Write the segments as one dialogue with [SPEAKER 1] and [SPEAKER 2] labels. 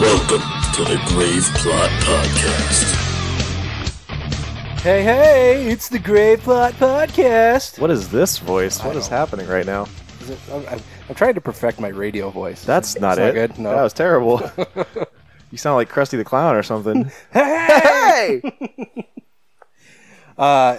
[SPEAKER 1] Welcome to the Grave Plot Podcast.
[SPEAKER 2] Hey, hey, it's the Grave Plot Podcast.
[SPEAKER 3] What is this voice? What
[SPEAKER 2] I
[SPEAKER 3] is
[SPEAKER 2] don't-
[SPEAKER 3] happening right now?
[SPEAKER 2] Is it- I'm, I'm- I'm trying to perfect my radio voice.
[SPEAKER 3] That's
[SPEAKER 2] It's
[SPEAKER 3] not it.
[SPEAKER 2] good. No.
[SPEAKER 3] That was terrible. you sound like Krusty the Clown or something.
[SPEAKER 2] hey! uh,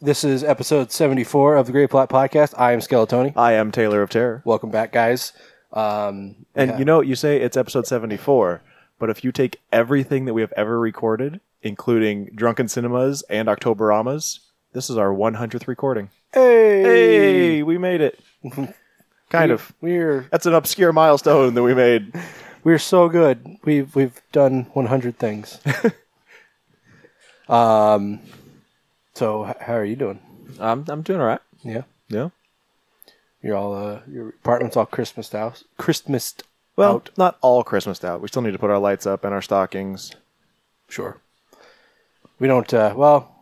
[SPEAKER 2] this is episode 74 of the Grave Plot Podcast. I am Skeletoni.
[SPEAKER 3] I am Taylor of Terror.
[SPEAKER 2] Welcome back, guys. Um,
[SPEAKER 3] And
[SPEAKER 2] yeah.
[SPEAKER 3] you know, you say it's episode 74, but if you take everything that we have ever recorded, including Drunken Cinemas and Octoberamas, this is our 100th recording.
[SPEAKER 2] hey!
[SPEAKER 3] Hey, we made it. kind of.
[SPEAKER 2] We're,
[SPEAKER 3] That's an obscure milestone that we made.
[SPEAKER 2] we're so good. We've, we've done 100 things. um, so, h- how are you doing?
[SPEAKER 3] I'm, I'm doing all right.
[SPEAKER 2] Yeah.
[SPEAKER 3] Yeah.
[SPEAKER 2] You're all, uh, your apartment's all Christmas out. Christmased
[SPEAKER 3] Well,
[SPEAKER 2] out.
[SPEAKER 3] not all Christmas out. We still need to put our lights up and our stockings.
[SPEAKER 2] Sure. We don't. Uh, well,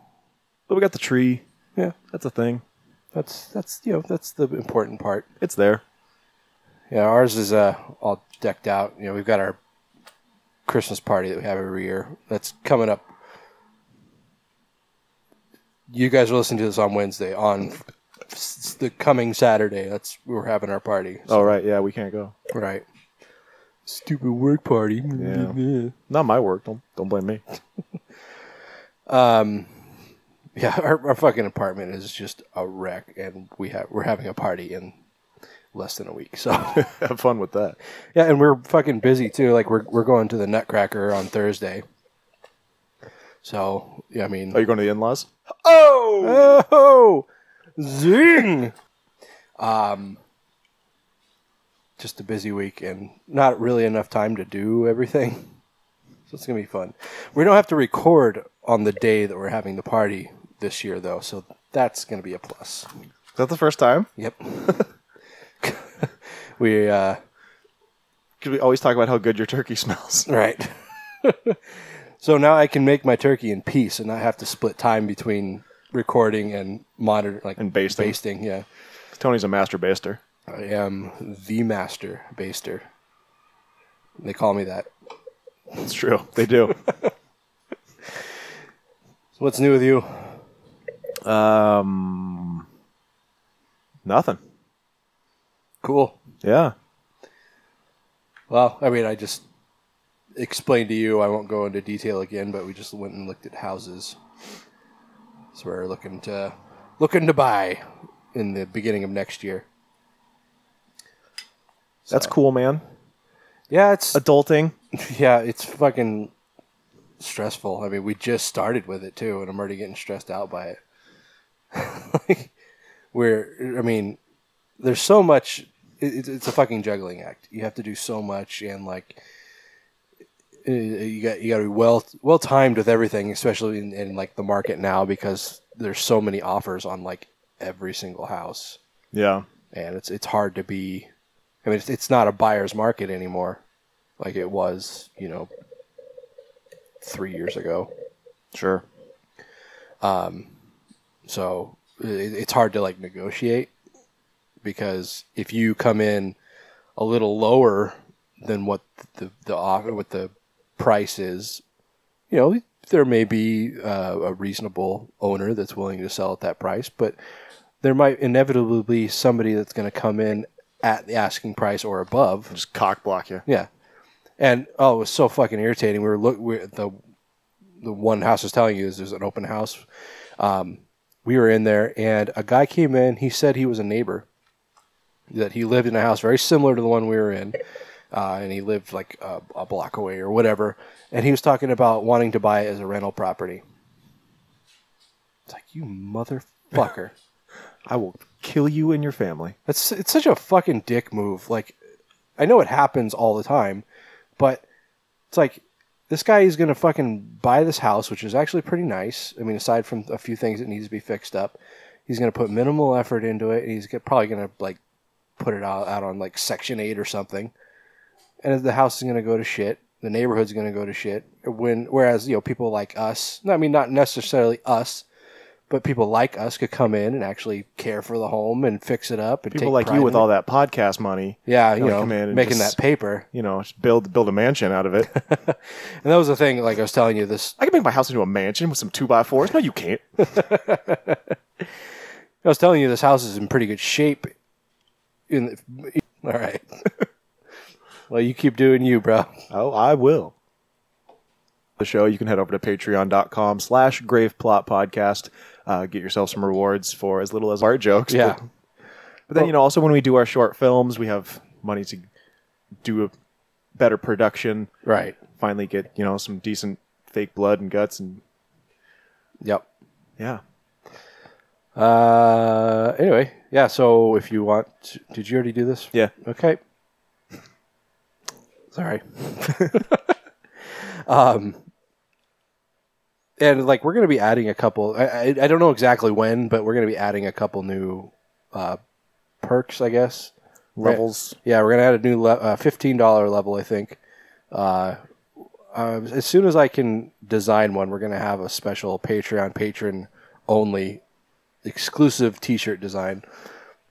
[SPEAKER 3] But we got the tree.
[SPEAKER 2] yeah.
[SPEAKER 3] That's a thing.
[SPEAKER 2] That's that's you know that's the important part.
[SPEAKER 3] It's there.
[SPEAKER 2] Yeah, ours is uh, all decked out. You know, we've got our Christmas party that we have every year. That's coming up. You guys are listening to this on Wednesday. On s- the coming Saturday, that's we're having our party.
[SPEAKER 3] Oh right, yeah, we can't go.
[SPEAKER 2] Right. Stupid work party.
[SPEAKER 3] Yeah. Not my work. Don't don't blame me.
[SPEAKER 2] Um, yeah, our, our fucking apartment is just a wreck, and we have we're having a party in less than a week. So
[SPEAKER 3] Have fun with that.
[SPEAKER 2] yeah, and we're fucking busy too. Like we're we're going to the Nutcracker on Thursday. So yeah, I mean,
[SPEAKER 3] Are you going to the in-laws?
[SPEAKER 2] oh, zing. Um, just a busy week and not really enough time to do everything. So it's gonna be fun. We don't have to record on the day that we're having the party this year, though, so that's gonna be a plus.
[SPEAKER 3] Is that the first time?
[SPEAKER 2] Yep. we uh,
[SPEAKER 3] Because we always talk about how good your turkey smells.
[SPEAKER 2] right. so now I can make my turkey in peace and not have to split time between recording and monitor like
[SPEAKER 3] And basting.
[SPEAKER 2] Basting, yeah.
[SPEAKER 3] Tony's a master baster.
[SPEAKER 2] I am the master baster. They call me that.
[SPEAKER 3] It's true. They do.
[SPEAKER 2] So what's new with you?
[SPEAKER 3] um, nothing.
[SPEAKER 2] Cool.
[SPEAKER 3] Yeah.
[SPEAKER 2] Well, I mean, I just explained to you. I won't go into detail again, but we just went and looked at houses. So we're looking to looking to buy in the beginning of next year.
[SPEAKER 3] That's cool, man.
[SPEAKER 2] Yeah, it's
[SPEAKER 3] Adulting.
[SPEAKER 2] yeah, it's fucking stressful. I mean, we just started with it too, and I'm already getting stressed out by it. like, we're, I mean, there's so much. It, it's- it's a fucking juggling act. You have to do so much, and like, eh, you got you got to be well well timed with everything, especially in, in like the market now because there's so many offers on like every single house,
[SPEAKER 3] Yeah.
[SPEAKER 2] and it's it's hard to be. I mean, it's, it's not a buyer's market anymore, like it was, you know, three years ago.
[SPEAKER 3] Sure.
[SPEAKER 2] So it, it's hard to like negotiate because if you come in a little lower than what the the offer what the price is, you know there may be uh, a reasonable owner that's willing to sell at that price, but there might inevitably be somebody that's going to come in at the asking price or above.
[SPEAKER 3] Just cock block you.
[SPEAKER 2] Yeah, and oh, it was so fucking irritating. We were look we the the one house I was telling you is there's an open house. Um, we were in there, and a guy came in. He said he was a neighbor, that he lived in a house very similar to the one we were in, uh, and he lived like a, a block away or whatever. And he was talking about wanting to buy it as a rental property. It's like you motherfucker.
[SPEAKER 3] I will kill you and your family.
[SPEAKER 2] That's it's such a fucking dick move. Like, I know it happens all the time, but it's like this guy is gonna fucking buy this house, which is actually pretty nice. I mean, aside from a few things that needs to be fixed up, he's gonna put minimal effort into it, and he's go- probably gonna like put it out, out on like Section Eight or something. And the house is gonna go to shit. The neighborhood's gonna go to shit. When whereas you know people like us, I mean, not necessarily us, But people like us could come in and actually care for the home and fix it up. And
[SPEAKER 3] People
[SPEAKER 2] take
[SPEAKER 3] like
[SPEAKER 2] pride
[SPEAKER 3] you with
[SPEAKER 2] in
[SPEAKER 3] all
[SPEAKER 2] it.
[SPEAKER 3] that podcast money,
[SPEAKER 2] yeah, you
[SPEAKER 3] would
[SPEAKER 2] know,
[SPEAKER 3] come in and
[SPEAKER 2] making
[SPEAKER 3] just-
[SPEAKER 2] that paper.
[SPEAKER 3] you know, just build build a mansion out of it.
[SPEAKER 2] And that was the thing. Like I was telling you, this
[SPEAKER 3] I can make my house into a mansion with some two by fours. No, you can't.
[SPEAKER 2] I was telling you, this house is in pretty good shape. In the, all right. well, you keep doing you, bro.
[SPEAKER 3] Oh, I will. The show, you can head over to patreon.com slash graveplot podcast. Uh, get yourself some rewards for as little as art jokes.
[SPEAKER 2] Yeah.
[SPEAKER 3] But, but then, you know, also when we do our short films, we have money to do a better production,
[SPEAKER 2] Right.
[SPEAKER 3] finally get, you know, some decent fake blood and guts. And
[SPEAKER 2] Yep.
[SPEAKER 3] yeah.
[SPEAKER 2] Uh, anyway, yeah. So if you want, did you already do this?
[SPEAKER 3] Yeah.
[SPEAKER 2] Okay. Sorry. um, and like we're gonna be adding a couple. I, I I don't know exactly when, but we're gonna be adding a couple new uh, perks, I guess.
[SPEAKER 3] Levels.
[SPEAKER 2] Yeah, we're gonna add a new le- uh, fifteen dollar level, I think. Uh, uh, as soon as I can design one, we're gonna have a special Patreon patron only exclusive T-shirt design.
[SPEAKER 3] I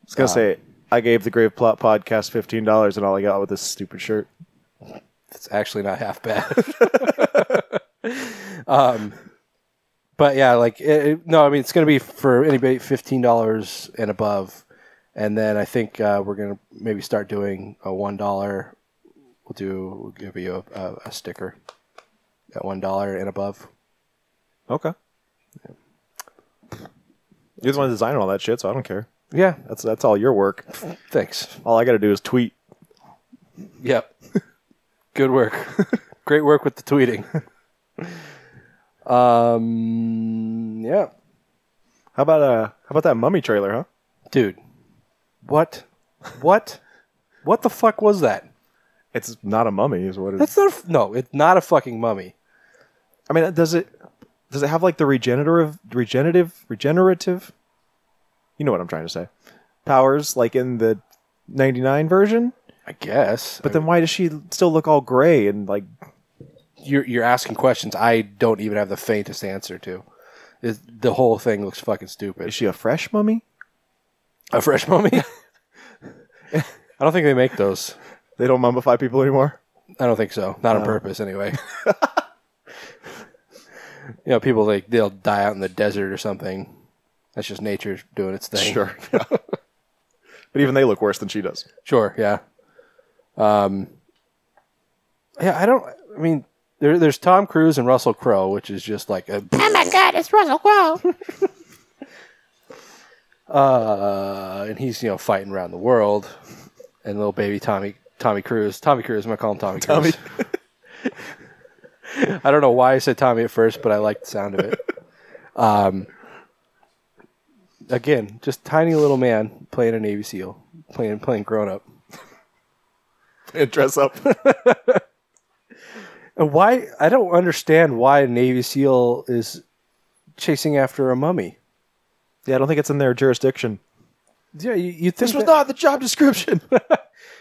[SPEAKER 3] was going to say, I gave the Grave Plot podcast $15 and all I got was this stupid shirt.
[SPEAKER 2] It's actually not half bad. um, but yeah, like it, it- no, I mean it's gonna be for anybody fifteen dollars and above, and then I think uh, we're gonna maybe start doing a one dollar. We'll do. We'll give you a, a, a sticker at one dollar and above.
[SPEAKER 3] Okay. You're the one designing all that shit, so I don't care.
[SPEAKER 2] Yeah,
[SPEAKER 3] That's that's all your work.
[SPEAKER 2] thanks.
[SPEAKER 3] All I got to do is tweet.
[SPEAKER 2] Yep. Good work. Great work with the tweeting. Um, yeah,
[SPEAKER 3] How about uh how about that mummy trailer, huh?
[SPEAKER 2] dude. What? What? What the fuck was that?
[SPEAKER 3] It's not a mummy, is what it is.
[SPEAKER 2] That's not. A, f- no, it's not a fucking mummy.
[SPEAKER 3] I mean, does it does it have like the regenerative regenerative regenerative? You know what I'm trying to say. Powers like in the 99 version?
[SPEAKER 2] I guess.
[SPEAKER 3] But then why does she still look all gray and like
[SPEAKER 2] you're you're asking questions I don't even have the faintest answer to. It, the whole thing looks fucking
[SPEAKER 3] is
[SPEAKER 2] stupid.
[SPEAKER 3] she a fresh mummy?
[SPEAKER 2] A fresh mummy? I don't think they make those.
[SPEAKER 3] They don't mummify people anymore.
[SPEAKER 2] I don't think so. Not on purpose, anyway. you know, people like they'll die out in the desert or something. That's just nature doing its thing.
[SPEAKER 3] but even they look worse than she does.
[SPEAKER 2] sure, yeah. Um, yeah, I don't. I mean, there, there's Tom Cruise and Russell Crowe, which is just like a.
[SPEAKER 4] Oh my god, it's Russell Crowe.
[SPEAKER 2] uh, and he's you know fighting around the world, and little baby Tommy Tommy Cruise Tommy Cruise I'm gonna call him Tommy, Cruise. I don't know why I said Tommy at first, but I like the sound of it. Um, again, just tiny little man playing a Navy SEAL, playing playing grown up.
[SPEAKER 3] And dress up.
[SPEAKER 2] And why I don't understand why a Navy SEAL is chasing after a mummy.
[SPEAKER 3] yeah, I don't think it's in their jurisdiction.
[SPEAKER 2] Yeah, you, you think
[SPEAKER 3] This was
[SPEAKER 2] that-
[SPEAKER 3] not the job description.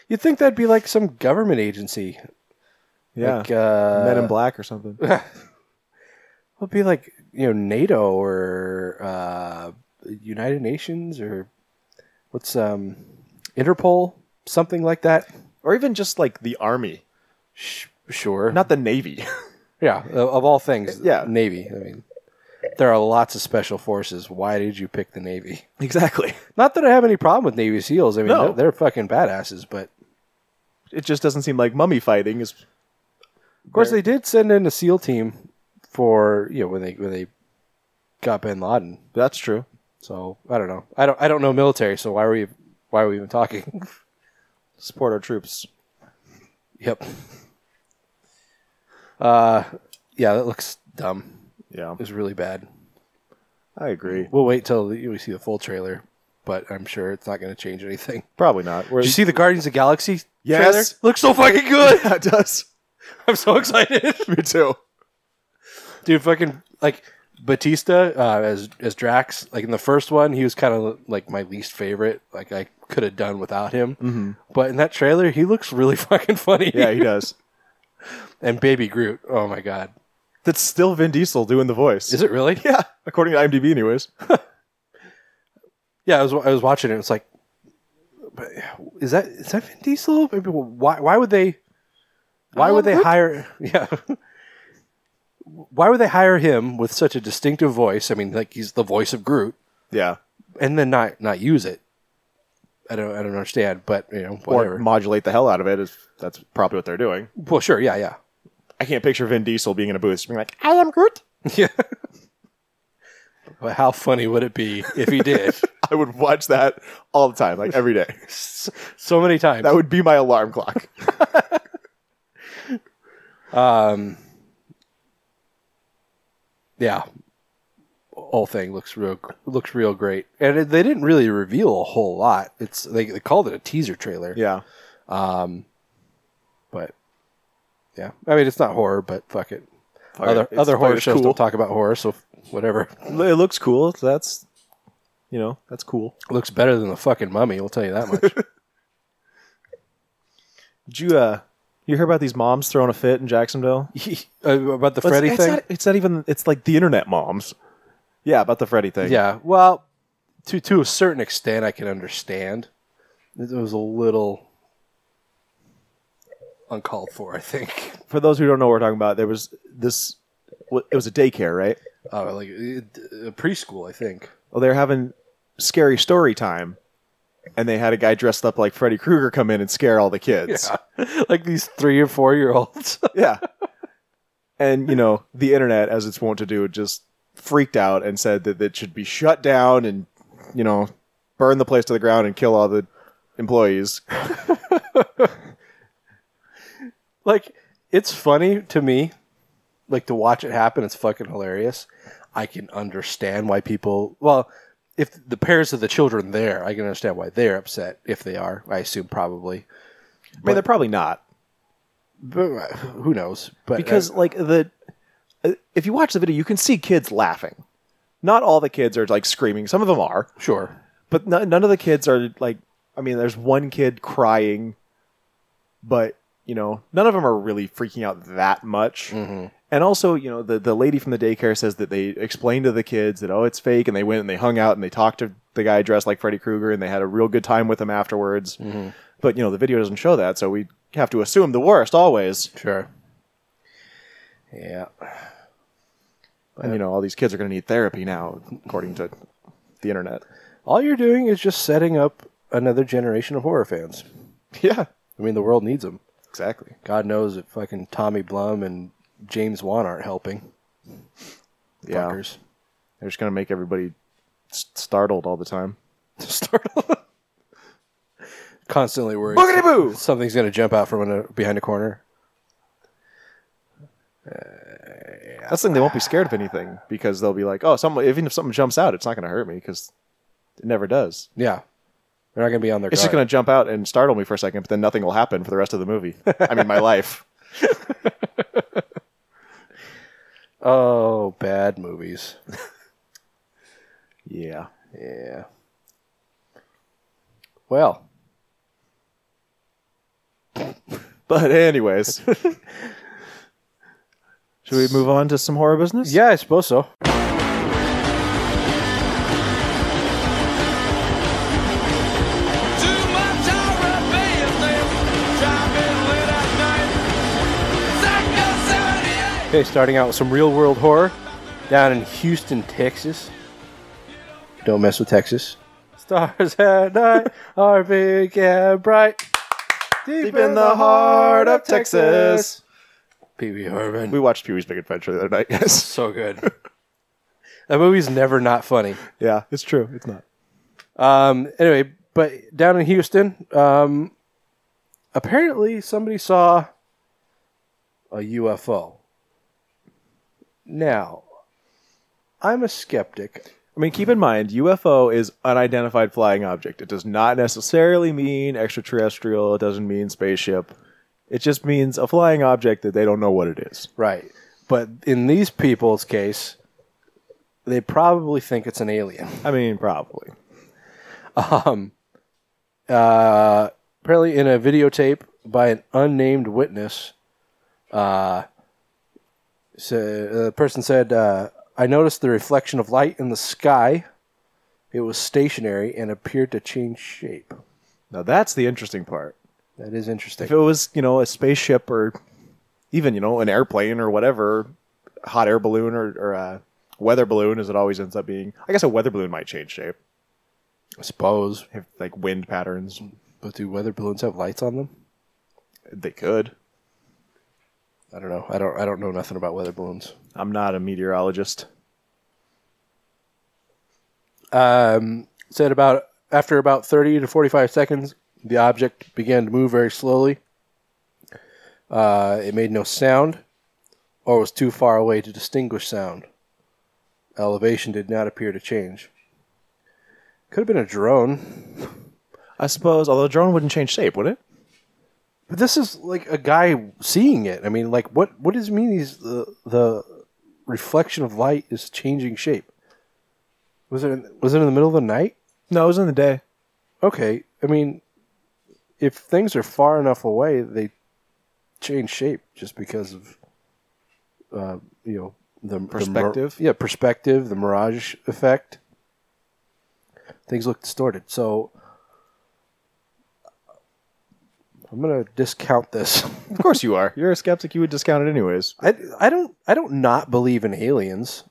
[SPEAKER 2] you'd think that'd be like some government agency,
[SPEAKER 3] yeah.
[SPEAKER 2] like uh,
[SPEAKER 3] Men in Black or something.
[SPEAKER 2] It'll be like you know NATO or uh, United Nations or what's um, Interpol, something like that.
[SPEAKER 3] or even just like the army,
[SPEAKER 2] Sh- sure.
[SPEAKER 3] not the navy.
[SPEAKER 2] yeah. Of, of all things,
[SPEAKER 3] Yeah.
[SPEAKER 2] Navy. I mean, there are lots of special forces. Why did you pick the Navy?
[SPEAKER 3] exactly.
[SPEAKER 2] Not that I have any problem with Navy SEALs. I mean,
[SPEAKER 3] No.
[SPEAKER 2] they're, they're fucking badasses. But
[SPEAKER 3] It just doesn't seem like mummy fighting is.
[SPEAKER 2] of course, they did send in a SEAL team for you know when they when they got Bin Laden.
[SPEAKER 3] That's true.
[SPEAKER 2] So I don't know. I don't I don't know military. So why are we why are we even talking?
[SPEAKER 3] Support our troops.
[SPEAKER 2] Yep. Uh, yeah, that looks dumb.
[SPEAKER 3] Yeah,
[SPEAKER 2] It was really bad.
[SPEAKER 3] I agree.
[SPEAKER 2] We'll wait till the, we see the full trailer, but I'm sure it's not going to change anything.
[SPEAKER 3] Probably not. Where
[SPEAKER 2] Did you see the Guardians of the Galaxy trailer?
[SPEAKER 3] Yes.
[SPEAKER 2] Looks so fucking good.
[SPEAKER 3] that does.
[SPEAKER 2] I'm so excited,
[SPEAKER 3] Me too.
[SPEAKER 2] dude. Fucking like Batista uh, as as Drax. Like in the first one, he was kind of like my least favorite. Like I could have done without him, but in that trailer, he looks really fucking funny.
[SPEAKER 3] Yeah, he does.
[SPEAKER 2] and Baby Groot. Oh my god.
[SPEAKER 3] That's still Vin Diesel doing the voice.
[SPEAKER 2] Is it really?
[SPEAKER 3] Yeah, according to IMDb, anyways.
[SPEAKER 2] Yeah, I was I was watching it. It's like, but is that is that Vin Diesel? Maybe- Why why would they? Why would
[SPEAKER 3] Um,
[SPEAKER 2] they hire? Yeah. Why would they hire him with such a distinctive voice? I mean, like he's the voice of Groot,
[SPEAKER 3] yeah,
[SPEAKER 2] and then not not use it. I don't I don't understand, but you know
[SPEAKER 3] or
[SPEAKER 2] whatever.
[SPEAKER 3] modulate the hell out of it. Is that's probably what they're doing.
[SPEAKER 2] well, sure, yeah, yeah,
[SPEAKER 3] I can't picture Vin Diesel being in a booth, just being like,
[SPEAKER 4] I am Groot.
[SPEAKER 2] yeah. but how funny would it be if he did
[SPEAKER 3] I would watch that all the time, like every day.
[SPEAKER 2] so, so many times?
[SPEAKER 3] That would be my alarm clock.
[SPEAKER 2] Um, yeah, whole thing looks real looks real great, and it, they didn't really reveal a whole lot. It's they, they called it a teaser trailer,
[SPEAKER 3] yeah,
[SPEAKER 2] but yeah, I mean it's not horror, but fuck it.
[SPEAKER 3] Fuck
[SPEAKER 2] other
[SPEAKER 3] it. It's-
[SPEAKER 2] other
[SPEAKER 3] fuck
[SPEAKER 2] horror
[SPEAKER 3] it's
[SPEAKER 2] shows
[SPEAKER 3] cool.
[SPEAKER 2] don't talk about horror, so whatever.
[SPEAKER 3] it looks cool. so That's you know that's cool.
[SPEAKER 2] looks better than the fucking mummy. We'll tell you that much.
[SPEAKER 3] Did you uh, you hear about these moms throwing a fit in Jacksonville?
[SPEAKER 2] uh, about the
[SPEAKER 3] Well,
[SPEAKER 2] Freddy
[SPEAKER 3] it's, it's
[SPEAKER 2] thing,
[SPEAKER 3] Not, it's not even. It's like the internet moms. Yeah, about the Freddy thing.
[SPEAKER 2] yeah. Well, to to a certain extent, I can understand. It was a little uncalled for, I think.
[SPEAKER 3] For those who don't know what we're talking about, there was this. w- It was a daycare, right?
[SPEAKER 2] Oh, like it- uh, preschool, I think.
[SPEAKER 3] Well, they're having scary story time, and they had a guy dressed up like Freddy Krueger come in and scare all the kids.
[SPEAKER 2] like these three or four year olds.
[SPEAKER 3] Yeah. and, you know, the internet, as it's wont to do, just freaked out and said that it should be shut down and, you know, burn the place to the ground and kill all the employees.
[SPEAKER 2] like it's funny to me, like to watch it happen. It's fucking hilarious. I can understand why people. Well, if the parents of the children there, I can understand why they're upset if they are. I assume probably.
[SPEAKER 3] I mean, they're probably not.
[SPEAKER 2] But, uh, who knows? But
[SPEAKER 3] Because,
[SPEAKER 2] uh,
[SPEAKER 3] like, the. uh, If you watch the video, you can see kids laughing. Not all the kids are, like, screaming. Some of them are.
[SPEAKER 2] sure,
[SPEAKER 3] but no, none of the kids are like i mean there's one kid crying but you know none of them are really freaking out that much and also you know the, the lady from the daycare says that they explained to the kids that oh it's fake and they went and they hung out and they talked to the guy dressed like freddy krueger and they had a real good time with him afterwards but you know the video doesn't show that so we have to assume the worst always
[SPEAKER 2] sure. Yeah,
[SPEAKER 3] and you know all these kids are going to need therapy now according to the internet
[SPEAKER 2] all you're doing is just setting up another generation of horror fans.
[SPEAKER 3] yeah
[SPEAKER 2] I mean, the world needs them.
[SPEAKER 3] exactly
[SPEAKER 2] God knows if fucking Tommy Blum and James Wan aren't helping.
[SPEAKER 3] yeah
[SPEAKER 2] Fuckers.
[SPEAKER 3] They're just going to make everybody s- startled all the time.
[SPEAKER 2] Startled. Constantly worried.
[SPEAKER 3] Boogity boo!
[SPEAKER 2] Something's going to jump out from under, behind a corner.
[SPEAKER 3] That's the thing. They won't be scared of anything because they'll be like, oh, some, even if something jumps out, it's not going to hurt me because it never does.
[SPEAKER 2] Yeah. They're not going to be on their
[SPEAKER 3] It's just
[SPEAKER 2] guard.
[SPEAKER 3] going to jump out and startle me for a second, but then nothing will happen for the rest of the movie. I mean, my life.
[SPEAKER 2] Oh, bad movies.
[SPEAKER 3] Yeah.
[SPEAKER 2] Yeah. Well,
[SPEAKER 3] But, anyways. Should we move on to some horror business?
[SPEAKER 2] yeah, I suppose so.
[SPEAKER 5] Too much RFA if they driving late at night. Psycho 78.
[SPEAKER 2] Okay, starting out with some real world horror down in Houston, Texas. Don't mess with Texas. Stars at night are big and bright. Deep,
[SPEAKER 3] in the heart of Texas.
[SPEAKER 2] Pee Wee Herman.
[SPEAKER 3] We watched Pee Wee's Big Adventure the other night, guys.
[SPEAKER 2] so good. that movie's never not funny.
[SPEAKER 3] yeah, it's true. It's not.
[SPEAKER 2] Um, anyway, but down in Houston, um, apparently somebody saw a UFO. Now, I'm a skeptic.
[SPEAKER 3] I mean, keep in mind, UFO is unidentified flying object. It does not necessarily mean extraterrestrial. It doesn't mean spaceship. It just means a flying object that they don't know what it is.
[SPEAKER 2] Right. But in these people's case, they probably think it's an alien.
[SPEAKER 3] I mean, probably.
[SPEAKER 2] Uh, apparently, in a videotape by an unnamed witness, uh, So the person said, uh, "I noticed the reflection of light in the sky. It was stationary and appeared to change shape.
[SPEAKER 3] Now that's the interesting part.
[SPEAKER 2] That is interesting.
[SPEAKER 3] If it was, you know, a spaceship or even, you know, an airplane or whatever, hot air balloon or, or a weather balloon, as it always ends up being, I guess a weather balloon might change shape.
[SPEAKER 2] I suppose,
[SPEAKER 3] Have like wind patterns.
[SPEAKER 2] but do weather balloons have lights on them?
[SPEAKER 3] They could.
[SPEAKER 2] I don't know. I don't. I don't know nothing about weather balloons.
[SPEAKER 3] I'm not a meteorologist.
[SPEAKER 2] um, said about after about 30 to 45 seconds, the object began to move very slowly. Uh, it made no sound or was too far away to distinguish sound. Elevation did not appear to change. Could have been a drone.
[SPEAKER 3] I suppose, although a drone wouldn't change shape, would it?
[SPEAKER 2] But this is like a guy seeing it. I mean, like, what, what does it mean he's the, the reflection of light is changing shape? Was it, in, was it in the middle of the night?
[SPEAKER 3] No, it was in the day.
[SPEAKER 2] okay, I mean, if things are far enough away, they change shape just because of, uh, you know, the the mir-
[SPEAKER 3] Perspective?
[SPEAKER 2] yeah, perspective, the mirage effect. Things look distorted. So I'm gonna discount this.
[SPEAKER 3] Of course you are. You're a skeptic. You would discount it anyways.
[SPEAKER 2] I, I don't I don't not believe in aliens.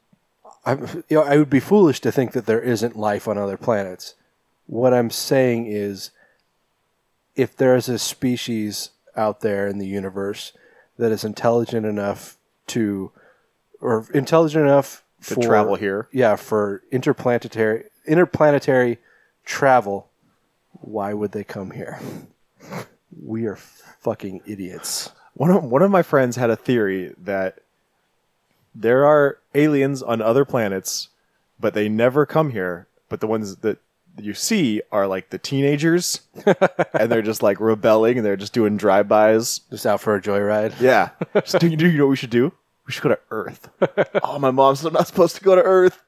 [SPEAKER 2] I you know, I would be foolish to think that there isn't life on other planets. What I'm saying is if there is a species out there in the universe that is intelligent enough to or intelligent enough
[SPEAKER 3] To
[SPEAKER 2] for
[SPEAKER 3] travel here.
[SPEAKER 2] Yeah, for interplanetary interplanetary travel, why would they come here? we are fucking idiots.
[SPEAKER 3] One of, one of my friends had a theory that there are aliens on other planets, but they never come here. But the ones that you see are like the teenagers, and they're just like rebelling, and they're just doing drive-bys.
[SPEAKER 2] Just out for a joyride.
[SPEAKER 3] Yeah. Just, do you do you know what we should do? We should go to Earth. oh, my mom said I'm not supposed to go to Earth.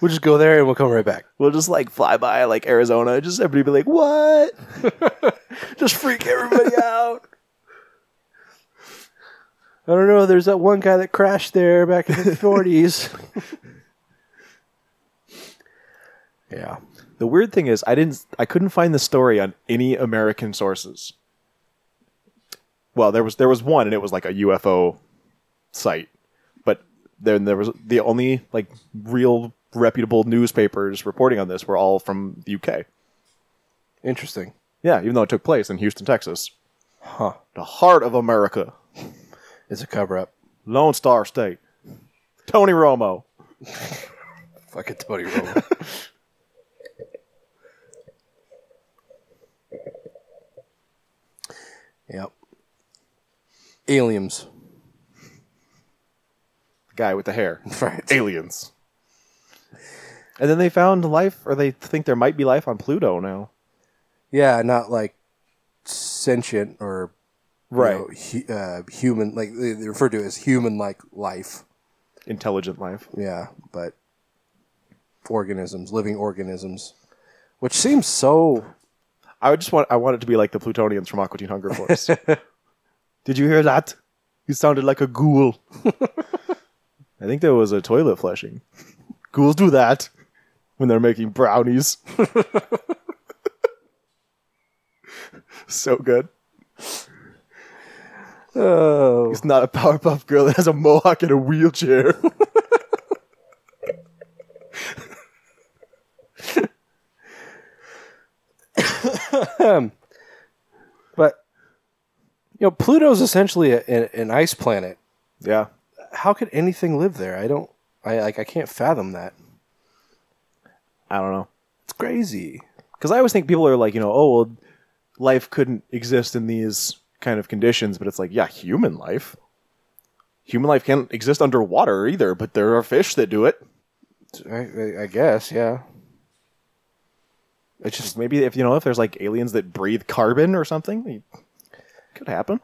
[SPEAKER 2] We'll just go there and we'll come right back.
[SPEAKER 3] We'll just like fly by like Arizona. Just everybody be like, what?
[SPEAKER 2] just freak everybody out. I don't know. There's that one guy that crashed there back in the 40s. yeah.
[SPEAKER 3] The weird thing is, I didn't, I couldn't find the story on any American sources. Well, there was there was one, and it was like a UFO site, but then there was the only like real reputable newspapers reporting on this were all from the UK.
[SPEAKER 2] Interesting.
[SPEAKER 3] Yeah, even though it took place in Houston, Texas,
[SPEAKER 2] Huh.
[SPEAKER 3] the heart of America,
[SPEAKER 2] It's a cover up.
[SPEAKER 3] Lone Star State, Tony Romo.
[SPEAKER 2] Fucking Tony Romo. yep. Aliens.
[SPEAKER 3] guy with the hair.
[SPEAKER 2] Right.
[SPEAKER 3] Aliens. And then they found life, or they think there might be life on Pluto now.
[SPEAKER 2] Yeah, not like sentient or you
[SPEAKER 3] Right.
[SPEAKER 2] know, hu- uh, human, like they they refer to it as human-like life.
[SPEAKER 3] Intelligent life.
[SPEAKER 2] Yeah, but organisms, living organisms, which seems so.
[SPEAKER 3] I would just want I want it to be like the Plutonians from Aqua Teen Hunger Force. Did you hear that? You sounded like a ghoul. I think there was a toilet flushing. Ghouls do that when they're making brownies. so good.
[SPEAKER 2] Oh,
[SPEAKER 3] It's not a Powerpuff Girl that has a mohawk and a wheelchair.
[SPEAKER 2] but you know, Pluto's essentially a, an, an ice planet.
[SPEAKER 3] yeah.
[SPEAKER 2] How could anything live there? I don't. I like. I can't fathom that.
[SPEAKER 3] I don't know.
[SPEAKER 2] It's crazy.
[SPEAKER 3] because I always think people are like, you know, oh, well, life couldn't exist in these kind of conditions, but it's like, yeah, human life. Human life can't exist underwater either, but there are fish that do it.
[SPEAKER 2] I, I- I guess. Yeah.
[SPEAKER 3] It's just maybe if you know if there's like aliens that breathe carbon or something, it could happen.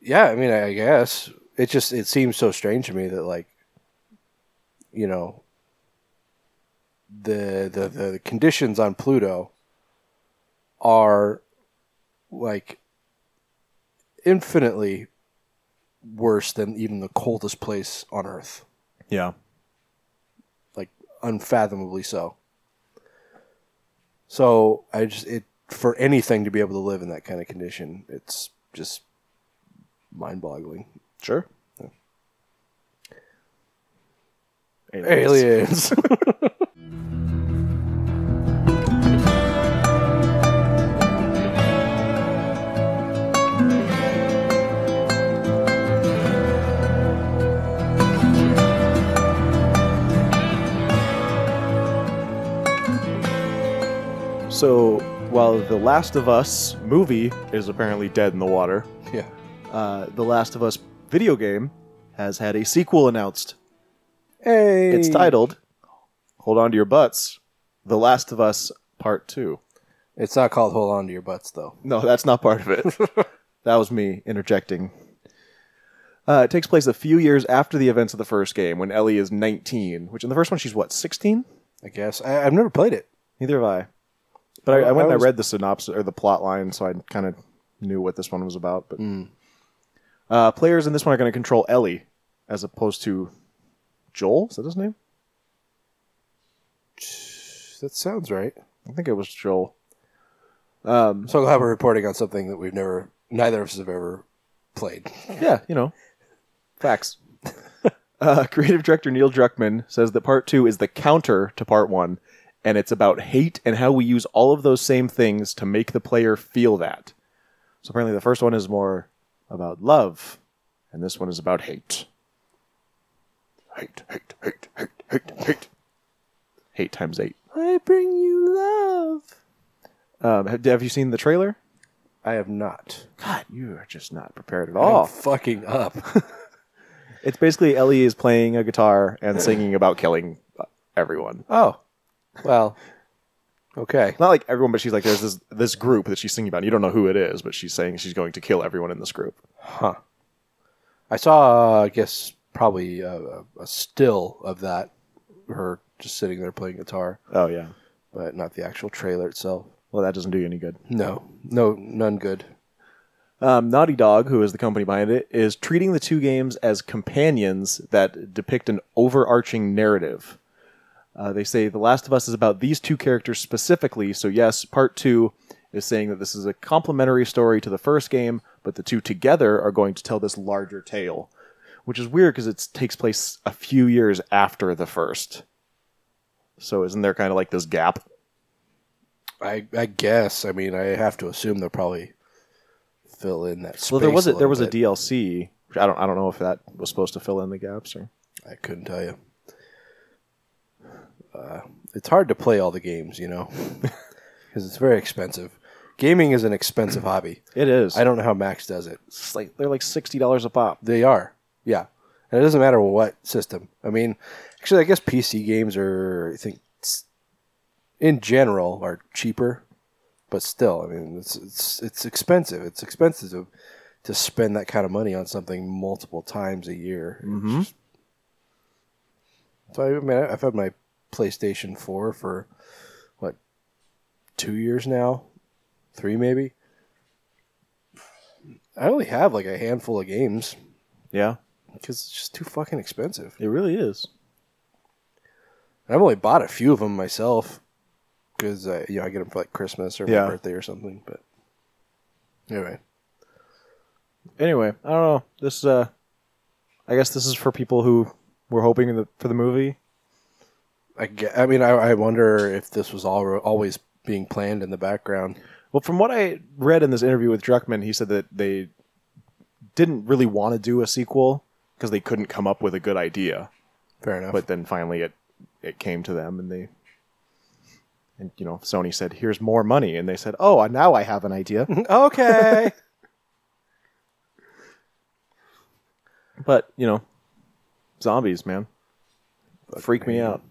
[SPEAKER 2] Yeah. I mean, I guess it just it seems so strange to me that like, you know, the the the conditions on Pluto are like infinitely worse than even the coldest place on earth.
[SPEAKER 3] Yeah.
[SPEAKER 2] like unfathomably so. So I just it for anything to be able to live in that kind of condition, it's just mind-boggling.
[SPEAKER 3] Sure.
[SPEAKER 2] Aliens.
[SPEAKER 3] So while the Last of Us movie is apparently dead in the water,
[SPEAKER 2] yeah.
[SPEAKER 3] uh, the Last of Us video game has had a sequel announced.
[SPEAKER 2] Hey.
[SPEAKER 3] It's titled Hold On to Your Butts, The Last of Us Part 2.
[SPEAKER 2] It's not called "Hold On to Your Butts" though.
[SPEAKER 3] No, that's not part of it. that was me interjecting. Uh, it takes place a few years after the events of the first game when Ellie is 19, which in the first one she's what, 16?
[SPEAKER 2] I guess I, I've never played it.
[SPEAKER 3] Neither have I. But I, I
[SPEAKER 2] I
[SPEAKER 3] went and
[SPEAKER 2] was-
[SPEAKER 3] I read the synopsis or the plot line, so I kind of knew what this one was about. But
[SPEAKER 2] Hmm.
[SPEAKER 3] uh, players in this one are going to control Ellie as opposed to Joel. Is that his name?
[SPEAKER 2] That sounds right.
[SPEAKER 3] I think it was Joel.
[SPEAKER 2] I'm so glad we're reporting on something that we've never, neither of us have ever played.
[SPEAKER 3] Yeah, you know, facts. uh, creative director Neil Druckmann says that part two is the counter to part one, and it's about hate and how we use all of those same things to make the player feel that. So apparently, the first one is more about love, and this one is about hate. Hate, hate, hate, hate, hate, hate. Hate times eight.
[SPEAKER 2] I bring you love.
[SPEAKER 3] Um, have, have you seen the trailer?
[SPEAKER 2] I have not.
[SPEAKER 3] God, you are just not prepared at
[SPEAKER 2] Oh,
[SPEAKER 3] all.
[SPEAKER 2] fucking up.
[SPEAKER 3] It's basically Ellie is playing a guitar and singing about killing everyone.
[SPEAKER 2] oh, well, okay.
[SPEAKER 3] not like everyone, but she's like there's this this group that she's singing about. And you don't know who it is, but she's saying she's going to kill everyone in this group.
[SPEAKER 2] I saw, I guess, probably a, a, a still of that, her just sitting there playing guitar,
[SPEAKER 3] Oh yeah.
[SPEAKER 2] but not the actual trailer itself.
[SPEAKER 3] Well, that doesn't do you any good.
[SPEAKER 2] No, no, none good.
[SPEAKER 3] Um, Naughty Dog, who is the company behind it, is treating the two games as companions that depict an overarching narrative. Uh, they say The Last of Us is about these two characters specifically, so yes, part two is saying that this is a complementary story to the first game, but the two together are going to tell this larger tale, which is weird because it takes place a few years after the first. So isn't there kind of like this gap?
[SPEAKER 2] I, I guess. I mean, I have to assume they'll probably fill in that. Space
[SPEAKER 3] Well, there was
[SPEAKER 2] a
[SPEAKER 3] a, there was
[SPEAKER 2] little
[SPEAKER 3] a DLC. which I don't I don't know if that was supposed to fill in the gaps or.
[SPEAKER 2] bit. I couldn't tell you. Uh, it's hard to play all the games, you know, because it's very expensive. Gaming is an expensive hobby.
[SPEAKER 3] It is.
[SPEAKER 2] I don't know how Max does it.
[SPEAKER 3] It's like they're like sixty dollars a pop.
[SPEAKER 2] They are. Yeah. And it doesn't matter what system. I mean, actually, I guess PC games are, I think, s- in general, are cheaper. But still, I mean, it's it's, it's expensive. It's expensive to, to spend that kind of money on something multiple times a year. Mm-hmm. So I mean, I've had my PlayStation Four for what two years now, three maybe. I only have like a handful of games
[SPEAKER 3] Yeah,
[SPEAKER 2] because it's just too fucking expensive.
[SPEAKER 3] it really is.
[SPEAKER 2] And I've only bought a few of them myself because I, you know, I get them for like Christmas or
[SPEAKER 3] Yeah.
[SPEAKER 2] my birthday or something. But anyway,
[SPEAKER 3] Anyway, I don't know. This, uh, I guess this is for people who were hoping the, for the movie.
[SPEAKER 2] I, ge- I mean, I, I wonder if this was all always being planned in the background.
[SPEAKER 3] Well, from what I read in this interview with Druckman, he said that they didn't really want to do a sequel because they couldn't come up with a good idea.
[SPEAKER 2] Fair enough.
[SPEAKER 3] But then finally, it it came to them, and they, and you know, Sony said, "Here's more money," and they said, "Oh, now I have an idea."
[SPEAKER 2] okay.
[SPEAKER 3] but you know, zombies, man, freak me out.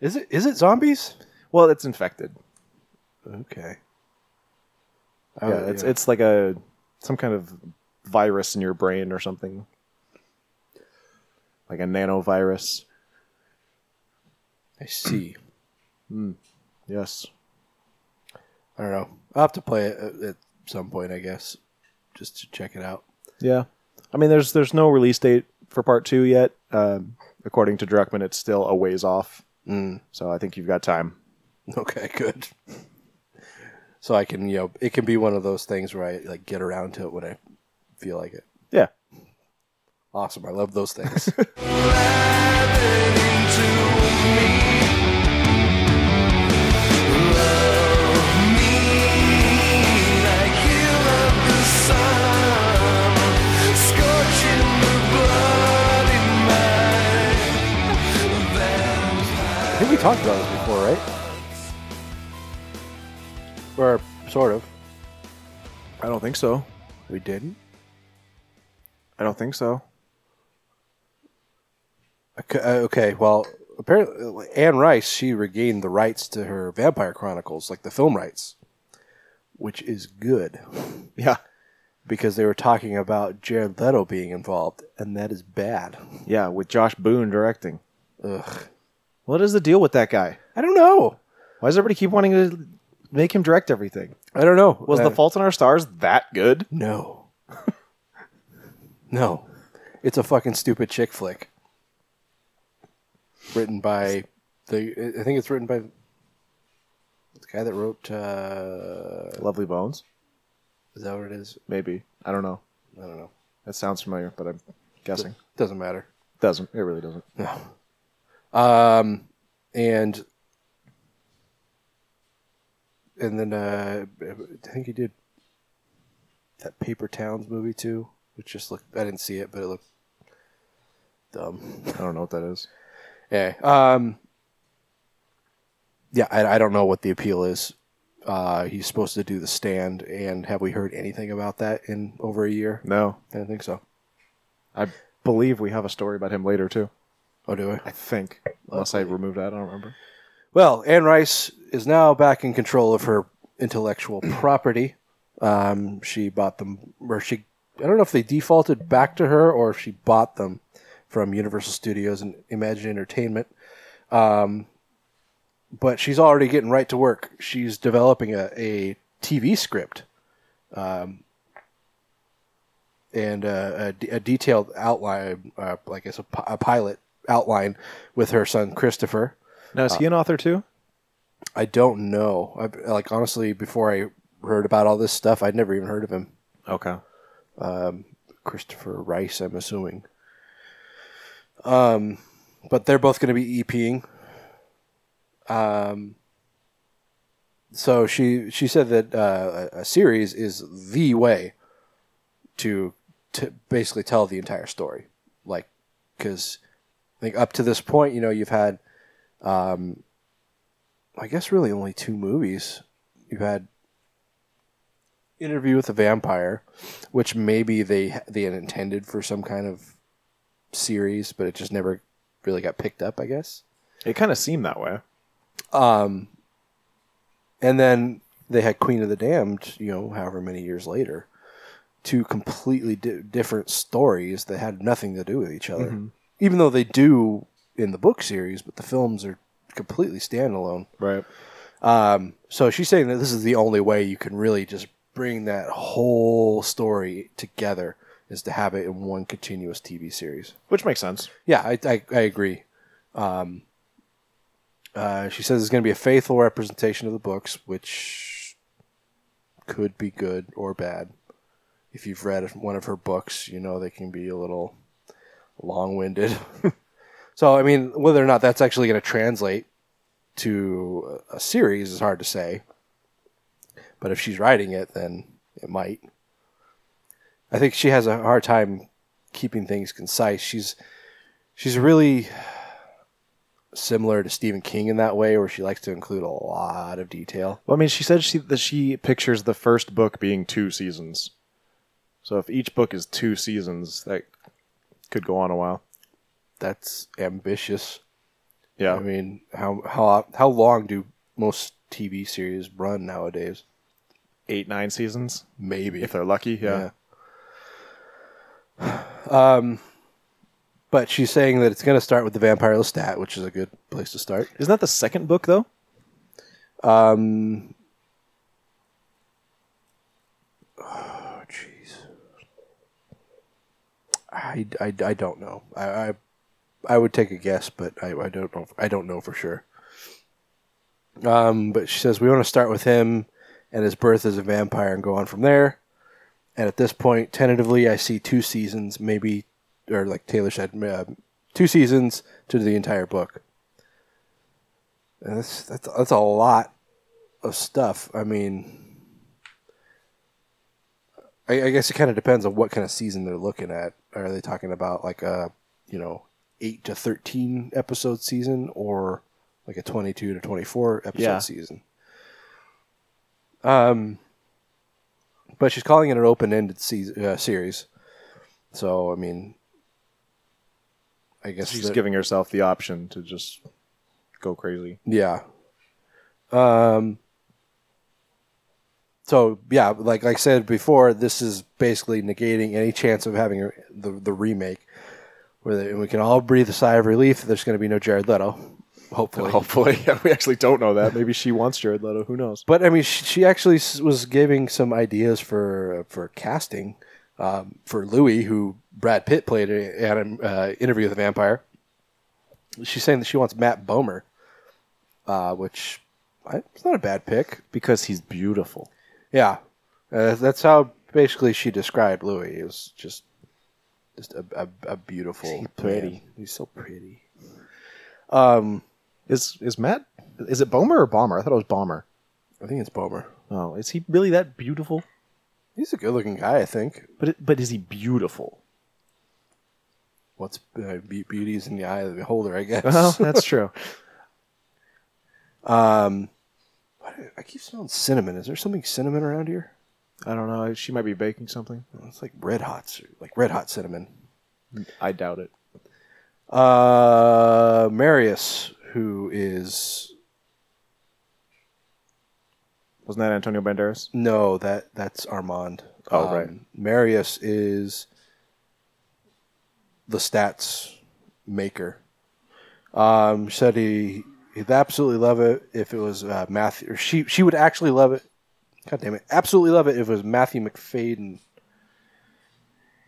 [SPEAKER 2] is it is it zombies?
[SPEAKER 3] Well, it's infected.
[SPEAKER 2] Okay.
[SPEAKER 3] Oh, yeah, it's it's like a some kind of virus in your brain or something, like a nanovirus.
[SPEAKER 2] I see.
[SPEAKER 3] Yes,
[SPEAKER 2] I don't know. I'll have to play it at- at some uh, point, I guess. just to check it out.
[SPEAKER 3] Yeah, I mean, there's there's no release date for part two yet. Um, according to Druckman, it's still a ways off.
[SPEAKER 2] Mm.
[SPEAKER 3] So I think you've got time.
[SPEAKER 2] Okay, good. So I can, you know, it can be one of those things where I like get around to it when I feel like it.
[SPEAKER 3] Yeah.
[SPEAKER 2] Awesome. I love those things. I think we talked about this before, right? Or sort of.
[SPEAKER 3] I don't think so.
[SPEAKER 2] We didn't.
[SPEAKER 3] I don't think so.
[SPEAKER 2] Okay, uh, okay, well, apparently Anne Rice she regained the rights to her Vampire Chronicles, like the film rights, which is good
[SPEAKER 3] Yeah,
[SPEAKER 2] because they were talking about Jared Leto being involved, and that is bad.
[SPEAKER 3] yeah, with Josh Boone directing.
[SPEAKER 2] Ugh.
[SPEAKER 3] What is the deal with that guy?
[SPEAKER 2] I don't know.
[SPEAKER 3] Why does everybody keep wanting to make him direct everything?
[SPEAKER 2] I don't know.
[SPEAKER 3] Was
[SPEAKER 2] Uh,
[SPEAKER 3] The Fault in Our Stars that good?
[SPEAKER 2] No. no. It's a fucking stupid chick flick. Written by the I think it's written by the guy that wrote uh
[SPEAKER 3] Lovely Bones,
[SPEAKER 2] is that what it is?
[SPEAKER 3] maybe. I don't know.
[SPEAKER 2] I don't know.
[SPEAKER 3] That sounds familiar, but I'm guessing
[SPEAKER 2] Doesn't matter.
[SPEAKER 3] doesn't. It really doesn't.
[SPEAKER 2] Um and and then uh I think he did that Paper Towns movie too, which just looked I didn't see it, but it looked dumb.
[SPEAKER 3] I don't know what that is.
[SPEAKER 2] Yeah. Um, yeah, I, I don't know what the appeal is. Uh, he's supposed to do the stand, and have we heard anything about that in over a year?
[SPEAKER 3] No,
[SPEAKER 2] I don't think so.
[SPEAKER 3] I believe we have a story about him later too.
[SPEAKER 2] Oh, do I?
[SPEAKER 3] I think, unless I removed that, I don't remember.
[SPEAKER 2] Well, Anne Rice is now back in control of her intellectual property. Um, she bought them, or she, I don't know if they defaulted back to her or if she bought them from Universal Studios and Imagine Entertainment. Um, but she's already getting right to work. She's developing a, a TV script um, and uh, a, d- a detailed outline, uh, like it's a, pi- a pilot outline with her son Christopher.
[SPEAKER 3] Now is he an author too?
[SPEAKER 2] I don't know. I, like honestly, before I heard about all this stuff, I'd never even heard of him.
[SPEAKER 3] Okay.
[SPEAKER 2] Christopher Rice, I'm assuming. Um, but they're both going to be EPing. Um, so she she said that uh, a a series is the way to to basically tell the entire story, like because I think up to this point, you know, you've had, um, I guess, really only two movies. You've had Interview with a Vampire, which maybe they they had intended for some kind of series, but it just never really got picked up, I guess.
[SPEAKER 3] It kind of seemed that way.
[SPEAKER 2] And then they had Queen of the Damned, you know, however many years later, two completely di- different stories that had nothing to do with each other. Even though they do in the book series, but the films are completely standalone.
[SPEAKER 3] Right.
[SPEAKER 2] Um, so she's saying that this is the only way you can really just bring that whole story together is to have it in one continuous TV series.
[SPEAKER 3] Which makes sense.
[SPEAKER 2] Yeah, I, I, I agree. Um, uh, she says it's going to be a faithful representation of the books, which could be good or bad. If you've read one of her books, you know they can be a little long winded. so, I mean, whether or not that's actually going to translate to a series is hard to say. But if she's writing it, then it might. I think she has a hard time keeping things concise. She's she's really similar to Stephen King in that way, where she likes to include a lot of detail.
[SPEAKER 3] Well, I mean, she said she that she pictures the first book being two seasons. So if each book is two seasons, that could go on a while.
[SPEAKER 2] That's ambitious.
[SPEAKER 3] Yeah.
[SPEAKER 2] I mean, how how how long do most TV series run nowadays?
[SPEAKER 3] eight, nine seasons
[SPEAKER 2] Maybe
[SPEAKER 3] if they're lucky. Yeah.
[SPEAKER 2] Yeah. But she's saying that it's going to start with the Vampire Lestat, which is a good place to start.
[SPEAKER 3] Isn't that the second book though?
[SPEAKER 2] Um, jeez. I, I, I don't know. I, I I would take a guess, but I, I don't know. I don't know for sure. Um, but she says we want to start with him and his birth as a vampire and go on from there. And at this point, tentatively, I see two seasons, maybe, or like Taylor said, uh, two seasons to the entire book. And that's that's that's a lot of stuff. I mean, I, I guess it kind of depends on what kind of season they're looking at. Are they talking about like a you know eight to thirteen episode season or like a twenty two to twenty four episode
[SPEAKER 3] Yeah.
[SPEAKER 2] season? Um, but she's calling it an open ended season uh, series. So I mean, I guess
[SPEAKER 3] She's
[SPEAKER 2] that-
[SPEAKER 3] giving herself the option to just go crazy.
[SPEAKER 2] yeah. Um. So yeah, like I said before, this is basically negating any chance of having a, the the remake, where they, and we can all breathe a sigh of relief. that There's going to be no Jared Leto, hopefully.
[SPEAKER 3] Hopefully, we actually don't know that. Maybe she wants Jared Leto. Who knows?
[SPEAKER 2] But I mean, she, she actually s- was giving some ideas for for casting um, for Louis, who Brad Pitt played in an uh, interview with the vampire. She's saying that she wants Matt Bomer, uh, which I, it's not a bad pick.
[SPEAKER 3] Because he's beautiful.
[SPEAKER 2] Yeah, uh, that's how basically she described Louis. It was just just a, a, a beautiful,
[SPEAKER 3] He's pretty.
[SPEAKER 2] man. He's so pretty.
[SPEAKER 3] Is is Matt? Is it Bomer or Bomber? I thought it was Bomber.
[SPEAKER 2] I think it's Bomer.
[SPEAKER 3] Oh, is he really that beautiful?
[SPEAKER 2] He's a good-looking guy, I think.
[SPEAKER 3] But it, but is he beautiful?
[SPEAKER 2] What's uh, be- beauty's in the eye of the beholder, I guess.
[SPEAKER 3] Well, that's true.
[SPEAKER 2] Um, why do- I keep smelling cinnamon. Is there something cinnamon around here? Oh,
[SPEAKER 3] I don't know. She might be baking something.
[SPEAKER 2] It's like red hot, like red hot cinnamon.
[SPEAKER 3] I doubt it.
[SPEAKER 2] Uh, Marius, who is
[SPEAKER 3] Wasn't that Antonio Banderas?
[SPEAKER 2] no, that that's Armand. Um,
[SPEAKER 3] Oh, right.
[SPEAKER 2] Marius is the stats maker. Um, she said he he'd absolutely love it if it was uh, Matthew. Or she she would actually love it. God damn it, absolutely love it if it was Matthew McFadden.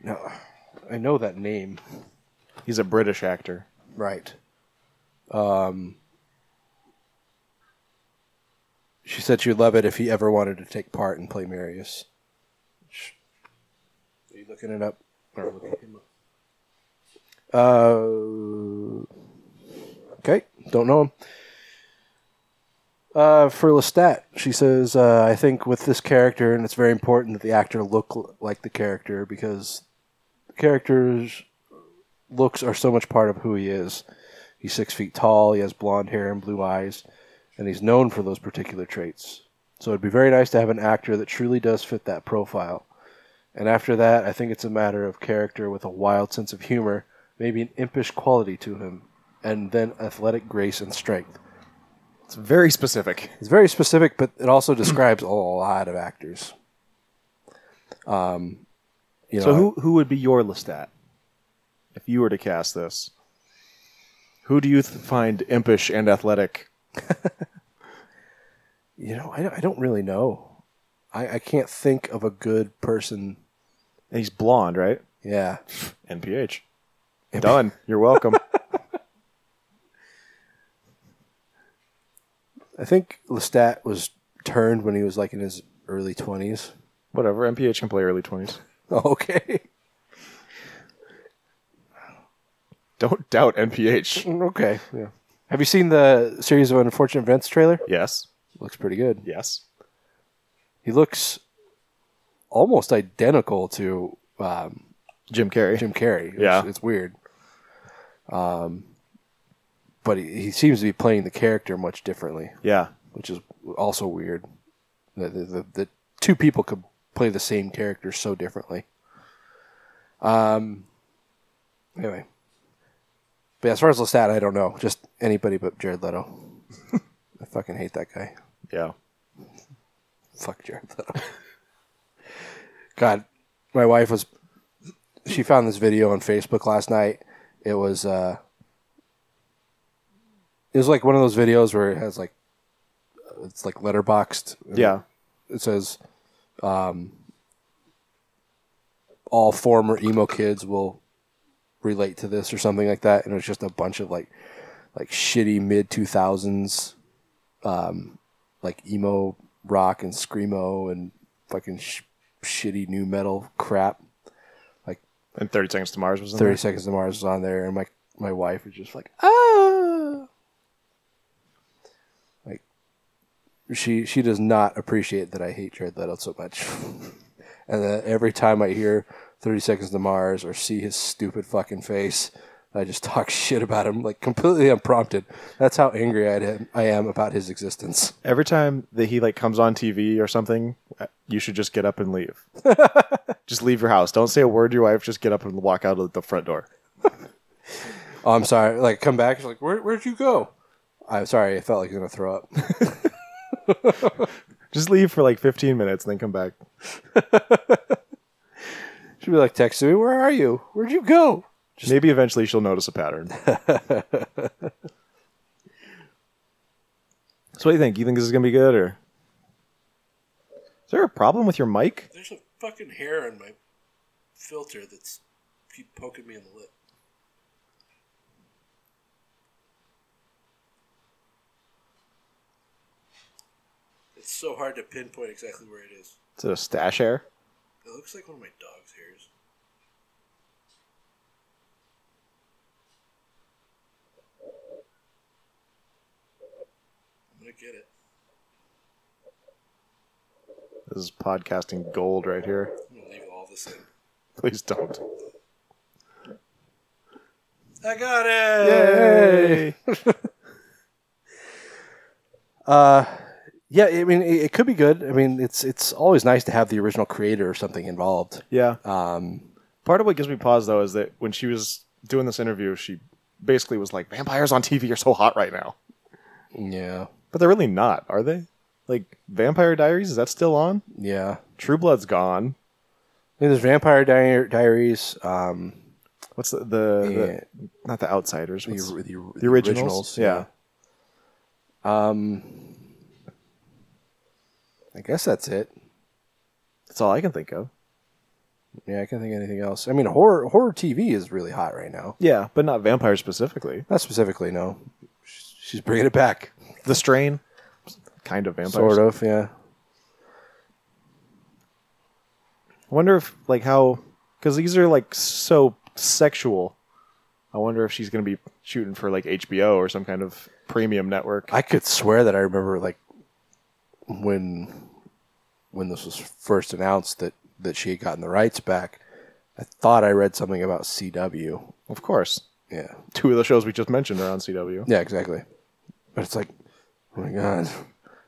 [SPEAKER 2] No, I know that name.
[SPEAKER 3] He's a British actor.
[SPEAKER 2] Right. Um, she said she'd love it if he ever wanted to take part and play Marius. Sh- Are you looking it up? Or looking him up? Uh, okay, don't know him. Uh, for Lestat, she says, uh, I think with this character, and it's very important that the actor look l- like the character because the character's looks are so much part of who he is. He's six feet tall, he has blonde hair and blue eyes, and he's known for those particular traits. So it'd be very nice to have an actor that truly does fit that profile. And after that, I think it's a matter of character with a wild sense of humor, maybe an impish quality to him, and then athletic grace and strength.
[SPEAKER 3] It's very specific.
[SPEAKER 2] It's very specific, but it also describes a lot of actors. Um, you know,
[SPEAKER 3] So who who would be your Lestat if you were to cast this? Who do you th- find impish and athletic?
[SPEAKER 2] you know, I don't, I don't really know. I, I can't think of a good person.
[SPEAKER 3] And he's blonde, right?
[SPEAKER 2] Yeah.
[SPEAKER 3] NPH. Done. You're welcome.
[SPEAKER 2] I think Lestat was turned when he was like in his early twenties.
[SPEAKER 3] Whatever. NPH can play early twenties.
[SPEAKER 2] Okay.
[SPEAKER 3] Don't doubt NPH.
[SPEAKER 2] okay. Yeah. Have you seen the series of unfortunate events trailer?
[SPEAKER 3] Yes.
[SPEAKER 2] Looks pretty good.
[SPEAKER 3] Yes.
[SPEAKER 2] He looks almost identical to um,
[SPEAKER 3] Jim Carrey.
[SPEAKER 2] Jim Carrey. It's,
[SPEAKER 3] Yeah.
[SPEAKER 2] it's weird. Um, but he, he seems to be playing the character much differently,
[SPEAKER 3] Yeah.
[SPEAKER 2] which is also weird. The, the, the, the two people could play the same character so differently. Um. Anyway, but as far as Lestat, I don't know. Just anybody but Jared Leto. I fucking hate that guy.
[SPEAKER 3] Yeah.
[SPEAKER 2] Fuck Jared Leto. God, my wife was. She found this video on Facebook last night. It was. uh It was like one of those videos where it has like,
[SPEAKER 3] Mm-hmm.
[SPEAKER 2] it's like letterboxed.
[SPEAKER 3] Yeah.
[SPEAKER 2] It says, um, all former emo kids will relate to this or something like that. And it was just a bunch of like like shitty mid two thousands, um, like emo rock and screamo and fucking sh- shitty new metal crap.
[SPEAKER 3] And Thirty Seconds to Mars was in
[SPEAKER 2] Thirty
[SPEAKER 3] there.
[SPEAKER 2] Seconds to Mars was on there, and my my wife was just like, oh, like she she does not appreciate that I hate Jared Leto so much, and then every time I hear Thirty Seconds to Mars or see his stupid fucking face. I just talk shit about him like completely unprompted. That's how angry I am, I am about his existence.
[SPEAKER 3] Every time that he like comes on TV or something, uh, you should just get up and leave. just leave your house. Don't say a word to your wife. Just get up and walk out of the front door.
[SPEAKER 2] Oh, I'm sorry. Like, come back. She's like, Where, where'd you go? I'm sorry. I felt like I was going to throw up.
[SPEAKER 3] Just leave for like 15 minutes and then come back.
[SPEAKER 2] She'd be like texting me, "Where are you? Where'd you go?"
[SPEAKER 3] Maybe eventually she'll notice a pattern. so what do you think? You think this is gonna be good or is there a problem with your mic?
[SPEAKER 2] There's a fucking hair on my filter that's keep poking me in the lip. It's so hard to pinpoint exactly where it is.
[SPEAKER 3] Is it a stash hair?
[SPEAKER 2] It looks like one of my dog's hairs. I'm gonna get it.
[SPEAKER 3] This is podcasting gold right here.
[SPEAKER 2] I'm gonna leave all this in.
[SPEAKER 3] Please don't.
[SPEAKER 2] I got it.
[SPEAKER 3] Yay!
[SPEAKER 2] Uh, Yeah, I mean, it, it could be good. I mean, it's it's always nice to have the original creator or something involved.
[SPEAKER 3] Yeah.
[SPEAKER 2] Um,
[SPEAKER 3] Part of what gives me pause though is that when she was doing this interview, she basically was like, Vampires on TV are so hot right now.
[SPEAKER 2] yeah,
[SPEAKER 3] But they're really not, are they? Like Vampire Diaries, is that still on?
[SPEAKER 2] yeah.
[SPEAKER 3] True Blood's gone.
[SPEAKER 2] I mean, there's Vampire Di- Diaries, um,
[SPEAKER 3] What's the,
[SPEAKER 2] Yeah.
[SPEAKER 3] the, the not the Outsiders?
[SPEAKER 2] the,
[SPEAKER 3] what's-
[SPEAKER 2] the, the
[SPEAKER 3] the originals, yeah.
[SPEAKER 2] I guess that's it.
[SPEAKER 3] That's all I can think of.
[SPEAKER 2] Yeah, I can't think of anything else. I mean, horror horror TV is really hot right now.
[SPEAKER 3] Yeah, but not vampires specifically.
[SPEAKER 2] Not specifically, no. She's she's bringing it back,
[SPEAKER 3] The Strain, kind of vampires.
[SPEAKER 2] sort of. Yeah,
[SPEAKER 3] I wonder if like how because these are like so sexual. I wonder if she's going to be shooting for like HBO or some kind of premium network.
[SPEAKER 2] I could swear that I remember like when when this was first announced that that she had gotten the rights back. I thought I read something about CW.
[SPEAKER 3] of course,
[SPEAKER 2] Yeah,
[SPEAKER 3] two of the shows we just mentioned are on CW.
[SPEAKER 2] yeah, exactly. But it's like, oh my god,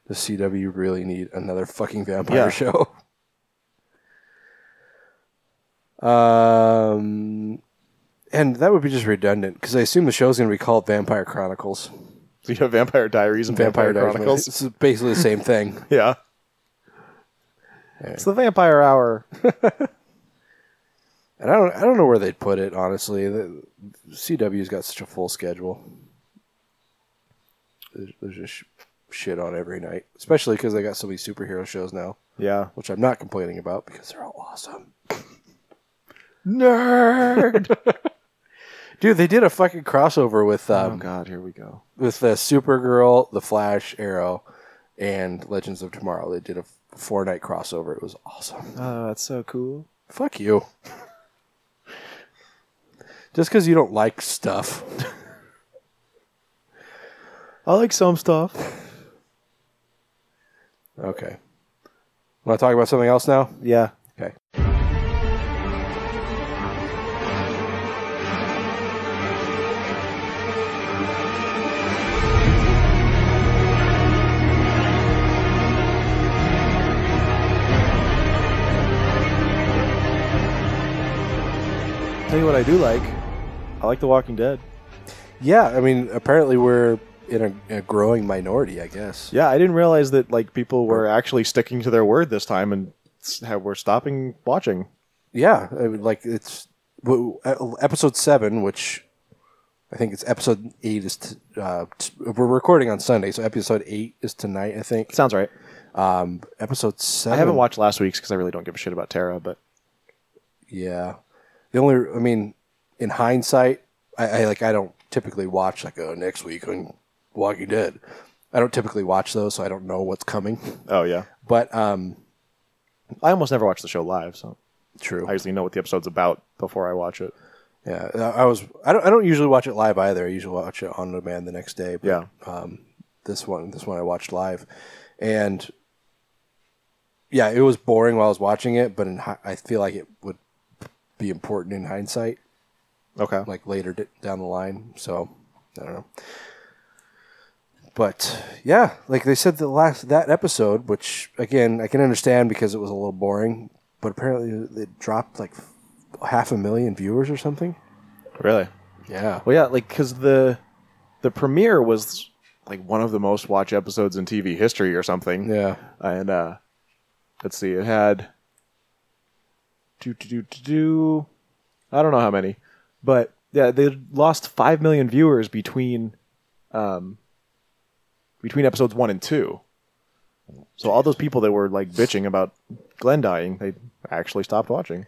[SPEAKER 2] does CW really need another fucking vampire
[SPEAKER 3] Yeah.
[SPEAKER 2] show? Um, and that would be just redundant because I assume the show's going to be called Vampire Chronicles.
[SPEAKER 3] So you have Vampire Diaries and Vampire,
[SPEAKER 2] Diaries,
[SPEAKER 3] Chronicles.
[SPEAKER 2] It's basically the same thing.
[SPEAKER 3] Yeah. It's the Vampire Hour.
[SPEAKER 2] And I don't, I don't know where they'd put it. Honestly, the, CW's got such a full schedule. There's, there's just sh- shit on every night, especially because they got so many superhero shows now,
[SPEAKER 3] Yeah.
[SPEAKER 2] which I'm not complaining about because they're all awesome.
[SPEAKER 3] Nerd.
[SPEAKER 2] Dude, they did a fucking crossover with
[SPEAKER 3] oh
[SPEAKER 2] um,
[SPEAKER 3] God, here we go.
[SPEAKER 2] with the Supergirl, the Flash, Arrow, and Legends of Tomorrow. They did a four night crossover. It was awesome.
[SPEAKER 3] Oh, that's so cool.
[SPEAKER 2] Fuck you. Just because you don't like stuff.
[SPEAKER 3] I like some stuff.
[SPEAKER 2] Okay. Want to talk about something else now?
[SPEAKER 3] Yeah.
[SPEAKER 2] Okay.
[SPEAKER 3] Tell you what I do like. I like The Walking Dead.
[SPEAKER 2] Yeah, I mean, apparently we're in a, a growing minority, I guess.
[SPEAKER 3] Yeah, I didn't realize that like people were actually sticking to their word this time and s- how we're stopping watching.
[SPEAKER 2] Yeah, I mean, like it's w- w- e, episode seven, which I think it's episode eight is. T- uh, t- we're recording on Sunday, so episode eight is tonight. I think
[SPEAKER 3] Sounds right.
[SPEAKER 2] um, episode seven.
[SPEAKER 3] I haven't watched last week's because I really don't give a shit about Tara, but
[SPEAKER 2] Yeah. The only, I mean, in hindsight, I, I like, I don't typically watch like, oh, next week on Walking Dead. I don't typically watch those, so I don't know what's coming.
[SPEAKER 3] Oh yeah,
[SPEAKER 2] But, um,
[SPEAKER 3] I almost never watch the show live, so
[SPEAKER 2] true.
[SPEAKER 3] I usually know what the episode's about before I watch it.
[SPEAKER 2] yeah. I I was, I don't, I don't usually watch it live either. I usually watch it on demand the next day. But
[SPEAKER 3] Yeah,
[SPEAKER 2] this one this one I watched live, and yeah, it was boring while I was watching it, but in, hi- I feel like it would be important in hindsight,
[SPEAKER 3] okay.
[SPEAKER 2] like later d- down the line. So I don't know, but yeah, like they said the last that episode, which again I can understand because it was a little boring, but apparently it dropped like half a million viewers or something.
[SPEAKER 3] really?
[SPEAKER 2] Yeah,
[SPEAKER 3] Well, yeah, like because the the premiere was like one of the most watched episodes in TV history or something.
[SPEAKER 2] yeah,
[SPEAKER 3] and uh, let's see, it had do do do do do. I don't know how many, but yeah, they lost five million viewers between um, between episodes one and two. So all those people that were like bitching about Glenn dying, they actually stopped watching.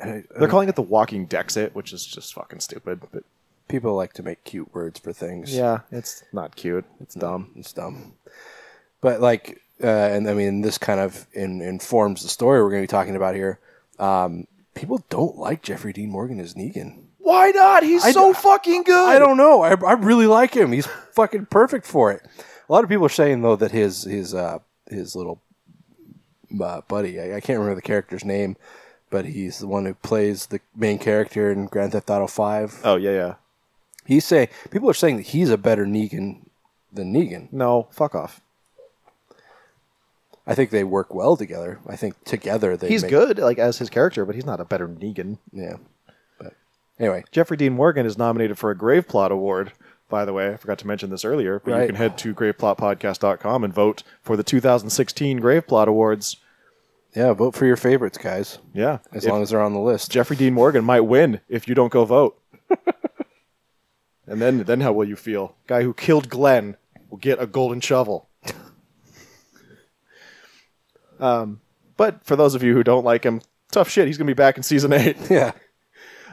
[SPEAKER 2] And I-
[SPEAKER 3] They're calling it the Walking Dexit, which is just fucking stupid. But
[SPEAKER 2] people like to make cute words for things.
[SPEAKER 3] yeah, it's not cute. It's dumb.
[SPEAKER 2] It's dumb. But like, uh, and I mean, this kind of in, informs the story we're going to be talking about here. Um, people don't like Jeffrey Dean Morgan as Negan.
[SPEAKER 3] Why not? He's so fucking good.
[SPEAKER 2] I don't know. I, I really like him. He's fucking perfect for it. A lot of people are saying though that his his uh, his little uh, buddy, I, I can't remember the character's name, but he's the one who plays the main character in Grand Theft Auto Five.
[SPEAKER 3] Oh yeah, yeah.
[SPEAKER 2] He's saying people are saying that he's a better Negan than Negan.
[SPEAKER 3] No, fuck off.
[SPEAKER 2] I think they work well together. I think together they
[SPEAKER 3] He's
[SPEAKER 2] make-
[SPEAKER 3] good, like as his character, but he's not a better Negan.
[SPEAKER 2] Yeah. But anyway,
[SPEAKER 3] Jeffrey Dean Morgan is nominated for a Grave Plot Award. By the way, I forgot to mention this earlier, but you
[SPEAKER 2] Right.
[SPEAKER 3] can head to graveplotpodcast.com and vote for the 2016 Grave Plot Awards.
[SPEAKER 2] yeah, vote for your favorites, guys.
[SPEAKER 3] Yeah.
[SPEAKER 2] As
[SPEAKER 3] If-
[SPEAKER 2] long as they're on the list.
[SPEAKER 3] Jeffrey Dean Morgan might win if you don't go vote. and then then how will you feel? Guy who killed Glenn will get a golden shovel. um, Um, but for those of you who don't like him, tough shit. He's going to be back in season 8.
[SPEAKER 2] yeah.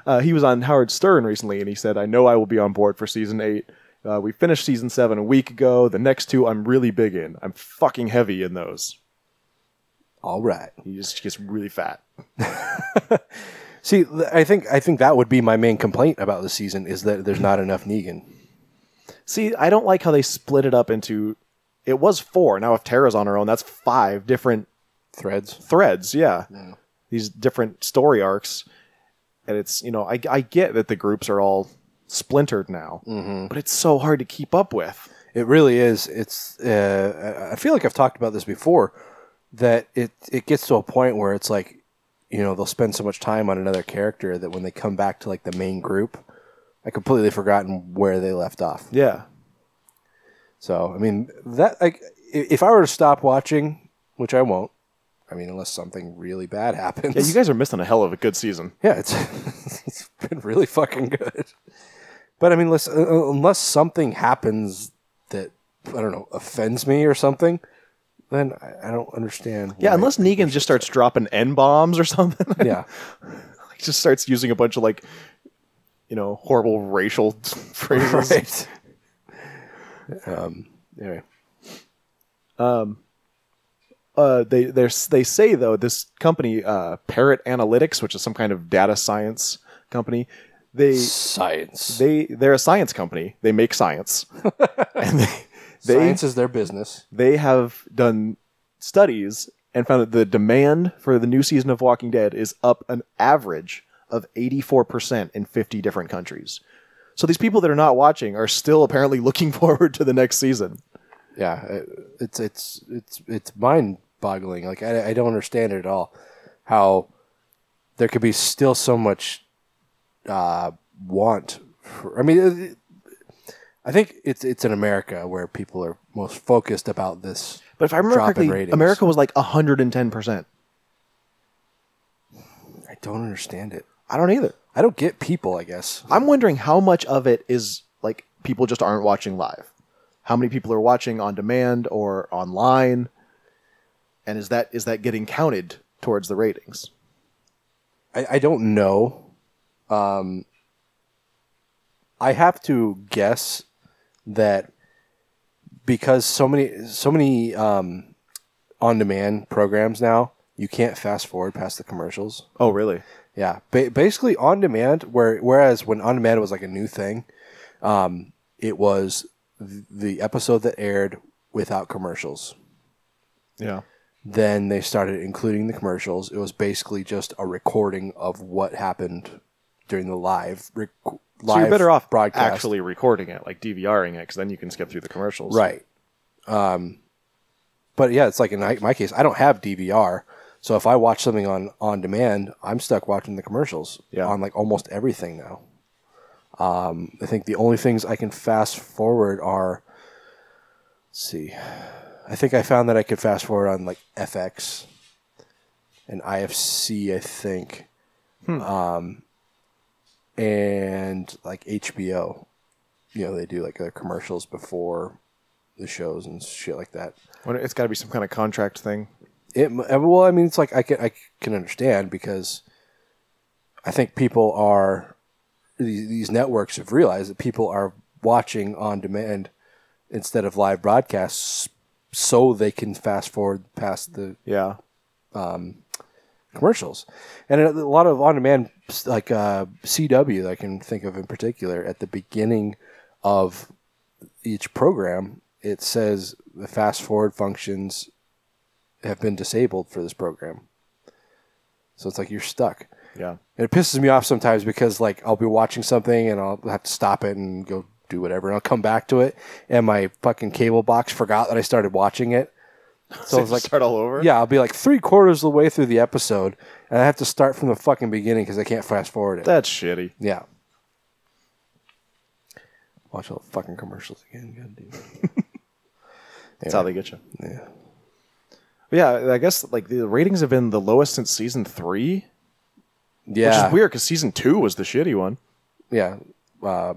[SPEAKER 3] uh, he was on Howard Stern recently, and he said, "I know I will be on board for season eight. Uh, we finished season seven a week ago. The next two, I'm really big in. I'm fucking heavy in those.
[SPEAKER 2] All right.
[SPEAKER 3] He just gets really fat.
[SPEAKER 2] See, th- I think I think that would be my main complaint about the season is that there's not enough Negan.
[SPEAKER 3] See, I don't like how they split it up into. It was four. Now if Tara's on her own, that's five different
[SPEAKER 2] Threads.
[SPEAKER 3] threads. Yeah, these different story arcs, and it's you know I I get that the groups are all splintered now, but it's so hard to keep up with.
[SPEAKER 2] It really is. It's. Uh, I- I feel like I've talked about this before. That it it gets to a point where it's like, you know, they'll spend so much time on another character that when they come back to like the main group, I completely forgotten where they left off.
[SPEAKER 3] Yeah,
[SPEAKER 2] So I mean that like i- if I were to stop watching, which I won't. I mean, unless something really bad happens.
[SPEAKER 3] yeah. You guys are missing a hell of a good season.
[SPEAKER 2] Yeah, it's it's been really fucking good. But I mean, unless uh, unless something happens that I don't know offends me or something, then I, I don't understand.
[SPEAKER 3] Yeah,
[SPEAKER 2] why-
[SPEAKER 3] unless Negan just starts dropping n bombs or something, like
[SPEAKER 2] yeah,
[SPEAKER 3] just starts using a bunch of like, you know, horrible racial phrases.
[SPEAKER 2] right. um. Anyway,
[SPEAKER 3] Uh, they they they say though this company, uh, Parrot Analytics, which is some kind of data science company, they
[SPEAKER 2] science.
[SPEAKER 3] they they're a science company. They make science, and they they
[SPEAKER 2] science is their business.
[SPEAKER 3] they have done studies and found that the demand for the new season of Walking Dead is up an average of 84% in 50 different countries. So these people that are not watching are still apparently looking forward to the next season.
[SPEAKER 2] Yeah, uh, it's it's it's it's mind boggling. Like I, I don't understand it at all. How there could be still so much uh, want. For, I mean, it- I think it's it's in America where people are most focused about this.
[SPEAKER 3] But if I remember
[SPEAKER 2] Drop in
[SPEAKER 3] correctly,
[SPEAKER 2] ratings.
[SPEAKER 3] America was like 110%.
[SPEAKER 2] I don't understand it.
[SPEAKER 3] I don't either.
[SPEAKER 2] I don't get people. I guess
[SPEAKER 3] I'm wondering how much of it is like people just aren't watching live. How many people are watching on demand or online? And is that is that getting counted towards the ratings?
[SPEAKER 2] I, I don't know. Um, I have to guess that because so many so many um, on demand programs now, you can't fast forward past the commercials.
[SPEAKER 3] Oh, really?
[SPEAKER 2] Yeah, ba- basically on demand. Where whereas when on demand was like a new thing, um, it was th- the episode that aired without commercials.
[SPEAKER 3] Yeah.
[SPEAKER 2] Then they started including the commercials. It was basically just a recording of what happened during the live rec-
[SPEAKER 3] So
[SPEAKER 2] live
[SPEAKER 3] you're better off
[SPEAKER 2] broadcast.
[SPEAKER 3] actually recording it, like DVRing it, because then you can skip through the commercials.
[SPEAKER 2] Right. Um, but yeah, it's like in my my case, I don't have DVR, so if I watch something on on demand, I'm stuck watching the commercials
[SPEAKER 3] Yeah.
[SPEAKER 2] on like almost everything now. Um, I think the only things I can fast forward are, let's see, I think I found that I could fast forward on like FX and IFC, I think, um, and like HBO. You know, they do like their commercials before the shows and shit like that.
[SPEAKER 3] Wonder- It's got to be some kind of contract thing.
[SPEAKER 2] It m- uh, well, I mean, it's like I can I can understand because I think people are these, these networks have realized that people are watching on demand instead of live broadcasts, so they can fast forward past the
[SPEAKER 3] Yeah.
[SPEAKER 2] commercials, and a a lot of on-demand like uh, CW that I can think of in particular. At the beginning of each program, it says the fast-forward functions have been disabled for this program, so it's like you're stuck.
[SPEAKER 3] Yeah.
[SPEAKER 2] And it pisses me off sometimes because like I'll be watching something and I'll have to stop it and go do whatever, and I'll come back to it, and my fucking cable box forgot that I started watching it. So,
[SPEAKER 3] So
[SPEAKER 2] I was
[SPEAKER 3] you
[SPEAKER 2] like,
[SPEAKER 3] start all over.
[SPEAKER 2] yeah, I'll be like three quarters of the way through the episode, and I have to start from the fucking beginning because I can't fast forward it.
[SPEAKER 3] That's shitty.
[SPEAKER 2] yeah. Watch all the fucking commercials again. God damn it.
[SPEAKER 3] That's how they get you.
[SPEAKER 2] Yeah.
[SPEAKER 3] But yeah, I guess like the ratings have been the lowest since season three,
[SPEAKER 2] Yeah.
[SPEAKER 3] which is weird because season two was the shitty one.
[SPEAKER 2] Yeah. Uh,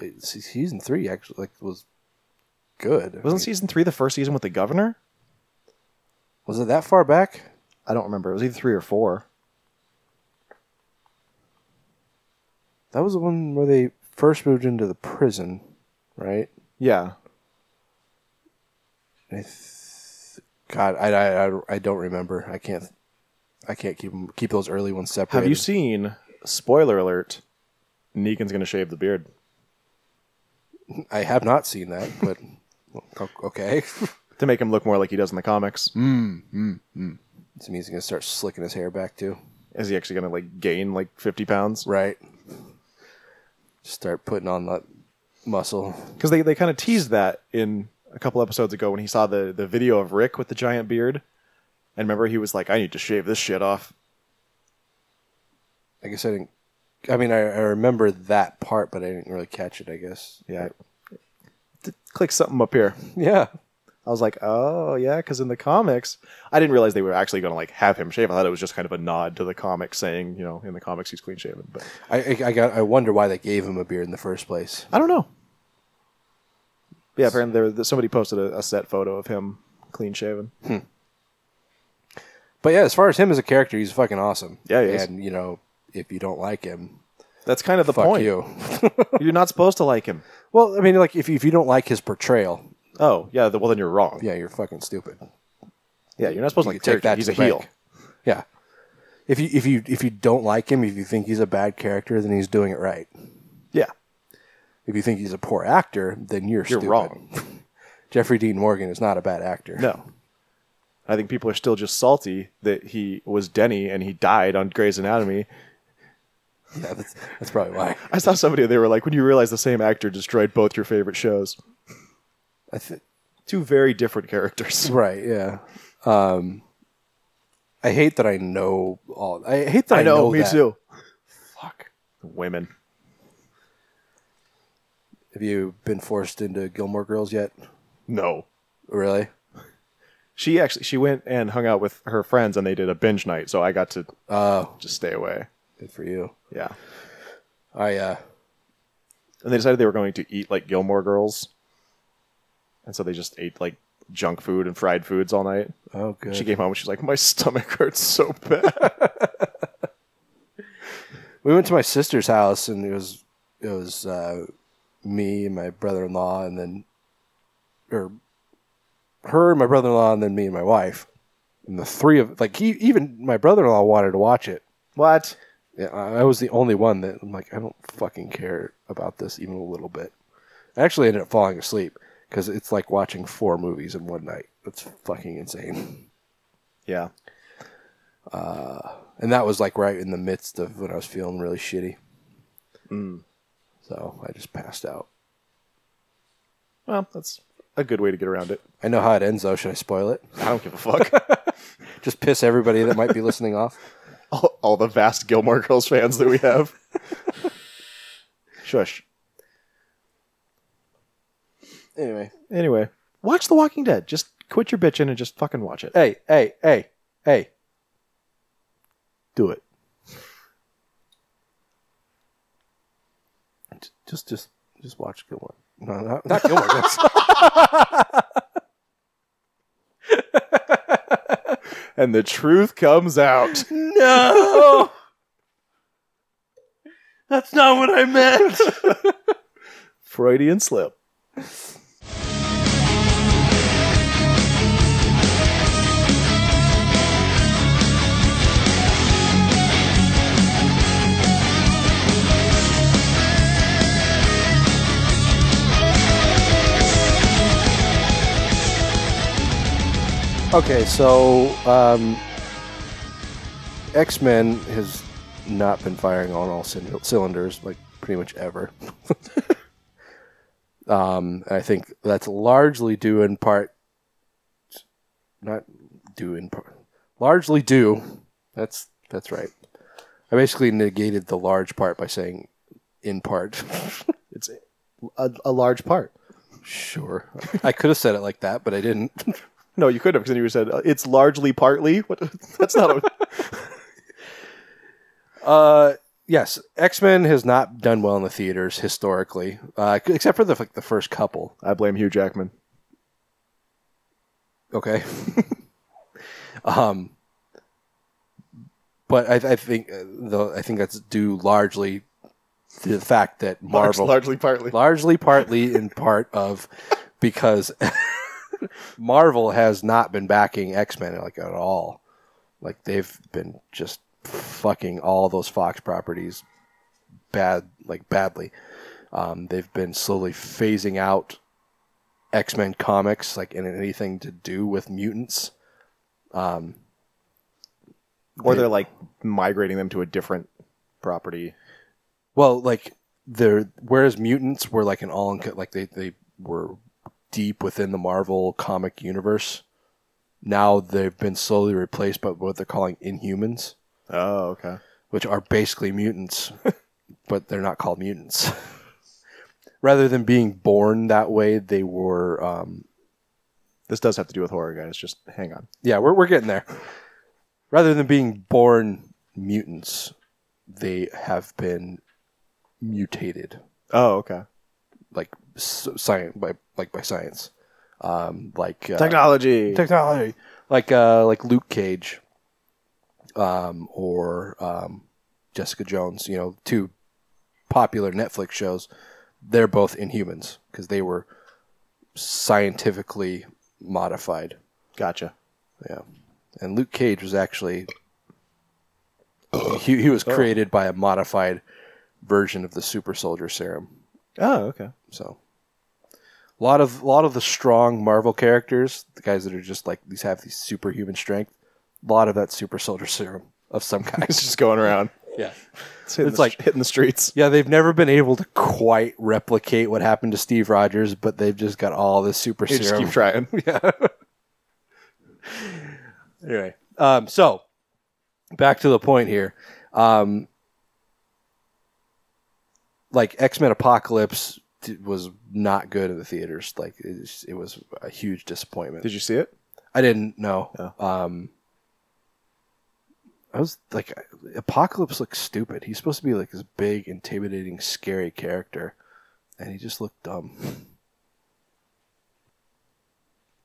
[SPEAKER 2] wait, se- season three actually like was good.
[SPEAKER 3] Wasn't season three the first season with the governor?
[SPEAKER 2] was it that far back?
[SPEAKER 3] I don't remember. It was either three or four.
[SPEAKER 2] That was the one where they first moved into the prison, right?
[SPEAKER 3] Yeah.
[SPEAKER 2] I th- God, I, I, I, I don't remember. I can't I can't keep 'em- keep those early ones separate.
[SPEAKER 3] Have you seen? Spoiler alert. Negan's gonna shave the beard.
[SPEAKER 2] I have not seen that, but o- okay.
[SPEAKER 3] to make him look more like he does in the comics.
[SPEAKER 2] this means he's gonna start slicking his hair back too,
[SPEAKER 3] Is he actually going to like gain like fifty pounds?
[SPEAKER 2] right? Start putting on that muscle.
[SPEAKER 3] Because they, they kind of teased that in a couple episodes ago when he saw the the video of Rick with the giant beard, and remember he was like, "I need to shave this shit off."
[SPEAKER 2] I guess I didn't. I mean, I, I remember that part, but I didn't really catch it. I guess.
[SPEAKER 3] Yeah. Th- Click something up here.
[SPEAKER 2] Yeah.
[SPEAKER 3] I was like, oh yeah, because in the comics, I didn't realize they were actually going to like have him shave. I thought it was just kind of a nod to the comics saying, you know, in the comics he's clean shaven. But
[SPEAKER 2] I, I, I got. I wonder why they gave him a beard in the first place.
[SPEAKER 3] I don't know. Yeah, apparently there, was- somebody posted a, a set photo of him clean shaven.
[SPEAKER 2] But yeah, as far as him as a character, he's fucking awesome.
[SPEAKER 3] Yeah, he is.
[SPEAKER 2] and you know, if you don't like him,
[SPEAKER 3] That's kind of the
[SPEAKER 2] fuck
[SPEAKER 3] point.
[SPEAKER 2] you.
[SPEAKER 3] You're not supposed to like him.
[SPEAKER 2] Well, I mean, like if if you don't like his portrayal,
[SPEAKER 3] Oh, yeah. th- Well, then you're wrong. Yeah,
[SPEAKER 2] yeah, you're fucking stupid.
[SPEAKER 3] you're not supposed to
[SPEAKER 2] You could
[SPEAKER 3] like
[SPEAKER 2] take
[SPEAKER 3] take
[SPEAKER 2] that
[SPEAKER 3] He's
[SPEAKER 2] to
[SPEAKER 3] a
[SPEAKER 2] the
[SPEAKER 3] heel.
[SPEAKER 2] bank. Yeah. If you if you if you don't like him, if you think he's a bad character, then he's doing it right.
[SPEAKER 3] Yeah,
[SPEAKER 2] If you think he's a poor actor, then you're
[SPEAKER 3] you're
[SPEAKER 2] stupid.
[SPEAKER 3] wrong.
[SPEAKER 2] Jeffrey Dean Morgan is not a bad actor.
[SPEAKER 3] No, I think people are still just salty that he was Denny and he died on Grey's Anatomy.
[SPEAKER 2] Yeah, that's, that's probably why.
[SPEAKER 3] I saw somebody they were like, when you realize the same actor destroyed both your favorite shows,
[SPEAKER 2] I th-
[SPEAKER 3] two very different characters.
[SPEAKER 2] right. Yeah. Um, I hate that I know all. I hate that I,
[SPEAKER 3] I know, me
[SPEAKER 2] that.
[SPEAKER 3] too. Fuck women.
[SPEAKER 2] Have you been forced into Gilmore Girls yet?
[SPEAKER 3] No,
[SPEAKER 2] Really?
[SPEAKER 3] she actually she went and hung out with her friends and they did a binge night, so I got to just stay away.
[SPEAKER 2] Good for you.
[SPEAKER 3] Yeah.
[SPEAKER 2] I uh,
[SPEAKER 3] and they decided they were going to eat like Gilmore Girls, and so they just ate like junk food and fried foods all night.
[SPEAKER 2] Oh, good.
[SPEAKER 3] She came home and she's like, my stomach hurts so bad.
[SPEAKER 2] we went to my sister's house and it was it was uh, me and my brother-in-law and then or her and my brother-in-law and then me and my wife and the three of like he, even my brother-in-law wanted to watch it
[SPEAKER 3] what?
[SPEAKER 2] yeah, I I was the only one that I'm like, I don't fucking care about this even a little bit. I actually ended up falling asleep because it's like watching four movies in one night. That's fucking insane.
[SPEAKER 3] Yeah.
[SPEAKER 2] And that was like right in the midst of when I was feeling really shitty.
[SPEAKER 3] Mm.
[SPEAKER 2] So I just passed out.
[SPEAKER 3] Well, that's a good way to get around it.
[SPEAKER 2] I know how it ends though. Should I spoil it?
[SPEAKER 3] I don't give a fuck.
[SPEAKER 2] Just piss everybody that might be listening off.
[SPEAKER 3] all, all the vast Gilmore Girls fans that we have. Shush.
[SPEAKER 2] Anyway,
[SPEAKER 3] Anyway, watch The Walking Dead. Just quit your bitching and just fucking watch it.
[SPEAKER 2] hey, hey, hey, hey, do it. J- Just, just, just watch Gilmore. No, not, not Gilmore. Girls.
[SPEAKER 3] And the truth comes out.
[SPEAKER 2] No, that's not what I meant.
[SPEAKER 3] Freudian slip.
[SPEAKER 2] okay, so um, X Men has not been firing on all cyn- cylinders like pretty much ever. um, I think that's largely due in part, not due in part, largely due. That's that's right. I basically negated the large part by saying in part.
[SPEAKER 3] It's a, a large part.
[SPEAKER 2] Sure. I could have said it like that, but I didn't.
[SPEAKER 3] No, you could have because you said uh, it's largely partly. What? That's not. A,
[SPEAKER 2] Uh, yes, X Men has not done well in the theaters historically, uh, except for the like, the first couple.
[SPEAKER 3] I blame Hugh Jackman.
[SPEAKER 2] Okay. um, but I, I think uh, the, I think that's due largely to the fact that
[SPEAKER 3] Large-
[SPEAKER 2] Marvel
[SPEAKER 3] largely partly.
[SPEAKER 2] largely partly in part of because Marvel has not been backing X Men like at all. Like they've been just fucking all those Fox properties bad like badly. Um, they've been slowly phasing out X Men comics, like in anything to do with mutants. Um,
[SPEAKER 3] or they're like migrating them to a different property.
[SPEAKER 2] Well, like they're whereas mutants were like an all in like they they were deep within the Marvel comic universe. Now they've been slowly replaced by what they're calling Inhumans,
[SPEAKER 3] Oh, okay.
[SPEAKER 2] which are basically mutants, but they're not called mutants. Rather than being born that way, they were. Um,
[SPEAKER 3] This does have to do with horror, guys. Just hang on.
[SPEAKER 2] yeah, we're we're getting there. Rather than being born mutants, they have been mutated.
[SPEAKER 3] Oh, okay.
[SPEAKER 2] like science by like by science um like uh,
[SPEAKER 3] Technology.
[SPEAKER 2] technology like uh like luke cage um or um jessica jones you know two popular netflix shows they're both inhumans because they were scientifically modified
[SPEAKER 3] gotcha.
[SPEAKER 2] yeah and luke cage was actually he, he was created by a modified version of the super soldier serum
[SPEAKER 3] Oh, okay.
[SPEAKER 2] so a lot of a lot of the strong Marvel characters, the guys that are just like these have these superhuman strength, a lot of that super soldier serum of some
[SPEAKER 3] It's
[SPEAKER 2] kind.
[SPEAKER 3] just going around.
[SPEAKER 2] yeah.
[SPEAKER 3] It's, hitting
[SPEAKER 2] It's
[SPEAKER 3] the-
[SPEAKER 2] like-
[SPEAKER 3] hitting the streets.
[SPEAKER 2] Yeah, they've never been able to quite replicate what happened to Steve Rogers, but they've just got all this super
[SPEAKER 3] They just
[SPEAKER 2] serum.
[SPEAKER 3] keep trying.
[SPEAKER 2] anyway, um, so back to the point here. Um, like X Men Apocalypse d- was not good in the theaters. Like it, just- it was a huge disappointment.
[SPEAKER 3] Did you see it?
[SPEAKER 2] I didn't know.
[SPEAKER 3] No.
[SPEAKER 2] Um, I was like, Apocalypse looks stupid. He's supposed to be like this big, intimidating, scary character, and he just looked dumb.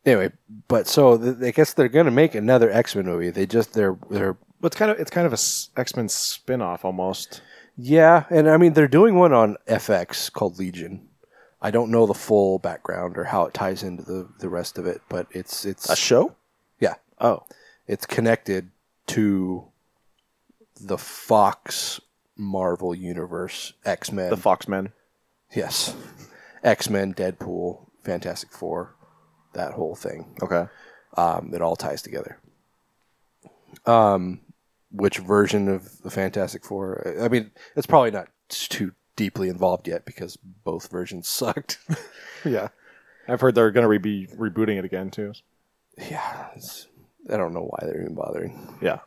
[SPEAKER 2] Anyway, but so th- I guess they're going to make another X Men movie. They just they're they're
[SPEAKER 3] Well, it's kind of it's kind of a X Men spin off almost.
[SPEAKER 2] yeah, and I mean they're doing one on FX called Legion. I don't know the full background or how it ties into the the rest of it, but it's it's
[SPEAKER 3] show?
[SPEAKER 2] yeah,
[SPEAKER 3] Oh,
[SPEAKER 2] it's connected to the Fox Marvel universe X Men.
[SPEAKER 3] the Fox Men.
[SPEAKER 2] yes, X Men, Deadpool, Fantastic Four, that whole thing.
[SPEAKER 3] Okay.
[SPEAKER 2] um, it all ties together. Um, which version of the Fantastic Four? I mean, it's probably not too deeply involved yet because both versions sucked.
[SPEAKER 3] Yeah, I've heard they're going to re- be rebooting it again too.
[SPEAKER 2] yeah, it's, I don't know why they're even bothering.
[SPEAKER 3] Yeah,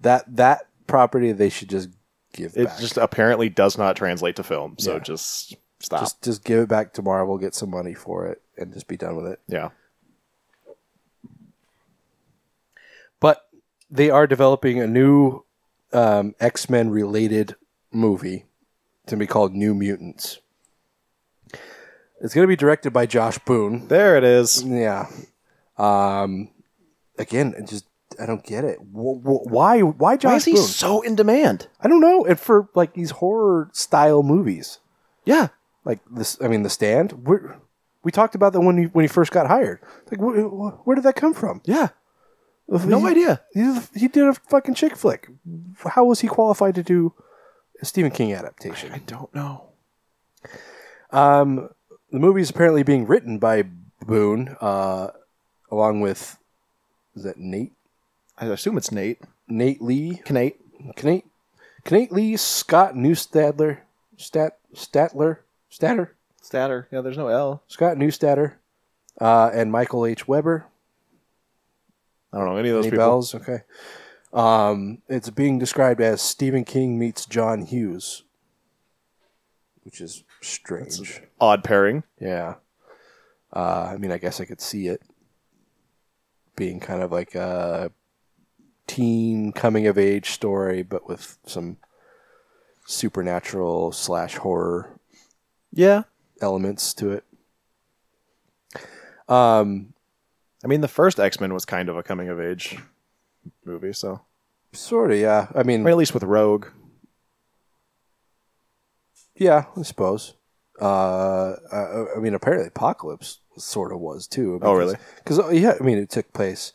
[SPEAKER 2] That that property they should just give
[SPEAKER 3] it
[SPEAKER 2] back.
[SPEAKER 3] just apparently does not translate to film. So
[SPEAKER 2] Yeah.
[SPEAKER 3] just stop.
[SPEAKER 2] just just give it back to Marvel, get some money for it, and just be done with it.
[SPEAKER 3] yeah.
[SPEAKER 2] But they are developing a new um, X Men related movie to be called New Mutants. It's going to be directed by Josh Boone.
[SPEAKER 3] There it is.
[SPEAKER 2] Yeah. Um, again, it just I don't get it. Wh- wh- Why? Why Josh Boone?
[SPEAKER 3] so in demand?
[SPEAKER 2] I don't know. And for like these horror style movies,
[SPEAKER 3] Yeah.
[SPEAKER 2] like this, I mean, The Stand. Where, we talked about that when he when he first got hired. Like, wh- wh- where did that come from?
[SPEAKER 3] Yeah.
[SPEAKER 2] He-
[SPEAKER 3] idea.
[SPEAKER 2] He, he did a fucking chick flick. How was he qualified to do a Stephen King
[SPEAKER 3] I
[SPEAKER 2] adaptation?
[SPEAKER 3] don't know.
[SPEAKER 2] Um, the movie is apparently being written by Boone, uh, along with is that Nate
[SPEAKER 3] I assume it's Nate.
[SPEAKER 2] Nate Lee
[SPEAKER 3] Knate.
[SPEAKER 2] Nate Nate Lee Scott Newstadler Stat Statler Statter
[SPEAKER 3] Statter. Yeah, there's no L.
[SPEAKER 2] Scott Newstatter, uh, and Michael H Weber.
[SPEAKER 3] I don't know any of those
[SPEAKER 2] Any
[SPEAKER 3] people.
[SPEAKER 2] bells? Okay. Um, it's being described as Stephen King meets John Hughes, which is strange.
[SPEAKER 3] Odd pairing.
[SPEAKER 2] yeah. Uh, I mean, I guess I could see it being kind of like a teen coming of age story, but with some supernatural slash horror
[SPEAKER 3] Yeah.
[SPEAKER 2] elements to it. Um,
[SPEAKER 3] I mean, the first X Men was kind of a coming of age movie, so
[SPEAKER 2] sort of, yeah. I mean,
[SPEAKER 3] or at least with Rogue.
[SPEAKER 2] Yeah, I suppose. Uh, I, I mean, apparently, Apocalypse sort of was too.
[SPEAKER 3] Oh, really?
[SPEAKER 2] Because uh, yeah, I mean, it took place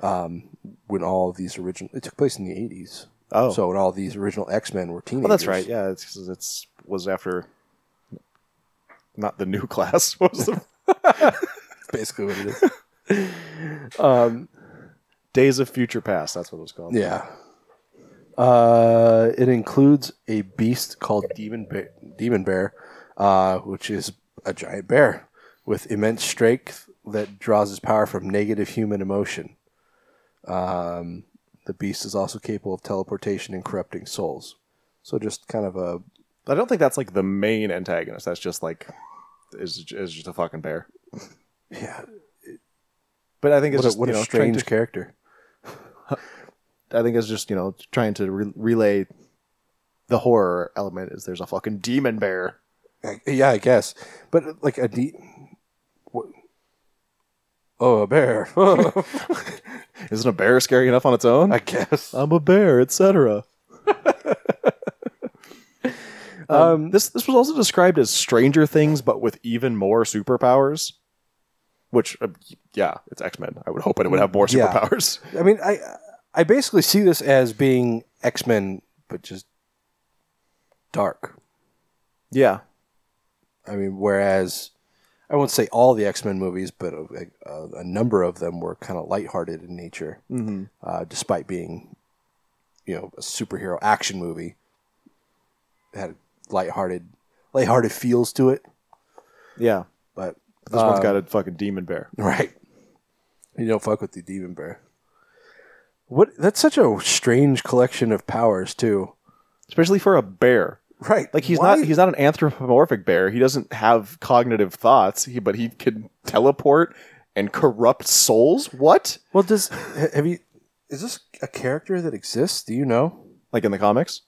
[SPEAKER 2] um, when all of these original. It took place in the eighties.
[SPEAKER 3] Oh,
[SPEAKER 2] So when all these original X Men were teenagers.
[SPEAKER 3] well, that's right. Yeah, it's it's was after not the new class. What was the
[SPEAKER 2] basically what it is. um,
[SPEAKER 3] Days of Future Past? That's what it was called.
[SPEAKER 2] yeah. Uh, it includes a beast called Demon Bear, Demon Bear, uh, which is a giant bear with immense strength that draws its power from negative human emotion. Um, the beast is also capable of teleportation and corrupting souls. So just kind of a
[SPEAKER 3] I don't think that's like the main antagonist. That's just like is is just a fucking bear.
[SPEAKER 2] yeah,
[SPEAKER 3] But I think it's
[SPEAKER 2] what a,
[SPEAKER 3] just
[SPEAKER 2] what
[SPEAKER 3] you
[SPEAKER 2] a
[SPEAKER 3] know,
[SPEAKER 2] strange
[SPEAKER 3] trying to-
[SPEAKER 2] character.
[SPEAKER 3] I think it's just you know trying to re- relay the horror element. Is there's a fucking demon bear?
[SPEAKER 2] I- yeah, I guess, but like a de- what? Oh, a bear.
[SPEAKER 3] Isn't a bear scary enough on its own?
[SPEAKER 2] I guess.
[SPEAKER 3] I'm a bear, etc. um, this this was also described as Stranger Things, but with even more superpowers. Which, uh, yeah, it's X Men. I would hope it would have more
[SPEAKER 2] Yeah.
[SPEAKER 3] superpowers.
[SPEAKER 2] I mean, I I basically see this as being X Men, but just dark.
[SPEAKER 3] Yeah,
[SPEAKER 2] I mean, whereas I won't say all the X Men movies, but a, a, a number of them were kind of lighthearted in nature, mm-hmm. uh, despite being, you know, a superhero action movie. It had lighthearted, lighthearted feels to it,
[SPEAKER 3] yeah. Um,
[SPEAKER 2] but um,
[SPEAKER 3] This one's got a fucking demon bear.
[SPEAKER 2] Right. You don't fuck with the demon bear. What? That's such a strange collection of powers, too.
[SPEAKER 3] especially for a bear.
[SPEAKER 2] Right.
[SPEAKER 3] Like he's
[SPEAKER 2] Why-
[SPEAKER 3] not he's not an anthropomorphic bear. He doesn't have cognitive thoughts. He, but he can teleport and corrupt souls. What?
[SPEAKER 2] Well, does ha- have you? Is this a character that exists? Do you know?
[SPEAKER 3] Like in the comics?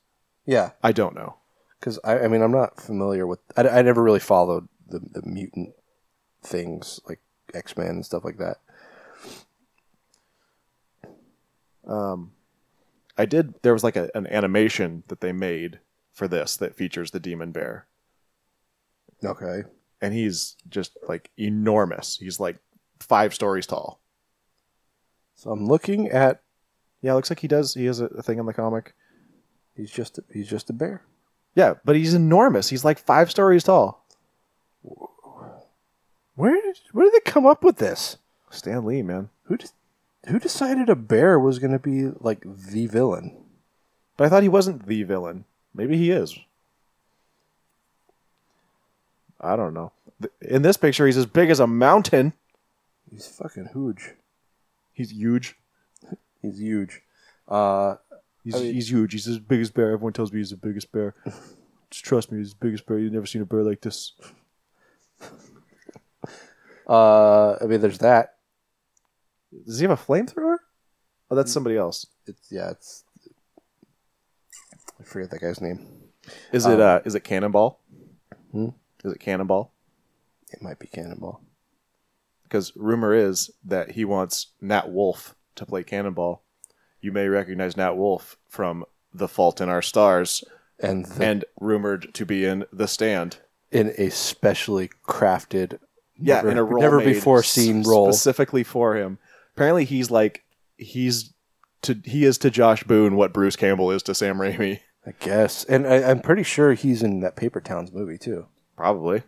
[SPEAKER 2] Yeah,
[SPEAKER 3] I don't know.
[SPEAKER 2] because I, I mean, I'm not familiar with. I, I never really followed the the mutant things like X Men and stuff like that. Um,
[SPEAKER 3] I did. There was like a, an animation that they made for this that features the demon bear,
[SPEAKER 2] Okay.
[SPEAKER 3] and he's just like enormous. He's like five stories tall.
[SPEAKER 2] So I'm looking at
[SPEAKER 3] Yeah, looks like he does. He has a, a thing in the comic.
[SPEAKER 2] he's just he's just a bear.
[SPEAKER 3] Yeah, but he's enormous. He's like five stories tall.
[SPEAKER 2] Where did where did they come up with this?
[SPEAKER 3] Stan Lee, man.
[SPEAKER 2] Who de- who decided a bear was going to be like the villain?
[SPEAKER 3] But I thought he wasn't the villain. Maybe he is. I don't know. Th- In this picture, he's as big as a mountain.
[SPEAKER 2] He's fucking huge.
[SPEAKER 3] He's huge.
[SPEAKER 2] He's huge. Uh,
[SPEAKER 3] He's,
[SPEAKER 2] I mean-
[SPEAKER 3] he's huge. He's the biggest bear. Everyone tells me he's the biggest bear. Just trust me, he's the biggest bear. You've never seen a bear like this.
[SPEAKER 2] uh, I mean, there's that.
[SPEAKER 3] Does he have a flamethrower? Oh, that's somebody else.
[SPEAKER 2] It's yeah, it's. I forget that guy's name.
[SPEAKER 3] Is it? Uh, is it Cannonball?
[SPEAKER 2] Hmm?
[SPEAKER 3] Is it Cannonball?
[SPEAKER 2] It might be Cannonball.
[SPEAKER 3] because rumor is that he wants Nat Wolf to play Cannonball. You may recognize Nat Wolf from The Fault in Our Stars
[SPEAKER 2] And, the,
[SPEAKER 3] and rumored to be in The Stand.
[SPEAKER 2] in a specially crafted,
[SPEAKER 3] Yeah,
[SPEAKER 2] never,
[SPEAKER 3] in a role
[SPEAKER 2] never
[SPEAKER 3] made
[SPEAKER 2] before
[SPEAKER 3] s-
[SPEAKER 2] seen role.
[SPEAKER 3] specifically for him. Apparently, he's like he's to he is to Josh Boone what Bruce Campbell is to Sam Raimi.
[SPEAKER 2] I guess, and I, I'm pretty sure he's in that Paper Towns movie too.
[SPEAKER 3] Probably.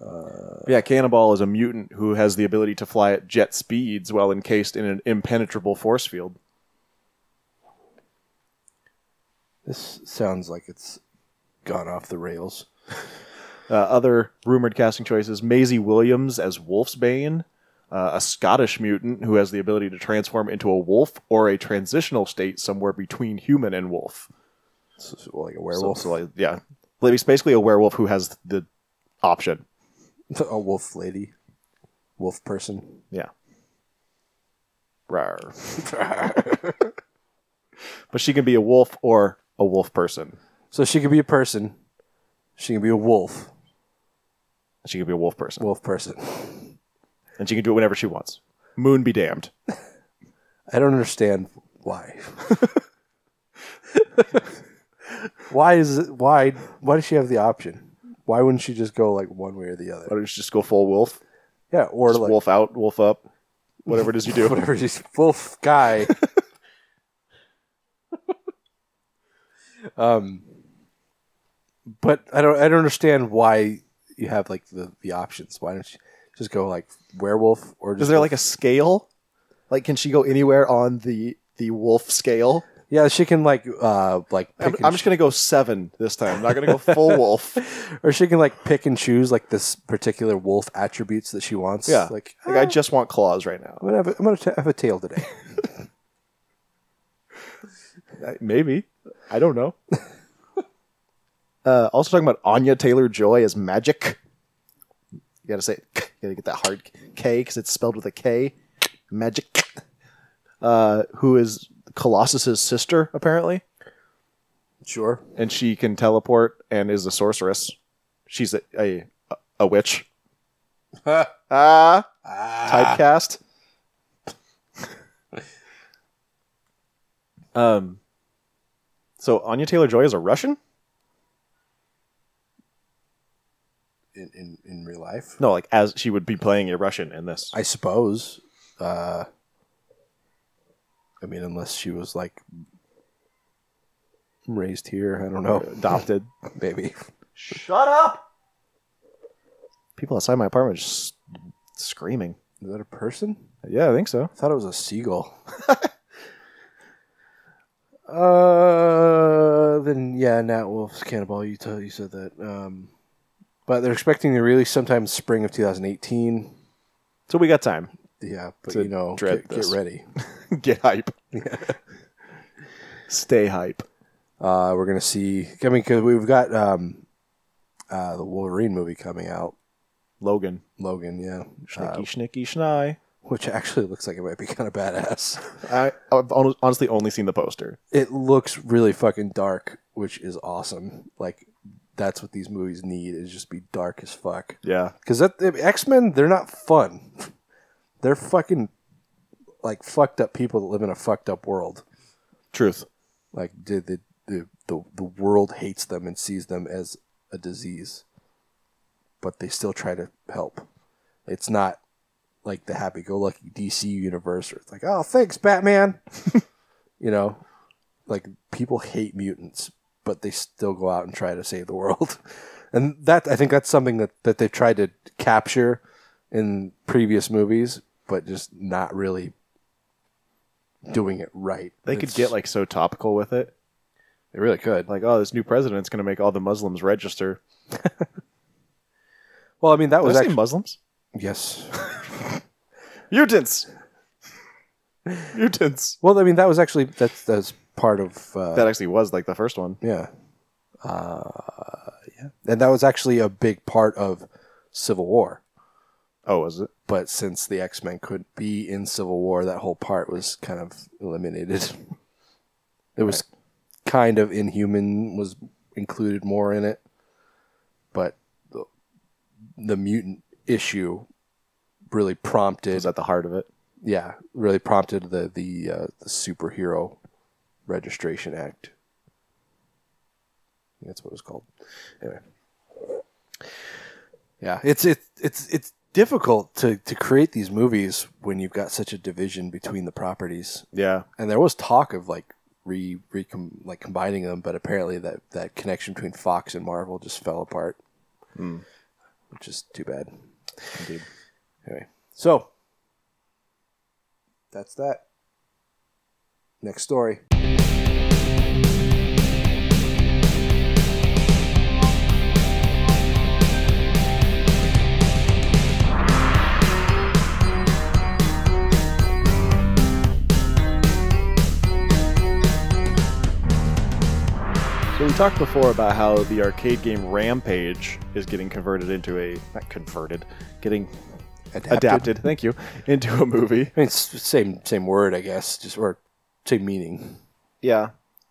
[SPEAKER 3] Uh, yeah, Cannonball is a mutant who has the ability to fly at jet speeds while encased in an impenetrable force field.
[SPEAKER 2] This sounds like it's gone off the rails.
[SPEAKER 3] Uh, other rumored casting choices: Maisie Williams as Wolfsbane, uh, a Scottish mutant who has the ability to transform into a wolf or a transitional state somewhere between human and wolf.
[SPEAKER 2] It's just like a
[SPEAKER 3] So-
[SPEAKER 2] werewolf,
[SPEAKER 3] so like, yeah, like it's basically a werewolf who has the option.
[SPEAKER 2] a wolf lady, wolf person.
[SPEAKER 3] Yeah. Rawr. but she can be a wolf or a wolf person.
[SPEAKER 2] So she could be a person. She can be a wolf,
[SPEAKER 3] She can be a wolf person,
[SPEAKER 2] wolf person.
[SPEAKER 3] and she can do it whenever she wants. Moon be damned.
[SPEAKER 2] I don't understand why. why is it, why why does she have the option? Why wouldn't she just go like one way or the
[SPEAKER 3] Why
[SPEAKER 2] other?
[SPEAKER 3] don't you just go full wolf?
[SPEAKER 2] Yeah, or
[SPEAKER 3] Just
[SPEAKER 2] like
[SPEAKER 3] wolf out, wolf up, whatever it is you do.
[SPEAKER 2] whatever. She's wolf guy. um, but I don't I don't understand why you have like the the options. Why don't you just go like werewolf or just
[SPEAKER 3] Is there
[SPEAKER 2] go-
[SPEAKER 3] like a scale? Like, can she go anywhere on the the wolf scale?
[SPEAKER 2] yeah? She can like uh like
[SPEAKER 3] I'm,
[SPEAKER 2] pick and
[SPEAKER 3] I'm just gonna go seven this time. I'm not gonna go full wolf.
[SPEAKER 2] or she can like pick and choose like this particular wolf attributes that she wants.
[SPEAKER 3] Yeah,
[SPEAKER 2] like, ah.
[SPEAKER 3] like, I just want claws right now.
[SPEAKER 2] I'm gonna have a, I'm gonna t- have a tail today.
[SPEAKER 3] I- Maybe I don't know. uh, also talking about Anya Taylor Joy as Magic. You gotta say, you gotta get that hard K because it's spelled with a K. Magic. Uh, who is Colossus's sister apparently?
[SPEAKER 2] sure.
[SPEAKER 3] and she can teleport and is a sorceress. She's a a, a witch. Ah, typecast. um, so Anya Taylor Joy is a Russian?
[SPEAKER 2] In, in in real life,
[SPEAKER 3] No, like as she would be playing a Russian in this.
[SPEAKER 2] I suppose. Uh, I mean, unless she was like raised here, I don't know.
[SPEAKER 3] adopted.
[SPEAKER 2] Maybe.
[SPEAKER 3] Shut up! People outside my apartment just screaming.
[SPEAKER 2] Is that a person?
[SPEAKER 3] Yeah, I think so.
[SPEAKER 2] I thought it was a seagull. uh, then yeah, Nat Wolf's Cannonball. You t- you said that. Um, but they're expecting to release sometime spring of 2018.
[SPEAKER 3] So we got time.
[SPEAKER 2] Yeah, but
[SPEAKER 3] To
[SPEAKER 2] you know,
[SPEAKER 3] dread
[SPEAKER 2] get, get
[SPEAKER 3] this.
[SPEAKER 2] ready.
[SPEAKER 3] Get hype. Stay hype.
[SPEAKER 2] Uh, we're gonna see. I mean, because we've got um, uh, the Wolverine movie coming out,
[SPEAKER 3] Logan.
[SPEAKER 2] Logan. Yeah,
[SPEAKER 3] Schnicky,
[SPEAKER 2] uh,
[SPEAKER 3] schnicky, schnai.
[SPEAKER 2] which actually looks like it might be kind of badass.
[SPEAKER 3] I, I've hon- honestly only seen the poster.
[SPEAKER 2] it looks really fucking dark, which is awesome. Like that's what these movies need is just be dark as fuck.
[SPEAKER 3] Yeah.
[SPEAKER 2] Because that X Men, they're not fun. They're fucking like fucked up people that live in a fucked up world.
[SPEAKER 3] Truth.
[SPEAKER 2] Like the the the the, the world hates them and sees them as a disease, but they still try to help. It's not like the happy-go-lucky DC universe, where it's like, oh, thanks, Batman. you know, like people hate mutants, but they still go out and try to save the world. And that I think that's something that that they tried to capture in previous movies, but just not really doing it right.
[SPEAKER 3] They could
[SPEAKER 2] It's-
[SPEAKER 3] get like so topical with it.
[SPEAKER 2] they really could.
[SPEAKER 3] Like, oh, this new president's going to make all the Muslims register.
[SPEAKER 2] Well, I mean that was
[SPEAKER 3] Was I say
[SPEAKER 2] actually
[SPEAKER 3] Muslims?
[SPEAKER 2] yes.
[SPEAKER 3] Mutants. Mutants.
[SPEAKER 2] Well, I mean that was actually that's that's part of uh,
[SPEAKER 3] That actually was like the first one.
[SPEAKER 2] yeah, uh, yeah, and that was actually a big part of Civil War.
[SPEAKER 3] Oh, was it?
[SPEAKER 2] But since the X Men could be in Civil War, that whole part was kind of eliminated. It was kind of Inhuman was included more in it, but the, the mutant issue really prompted
[SPEAKER 3] Was at the heart of it.
[SPEAKER 2] yeah, really prompted the the, uh, the superhero registration act. That's what it was called. Anyway, yeah, it's it's it's it's difficult to to create these movies when you've got such a division between the properties.
[SPEAKER 3] Yeah.
[SPEAKER 2] And there was talk of like re recom like combining them, but apparently that that connection between Fox and Marvel just fell apart, which is too bad.
[SPEAKER 3] Indeed.
[SPEAKER 2] Anyway, so that's that. Next story.
[SPEAKER 3] So we talked before about how the arcade game Rampage is getting converted into a not converted, getting
[SPEAKER 2] Adapted.
[SPEAKER 3] adapted. Thank you into a movie.
[SPEAKER 2] I mean, it's the same same word, I guess, just or same meaning.
[SPEAKER 3] Yeah.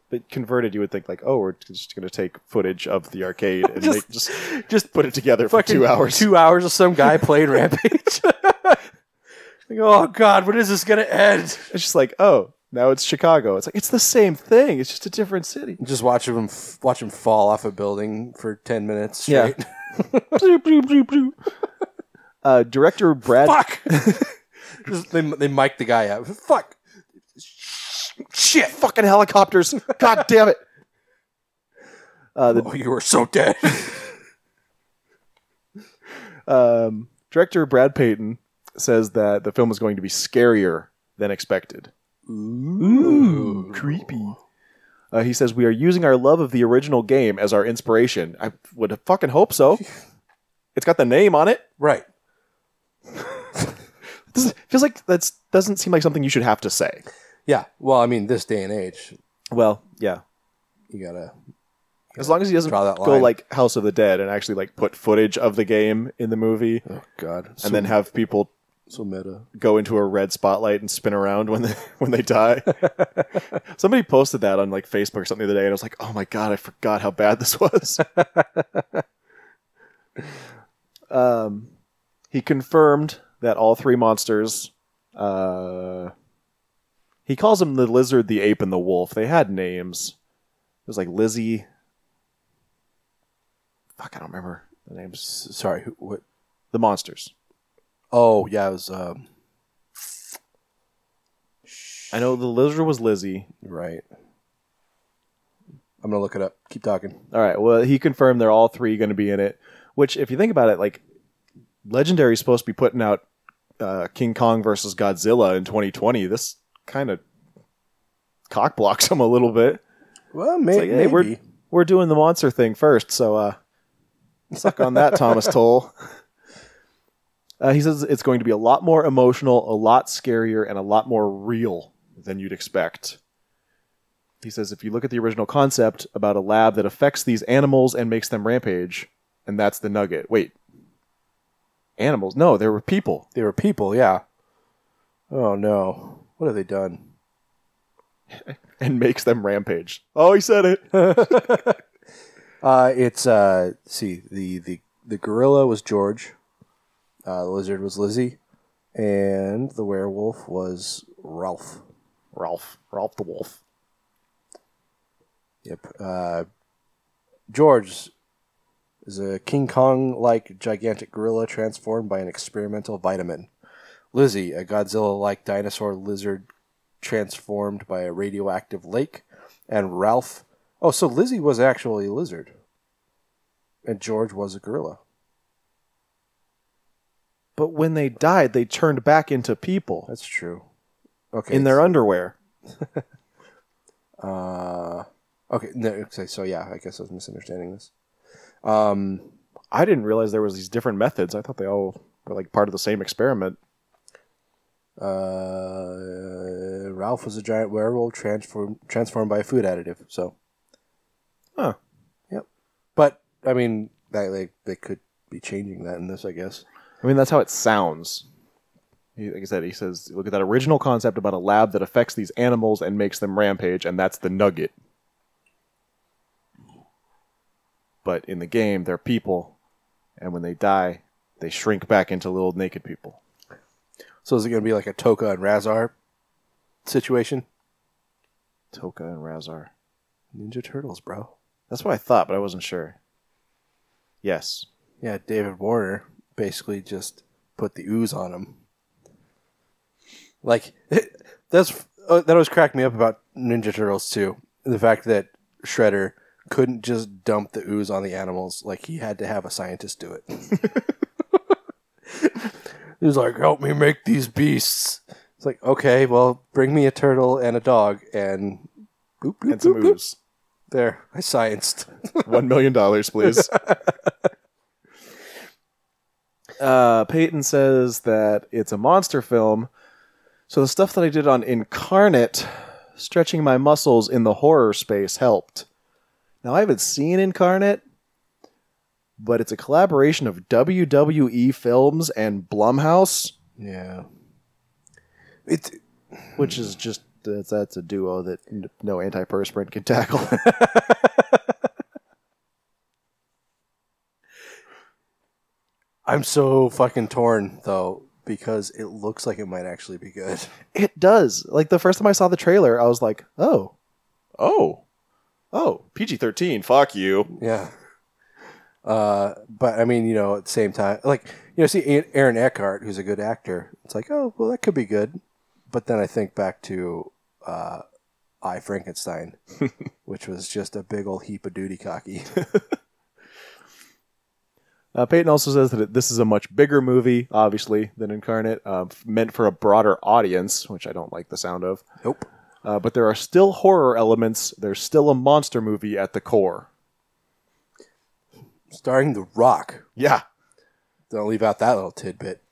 [SPEAKER 3] But converted, you would think like, oh, we're just going to take footage of the arcade and just,
[SPEAKER 2] Just-
[SPEAKER 3] make, just just put it together for
[SPEAKER 2] Fucking
[SPEAKER 3] two hours.
[SPEAKER 2] Two hours of some guy playing Rampage. like, oh God, when is this gonna end?
[SPEAKER 3] It's just like, oh, now it's Chicago. It's like it's the same thing. It's just a different city.
[SPEAKER 2] Just watch him watch him fall off a building for ten minutes
[SPEAKER 3] Yeah.
[SPEAKER 2] straight.
[SPEAKER 3] Bloop, bloop, bloop, bloop. uh, director Brad.
[SPEAKER 2] Fuck. just, they they mic the guy up. Fuck.
[SPEAKER 3] Shit! Fucking helicopters! God damn it! Uh, the
[SPEAKER 2] Oh, you are so dead.
[SPEAKER 3] um, director Brad Payton says that the film is going to be scarier than expected. Ooh, creepy. Uh, he says we are using our love of the original game as our inspiration. I would fucking hope so. It's got the name on it.
[SPEAKER 2] right.
[SPEAKER 3] This is- feels like that's doesn't seem like something you should have to say.
[SPEAKER 2] Yeah. Well, I mean, this day and age,
[SPEAKER 3] Well, yeah.
[SPEAKER 2] you gotta
[SPEAKER 3] As long as he doesn't
[SPEAKER 2] Draw that
[SPEAKER 3] go
[SPEAKER 2] line.
[SPEAKER 3] like House of the Dead and actually like put footage of the game in the movie
[SPEAKER 2] Oh God! So,
[SPEAKER 3] and then have people
[SPEAKER 2] so meta.
[SPEAKER 3] go into a red spotlight and spin around when they when they die. Somebody posted that on like Facebook or something the other day, and I was like, "Oh my god, I forgot how bad this was." um, he confirmed that all three monsters. Uh, he calls them the lizard, the ape, and the wolf. They had names. It was like Lizzie. Fuck, I don't remember the names.
[SPEAKER 2] S- Sorry. Who, what?
[SPEAKER 3] The monsters.
[SPEAKER 2] Oh yeah, it was um,
[SPEAKER 3] I know the lizard was Lizzie.
[SPEAKER 2] right. I'm gonna look it up. Keep talking.
[SPEAKER 3] All right. Well, he confirmed they're all three going to be in it. Which, if you think about it, like Legendary is supposed to be putting out uh, King Kong versus Godzilla in 2020. This kind of cock blocks him a little bit.
[SPEAKER 2] Well,
[SPEAKER 3] It's
[SPEAKER 2] may-
[SPEAKER 3] like, hey,
[SPEAKER 2] maybe.
[SPEAKER 3] we're we're doing the monster thing first, so uh, suck on that, Thomas Toll. Uh, he says it's going to be a lot more emotional, a lot scarier, and a lot more real than you'd expect. He says if you look at the original concept about a lab that affects these animals and makes them rampage, and that's the nugget. Wait, animals? No, there were people.
[SPEAKER 2] they were people. Yeah. Oh no! What have they done?
[SPEAKER 3] And makes them rampage. Oh, he said it.
[SPEAKER 2] Uh, it's uh, let's see the the the gorilla was George, uh, the lizard was Lizzie, and the werewolf was Rolf.
[SPEAKER 3] Ralph. Ralph the Wolf.
[SPEAKER 2] Yep. Uh, George is a King Kong like gigantic gorilla transformed by an experimental vitamin. Lizzie, a Godzilla like dinosaur lizard transformed by a radioactive lake. And Ralph. Oh, so Lizzie was actually a lizard. And George was a gorilla.
[SPEAKER 3] But when they died, they turned back into people
[SPEAKER 2] That's true. Okay.
[SPEAKER 3] in their underwear.
[SPEAKER 2] Uh, okay. No, okay. So yeah, I guess I was misunderstanding this. Um,
[SPEAKER 3] I didn't realize there was these different methods. I thought they all were like part of the same experiment.
[SPEAKER 2] Uh, Ralph was a giant werewolf transformed transformed by a food additive. So,
[SPEAKER 3] Huh.
[SPEAKER 2] yep. But I mean, that they they could be changing that in this, I guess.
[SPEAKER 3] I mean, that's how it sounds. He, like I said, he says, look at that original concept about a lab that affects these animals and makes them rampage, and that's the nugget. But in the game, they're people, and when they die, they shrink back into little naked people.
[SPEAKER 2] So is it going to be like a Toka and Razar situation?
[SPEAKER 3] Toka and Razar.
[SPEAKER 2] Ninja Turtles, bro.
[SPEAKER 3] That's what I thought, but I wasn't sure. Yes.
[SPEAKER 2] Yeah, David Warner basically just put the ooze on him. Like that's uh, that always cracked me up about Ninja Turtles too. The fact that Shredder couldn't just dump the ooze on the animals; like he had to have a scientist do it. he was like, "Help me make these beasts." It's like, okay, well, bring me a turtle and a dog, and boop, boop,
[SPEAKER 3] And some
[SPEAKER 2] boop, boop.
[SPEAKER 3] ooze.
[SPEAKER 2] There, I scienced.
[SPEAKER 3] One million dollars, please. uh, Peyton says that it's a monster film. So the stuff that I did on Incarnate, stretching my muscles in the horror space, helped. Now I haven't seen Incarnate, but it's a collaboration of WWE films and Blumhouse,
[SPEAKER 2] yeah, it's
[SPEAKER 3] which is just that's, that's a duo that n- no antiperspirant can tackle.
[SPEAKER 2] I'm so fucking torn though because it looks like it might actually be good.
[SPEAKER 3] It does. Like the first time I saw the trailer, I was like, "Oh, oh, oh, PG thirteen. Fuck you."
[SPEAKER 2] Yeah. Uh, but I mean, you know, at the same time, like you know, see A- Aaron Eckhart, who's a good actor. It's like, oh, well, that could be good. But then I think back to uh, I Frankenstein, which was just a big old heap of duty cocky.
[SPEAKER 3] Uh, Peyton also says that it, this is a much bigger movie, obviously, than Incarnate, um, f- meant for a broader audience, which I don't like the sound of.
[SPEAKER 2] nope.
[SPEAKER 3] Uh, but there are still horror elements. There's still a monster movie at the core.
[SPEAKER 2] Starring The Rock.
[SPEAKER 3] Yeah,
[SPEAKER 2] Don't leave out that little tidbit.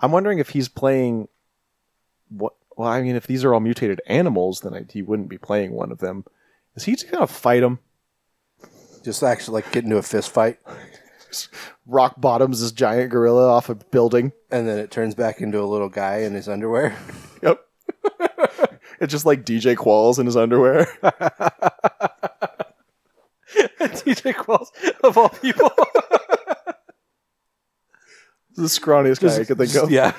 [SPEAKER 3] I'm wondering if he's playing. What? Well, I mean, if these are all mutated animals, then I, he wouldn't be playing one of them. Is he just gonna fight them?
[SPEAKER 2] Just actually like get into a fist fight,
[SPEAKER 3] Rock bottoms this giant gorilla off a building.
[SPEAKER 2] and then it turns back into a little guy in his underwear.
[SPEAKER 3] Yep. it's just like DJ Qualls in his underwear.
[SPEAKER 2] DJ Qualls of all people.
[SPEAKER 3] the scrawniest guy I could think of.
[SPEAKER 2] Yeah.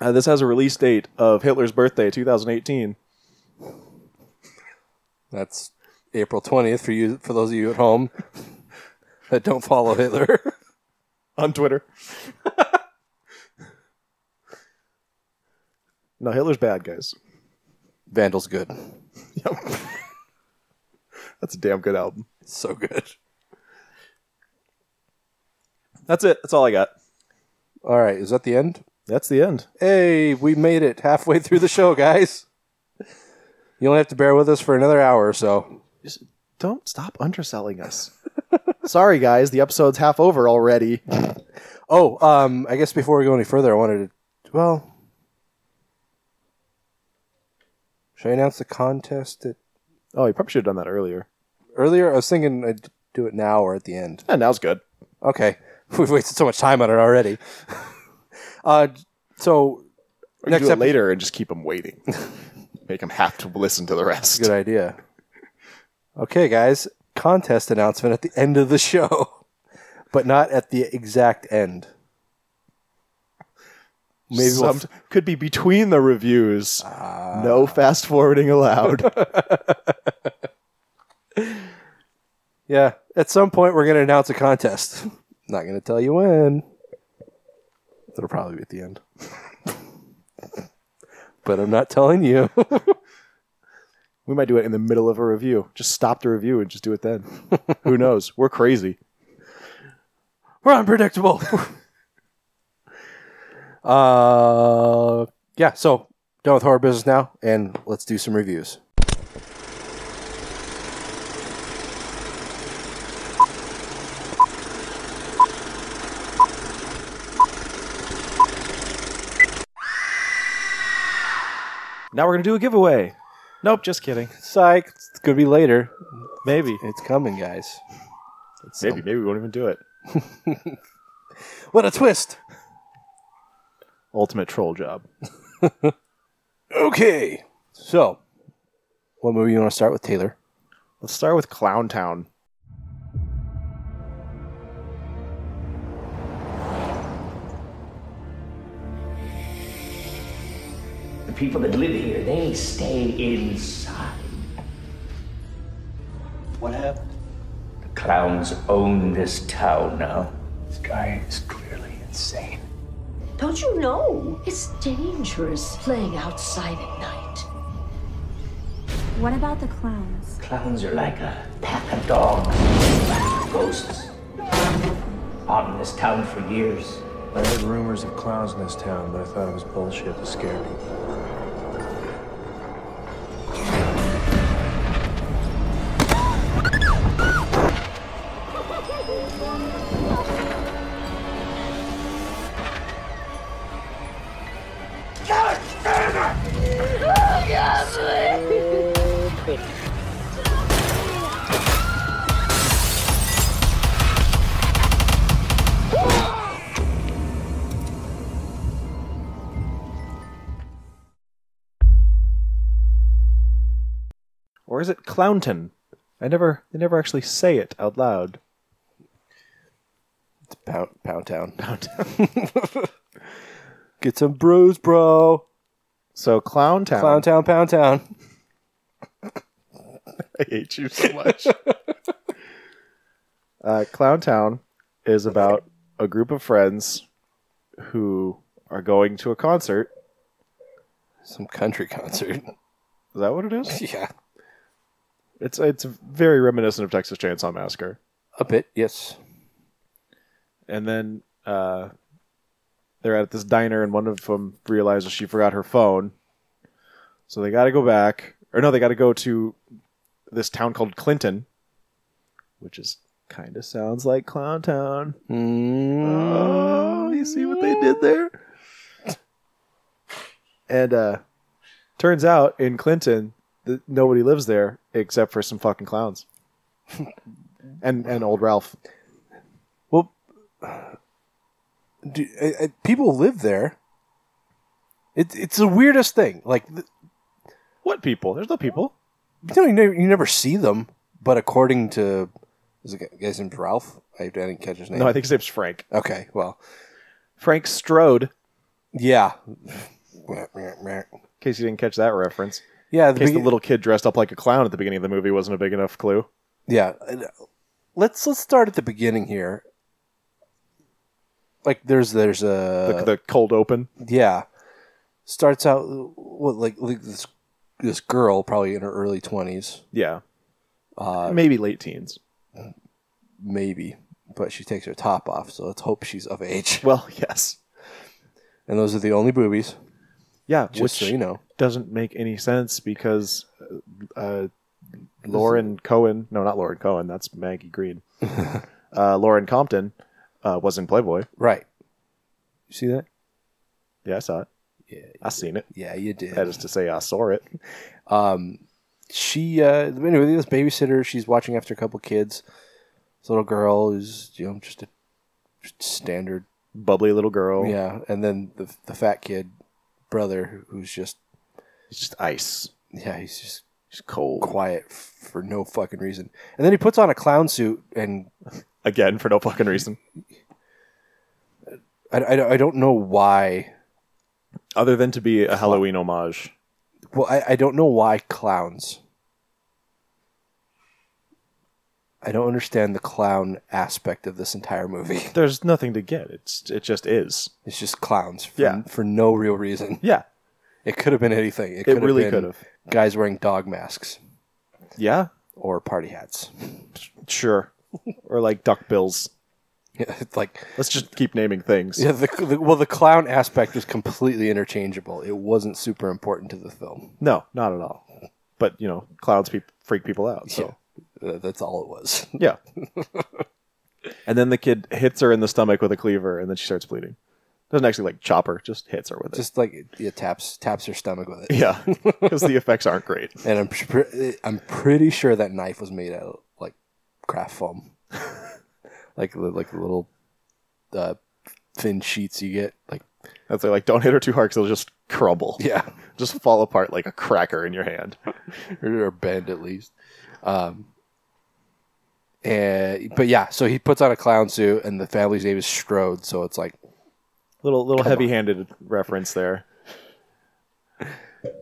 [SPEAKER 3] Uh, this has a release date of Hitler's birthday, 2018.
[SPEAKER 2] That's April twentieth for you for those of you at home that don't follow Hitler.
[SPEAKER 3] On Twitter. no, Hitler's bad, guys.
[SPEAKER 2] Vandal's good.
[SPEAKER 3] Yep. That's a damn good album.
[SPEAKER 2] It's so good.
[SPEAKER 3] That's it. That's all I got.
[SPEAKER 2] All right, is that the end?
[SPEAKER 3] That's the end.
[SPEAKER 2] Hey, we made it halfway through the show, guys. You only have to bear with us for another hour or so.
[SPEAKER 3] Just don't stop underselling us. Sorry, guys. The episode's half over already.
[SPEAKER 2] Oh, um, I guess before we go any further, I wanted to. Well, should I announce the contest at,
[SPEAKER 3] Oh, you probably should have done that earlier.
[SPEAKER 2] earlier? I was thinking I'd do it now or at the end.
[SPEAKER 3] And now's good.
[SPEAKER 2] Okay, we've wasted so much time on it already. uh, so
[SPEAKER 3] Or
[SPEAKER 2] Next
[SPEAKER 3] you do it
[SPEAKER 2] epi-
[SPEAKER 3] later and just keep them waiting. Make them have to listen to the rest.
[SPEAKER 2] Good idea. Okay, guys, contest announcement at the end of the show, but not at the exact end. Maybe we'll
[SPEAKER 3] Some, could be between the reviews.
[SPEAKER 2] Ah.
[SPEAKER 3] no fast forwarding allowed.
[SPEAKER 2] Yeah, at some point we're going to announce a contest. Not going to tell you when. It'll probably be at the end. but I'm not telling you.
[SPEAKER 3] we might do it in the middle of a review. Just stop the review and just do it then. Who knows? We're crazy.
[SPEAKER 2] we're unpredictable. uh, yeah, so done with horror business now, and let's do some reviews.
[SPEAKER 3] Now we're gonna do a giveaway. Nope, just kidding.
[SPEAKER 2] Psych, it's gonna be later.
[SPEAKER 3] Maybe.
[SPEAKER 2] It's coming, guys. It's
[SPEAKER 3] Maybe, maybe we won't even do it.
[SPEAKER 2] What a twist!
[SPEAKER 3] Ultimate troll job.
[SPEAKER 2] Okay, so what movie you want to start with, Taylor?
[SPEAKER 3] Let's start with Clown Town.
[SPEAKER 6] The people that live here, they stay inside. What happened? The clowns own this town now. This guy is clearly insane.
[SPEAKER 7] Don't you know? It's dangerous playing outside at night.
[SPEAKER 8] What about the clowns?
[SPEAKER 6] Clowns are like a pack of dogs, ghosts. Haunting this town for years.
[SPEAKER 9] I heard rumors of clowns in this town, but I thought it was bullshit to scare people.
[SPEAKER 3] Or is it Clownton? I never they never actually say it out loud.
[SPEAKER 2] It's Pound, Pound Town. Pound Town. Get some brews, bro.
[SPEAKER 3] So Clown Town.
[SPEAKER 2] Clown Town, Pound Town.
[SPEAKER 3] I hate you so much. uh, Clown Town is about a group of friends who are going to a concert.
[SPEAKER 2] Some country concert.
[SPEAKER 3] Is that what it is?
[SPEAKER 2] yeah.
[SPEAKER 3] It's it's very reminiscent of Texas Chainsaw Massacre.
[SPEAKER 2] A bit, yes.
[SPEAKER 3] And then uh, they're at this diner, and one of them realizes she forgot her phone, so they got to go back. Or no, they got to go to this town called Clinton, which is kind of sounds like Clown Town.
[SPEAKER 2] Hmm.
[SPEAKER 3] Oh, you see what they did there? And uh turns out in Clinton, th- nobody lives there except for some fucking clowns. and and old Ralph.
[SPEAKER 2] Well, do, I, I, people live there. It, it's the weirdest thing. Like, th-
[SPEAKER 3] What people? There's no people.
[SPEAKER 2] you know, you never, you never see them, but according to. Is it guy's named Ralph? I, I didn't catch his name.
[SPEAKER 3] No, I think his name's Frank.
[SPEAKER 2] Okay, well.
[SPEAKER 3] Frank Strode, in
[SPEAKER 2] Yeah.
[SPEAKER 3] case you didn't catch that reference.
[SPEAKER 2] Yeah,
[SPEAKER 3] In case the
[SPEAKER 2] begin-
[SPEAKER 3] little kid dressed up like a clown at the beginning of the movie wasn't a big enough clue.
[SPEAKER 2] yeah and, uh, let's let's start at the beginning here like there's there's
[SPEAKER 3] The,
[SPEAKER 2] a
[SPEAKER 3] the cold open.
[SPEAKER 2] yeah starts out uh, what like, like this this girl probably in her early 20s
[SPEAKER 3] Yeah. Maybe late teens.
[SPEAKER 2] maybe but she takes her top off so let's hope she's of age
[SPEAKER 3] Well, yes.
[SPEAKER 2] and those are the only boobies
[SPEAKER 3] Yeah,
[SPEAKER 2] just so you know
[SPEAKER 3] doesn't make any sense because uh, uh, Lauren Cohen, no, not Lauren Cohen, that's Maggie Green. uh, Lauren Compton uh, was in Playboy.
[SPEAKER 2] right you see that
[SPEAKER 3] Yeah, I saw it. Yeah, I seen it.
[SPEAKER 2] yeah you did
[SPEAKER 3] That is to say, I saw it.
[SPEAKER 2] um, she uh, anyway, this babysitter she's watching after a couple kids. This little girl who's you know just a just standard
[SPEAKER 3] Bubbly little girl.
[SPEAKER 2] yeah, and then the the fat kid brother who's just
[SPEAKER 3] it's just ice.
[SPEAKER 2] yeah he's just
[SPEAKER 3] It's cold
[SPEAKER 2] quiet f- for no fucking reason, and then he puts on a clown suit and.
[SPEAKER 3] again for no fucking reason.
[SPEAKER 2] I, I, I don't know why
[SPEAKER 3] other than to be a Halloween homage.
[SPEAKER 2] Well, I, I don't know why clowns. I don't understand the clown aspect of this entire movie.
[SPEAKER 3] There's nothing to get. It's it just is.
[SPEAKER 2] It's just clowns for,
[SPEAKER 3] Yeah.
[SPEAKER 2] for no real reason.
[SPEAKER 3] Yeah.
[SPEAKER 2] It could have been anything. It, could
[SPEAKER 3] really
[SPEAKER 2] have been
[SPEAKER 3] could have.
[SPEAKER 2] guys wearing dog masks
[SPEAKER 3] Yeah.
[SPEAKER 2] or party hats.
[SPEAKER 3] Sure. or like duck bills.
[SPEAKER 2] Yeah, it's like
[SPEAKER 3] Let's just keep naming things.
[SPEAKER 2] yeah, the, the well, the clown aspect was completely interchangeable. It wasn't super important to the film.
[SPEAKER 3] No, not at all. But you know, clowns peop freak people out. So
[SPEAKER 2] Uh, that's all it was.
[SPEAKER 3] yeah. and then the kid hits her in the stomach with a cleaver, and then she starts bleeding. Doesn't actually like chop her; just hits her with it.
[SPEAKER 2] Just like yeah, taps taps her stomach with it.
[SPEAKER 3] yeah, because the effects aren't great.
[SPEAKER 2] And I'm pre- I'm pretty sure that knife was made out of like craft foam, like li- like the little uh, thin sheets you get. Like
[SPEAKER 3] That's why, like, don't hit her too hard because it'll just crumble.
[SPEAKER 2] yeah,
[SPEAKER 3] just fall apart like a cracker in your hand.
[SPEAKER 2] or bend at least. Um, and but yeah, so he puts on a clown suit, and the family's name is Strode. So it's like
[SPEAKER 3] Little little heavy-handed reference there.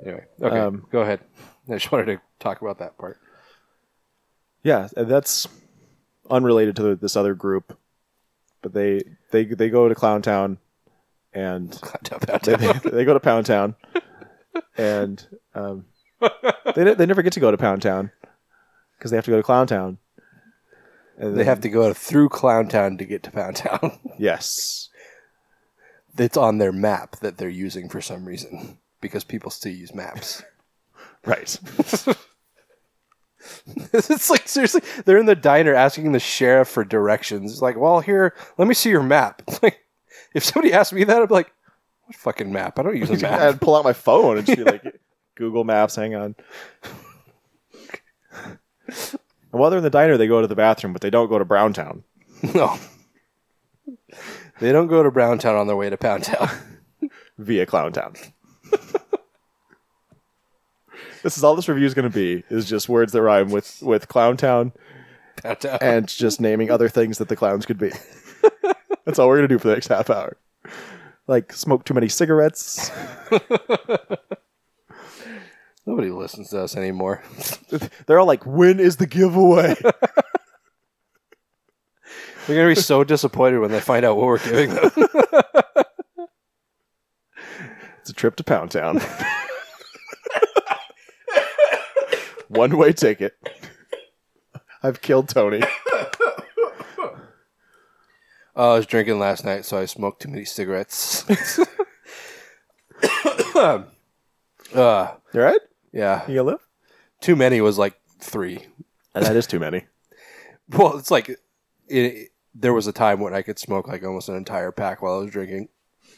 [SPEAKER 2] anyway. Okay,
[SPEAKER 3] Um,
[SPEAKER 2] go ahead. I just wanted to talk about that part.
[SPEAKER 3] Yeah, and that's unrelated to this other group, but they they they go to Clown Town, and they, they go to Pound Town, and um, they ne- they never get to go to Pound Town because they have to go to Clown Town. And
[SPEAKER 2] They have to go through Clown Town to get to Pound Town.
[SPEAKER 3] yes,
[SPEAKER 2] it's on their map that they're using for some reason because people still use maps.
[SPEAKER 3] right.
[SPEAKER 2] it's like seriously, they're in the diner asking the sheriff for directions. It's like, well, here, let me see your map. It's like, if somebody asked me that, I'd be like, what fucking map? I don't use a map.
[SPEAKER 3] I'd pull out my phone and just be like, Google Maps, hang on. And while they're in the diner, they go to the bathroom, but they don't go to Browntown.
[SPEAKER 2] no. They don't go to Browntown on their way to Pound Town.
[SPEAKER 3] via Clowntown. this is all this review is going to be is just words that rhyme with with Clowntown
[SPEAKER 2] Pound Town.
[SPEAKER 3] and just naming other things that the clowns could be. That's all we're going to do for the next half hour. Like smoke too many cigarettes.
[SPEAKER 2] Nobody listens to us anymore.
[SPEAKER 3] They're all like, "When is the giveaway?"
[SPEAKER 2] They're gonna be so disappointed when they find out what we're giving them.
[SPEAKER 3] it's a trip to Pound Town. One way ticket. I've killed Tony.
[SPEAKER 2] Oh, I was drinking last night, so I smoked too many cigarettes. uh,
[SPEAKER 3] You all right?
[SPEAKER 2] yeah.
[SPEAKER 3] You gonna live?
[SPEAKER 2] too many was like three.
[SPEAKER 3] That is too many.
[SPEAKER 2] Well, it's like it, it- there was a time when I could smoke like almost an entire pack while I was drinking.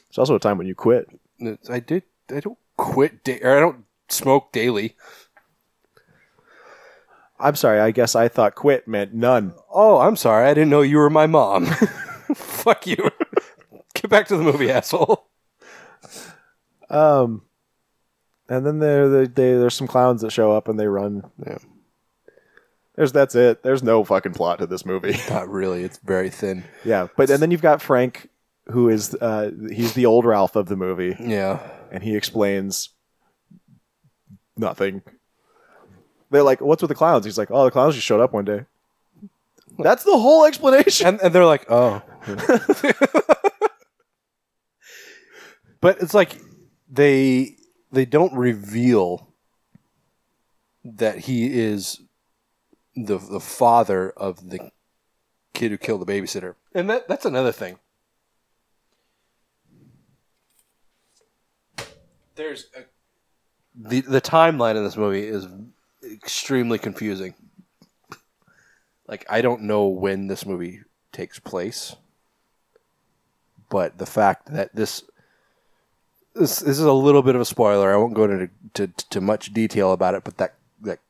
[SPEAKER 3] It's also a time when you quit.
[SPEAKER 2] And it's- I did. I don't quit. Da- or I don't smoke daily.
[SPEAKER 3] I'm sorry. I guess I thought quit meant none.
[SPEAKER 2] Oh, I'm sorry. I didn't know you were my mom. Fuck you. Get back to the movie, asshole.
[SPEAKER 3] Um, and then there, there, there- there's some clowns that show up and they run.
[SPEAKER 2] Yeah.
[SPEAKER 3] There's that's it. There's no fucking plot to this movie.
[SPEAKER 2] Not really. It's very thin.
[SPEAKER 3] yeah, but and then you've got Frank, who is uh, he's the old Ralph of the movie,
[SPEAKER 2] Yeah.
[SPEAKER 3] and he explains nothing. They're like, "What's with the clowns?" He's like, "Oh, the clowns just showed up one day." That's the whole explanation.
[SPEAKER 2] and, and they're like, oh. but it's like they they don't reveal that he is the the father of the kid who killed the babysitter, and that that's another thing. There's a, the the timeline in this movie is extremely confusing like I don't know when this movie takes place, but the fact that this this, this is a little bit of a spoiler. I won't go into to, to much detail about it, but that that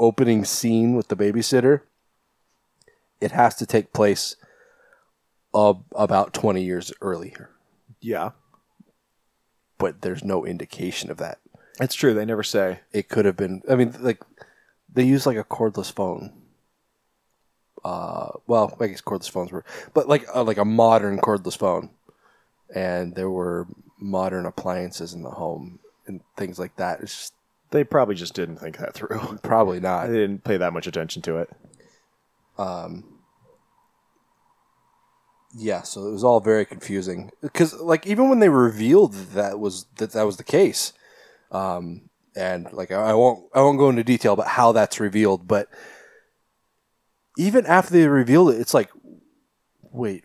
[SPEAKER 2] opening scene with the babysitter, it has to take place ab- about twenty years earlier,
[SPEAKER 3] yeah,
[SPEAKER 2] but there's no indication of that.
[SPEAKER 3] it's true. They never say.
[SPEAKER 2] It could have been. I mean, like they use like a cordless phone. well, uh, I guess cordless phones were, but like uh, like a modern cordless phone, and there were modern appliances in the home and things like that. It's just
[SPEAKER 3] They probably just didn't think that through.
[SPEAKER 2] probably not.
[SPEAKER 3] They didn't pay that much attention to it.
[SPEAKER 2] Yeah, so it was all very confusing because, like, even when they revealed that was that that was the case, um, and like I, I won't I won't go into detail about how that's revealed, but even after they revealed it, it's like, wait,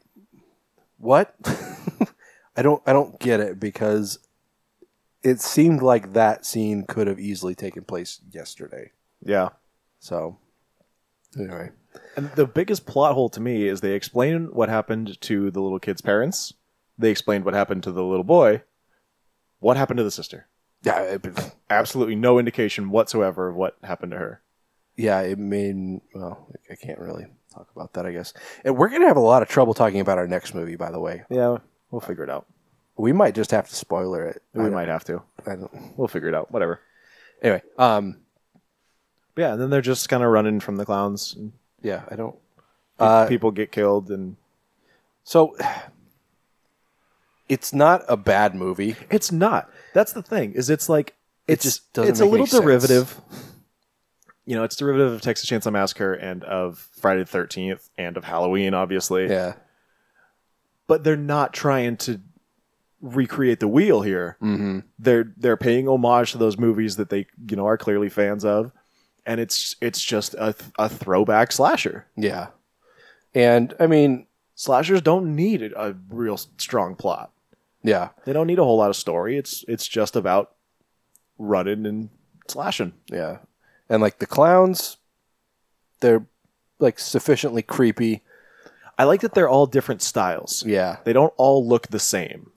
[SPEAKER 2] what? I don't I don't get it because it seemed like that scene could have easily taken place yesterday.
[SPEAKER 3] Yeah.
[SPEAKER 2] So anyway,
[SPEAKER 3] And the biggest plot hole to me is they explain what happened to the little kid's parents. They explained what happened to the little boy. What happened to the sister?
[SPEAKER 2] yeah, it,
[SPEAKER 3] Absolutely no indication whatsoever of what happened to her.
[SPEAKER 2] yeah, it made. Well, I can't really talk about that, I guess. And we're gonna have a lot of trouble talking about our next movie, by the way.
[SPEAKER 3] Yeah, we'll figure it out.
[SPEAKER 2] We might just have to spoiler it.
[SPEAKER 3] We
[SPEAKER 2] I-
[SPEAKER 3] might have to.
[SPEAKER 2] I don't,
[SPEAKER 3] We'll figure it out. Whatever.
[SPEAKER 2] anyway, um,
[SPEAKER 3] But yeah, and then they're just kind of running from the clowns. And
[SPEAKER 2] yeah, I don't.
[SPEAKER 3] pe-
[SPEAKER 2] Uh,
[SPEAKER 3] people get killed, and
[SPEAKER 2] So it's not a bad movie.
[SPEAKER 3] it's not. That's the thing. Is it's like
[SPEAKER 2] It
[SPEAKER 3] it's
[SPEAKER 2] just doesn't
[SPEAKER 3] it's a
[SPEAKER 2] make
[SPEAKER 3] little
[SPEAKER 2] any sense.
[SPEAKER 3] derivative. You know, it's derivative of Texas Chainsaw Massacre and of Friday the Thirteenth and of Halloween, obviously.
[SPEAKER 2] Yeah,
[SPEAKER 3] but they're not trying to recreate the wheel here. Mm-hmm. They're they're paying homage to those movies that they you know are clearly fans of, and it's it's just a, th- a throwback slasher.
[SPEAKER 2] yeah, and I mean,
[SPEAKER 3] Slashers don't need a, a real s- strong plot.
[SPEAKER 2] yeah,
[SPEAKER 3] They don't need a whole lot of story. It's it's just about running and slashing.
[SPEAKER 2] yeah, and like the clowns, they're like sufficiently creepy.
[SPEAKER 3] I like that they're all different styles.
[SPEAKER 2] Yeah,
[SPEAKER 3] They don't all look the same.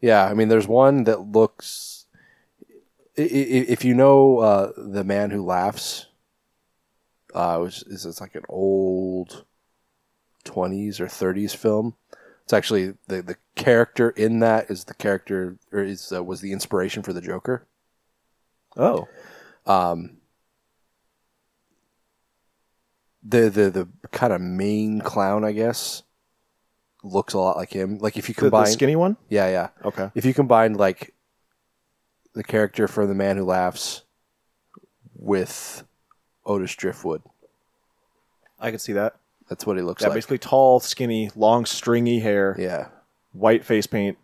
[SPEAKER 2] Yeah, I mean, there's one that looks. i- i- If you know uh, the man who laughs, uh, which is it's like an old twenties or thirties film. It's actually the the character in that is the character or is uh, was the inspiration for the Joker.
[SPEAKER 3] Oh,
[SPEAKER 2] The the the kind of main clown, I guess, looks a lot like him. Like if you
[SPEAKER 3] the,
[SPEAKER 2] combine,
[SPEAKER 3] skinny one.
[SPEAKER 2] yeah, yeah.
[SPEAKER 3] Okay.
[SPEAKER 2] if you combined like the character from the man who laughs with Otis Driftwood,
[SPEAKER 3] I could see that.
[SPEAKER 2] that's what he looks
[SPEAKER 3] Yeah,
[SPEAKER 2] like.
[SPEAKER 3] basically tall, skinny, long, stringy hair.
[SPEAKER 2] Yeah,
[SPEAKER 3] white face paint,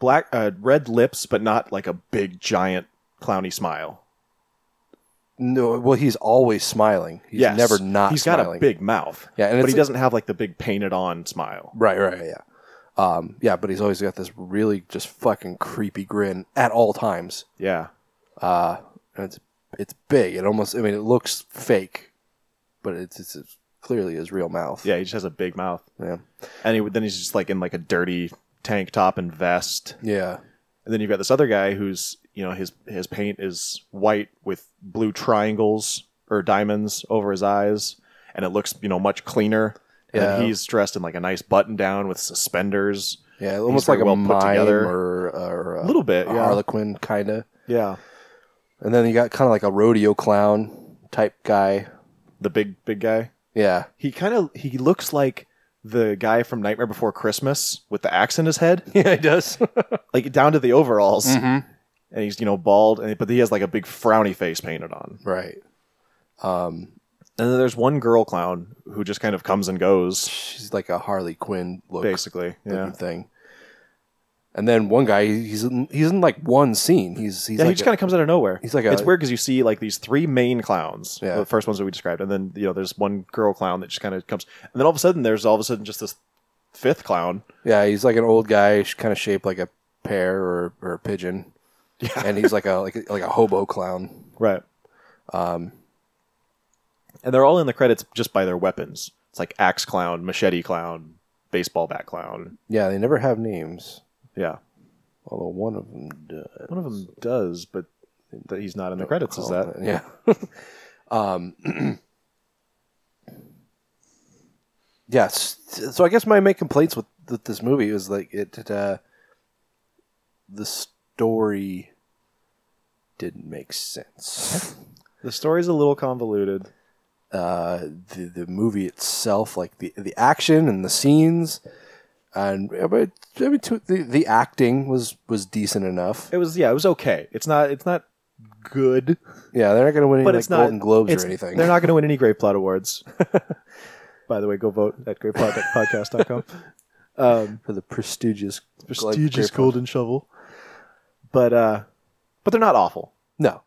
[SPEAKER 3] black, uh, red lips, but not like a big giant clowny smile.
[SPEAKER 2] no, well, he's always smiling. He's
[SPEAKER 3] Yes.
[SPEAKER 2] never not.
[SPEAKER 3] He's
[SPEAKER 2] smiling.
[SPEAKER 3] got a big mouth.
[SPEAKER 2] Yeah, and
[SPEAKER 3] but
[SPEAKER 2] it's
[SPEAKER 3] he
[SPEAKER 2] a-
[SPEAKER 3] doesn't have like the big painted on smile.
[SPEAKER 2] right, right, yeah, um, yeah. But he's always got this really just fucking creepy grin at all times.
[SPEAKER 3] Yeah,
[SPEAKER 2] And it's it's big. It almost, I mean, it looks fake, but it's it's, it's clearly his real mouth.
[SPEAKER 3] yeah, he just has a big mouth,
[SPEAKER 2] yeah,
[SPEAKER 3] and he, then he's just like in like a dirty tank top and vest.
[SPEAKER 2] yeah,
[SPEAKER 3] And then you've got this other guy who's you know his his paint is white with blue triangles or diamonds over his eyes, and it looks you know much cleaner. And then
[SPEAKER 2] Yeah.
[SPEAKER 3] he's dressed in like a nice button down with suspenders.
[SPEAKER 2] yeah. Almost
[SPEAKER 3] very
[SPEAKER 2] like a
[SPEAKER 3] well put
[SPEAKER 2] mime
[SPEAKER 3] together.
[SPEAKER 2] or, or a
[SPEAKER 3] Little bit,
[SPEAKER 2] a
[SPEAKER 3] yeah.
[SPEAKER 2] Harlequin kind of.
[SPEAKER 3] Yeah,
[SPEAKER 2] And then you got kind of like a rodeo clown type guy.
[SPEAKER 3] the big big guy.
[SPEAKER 2] Yeah.
[SPEAKER 3] He kind of he looks like the guy from Nightmare Before Christmas with the axe in his head,
[SPEAKER 2] Yeah, he does. Mm-hmm.
[SPEAKER 3] like down to the overalls, and he's you know bald, and, but he has like a big frowny face painted on.
[SPEAKER 2] right.
[SPEAKER 3] And then there's one girl clown who just kind of comes and goes,
[SPEAKER 2] She's like a Harley Quinn look
[SPEAKER 3] basically.
[SPEAKER 2] looking
[SPEAKER 3] Yeah,
[SPEAKER 2] thing. And then one guy, he's in, he's in like one scene. He's he's
[SPEAKER 3] yeah,
[SPEAKER 2] like
[SPEAKER 3] he just kind of comes out of nowhere.
[SPEAKER 2] he's like a-
[SPEAKER 3] it's weird because you see like these three main clowns,
[SPEAKER 2] Yeah.
[SPEAKER 3] the first ones that we described, and then you know there's one girl clown that just kind of comes, and then all of a sudden there's all of a sudden just this fifth clown.
[SPEAKER 2] yeah, he's like an old guy, kind of shaped like a pear or, or a pigeon. Yeah. And he's like a like a- like a hobo clown.
[SPEAKER 3] Right. Um, and they're all in the credits just by their weapons. It's like axe clown, machete clown, baseball bat clown.
[SPEAKER 2] Yeah, they never have names,
[SPEAKER 3] Yeah.
[SPEAKER 2] although one of them does.
[SPEAKER 3] One of them does, but that he's not in the credits is that.
[SPEAKER 2] Yeah. um, yes. So I guess my main complaints with, with this movie is like it, it, uh, the story didn't make sense.
[SPEAKER 3] The story's a little convoluted.
[SPEAKER 2] Uh, the the movie itself, like the the action and the scenes, and uh, but I mean, to, the the acting was was decent enough.
[SPEAKER 3] It was yeah, it was okay. It's not it's not good,
[SPEAKER 2] Yeah, they're not going to win any
[SPEAKER 3] but
[SPEAKER 2] like,
[SPEAKER 3] it's not
[SPEAKER 2] Golden Globes
[SPEAKER 3] it's-
[SPEAKER 2] or anything.
[SPEAKER 3] They're not going to win any Great Plot awards. By the way, go vote at greatplotpodcast.com. um,
[SPEAKER 2] for the prestigious
[SPEAKER 3] prestigious
[SPEAKER 2] Golden.
[SPEAKER 3] Golden Shovel. But uh, but they're not awful.
[SPEAKER 2] No,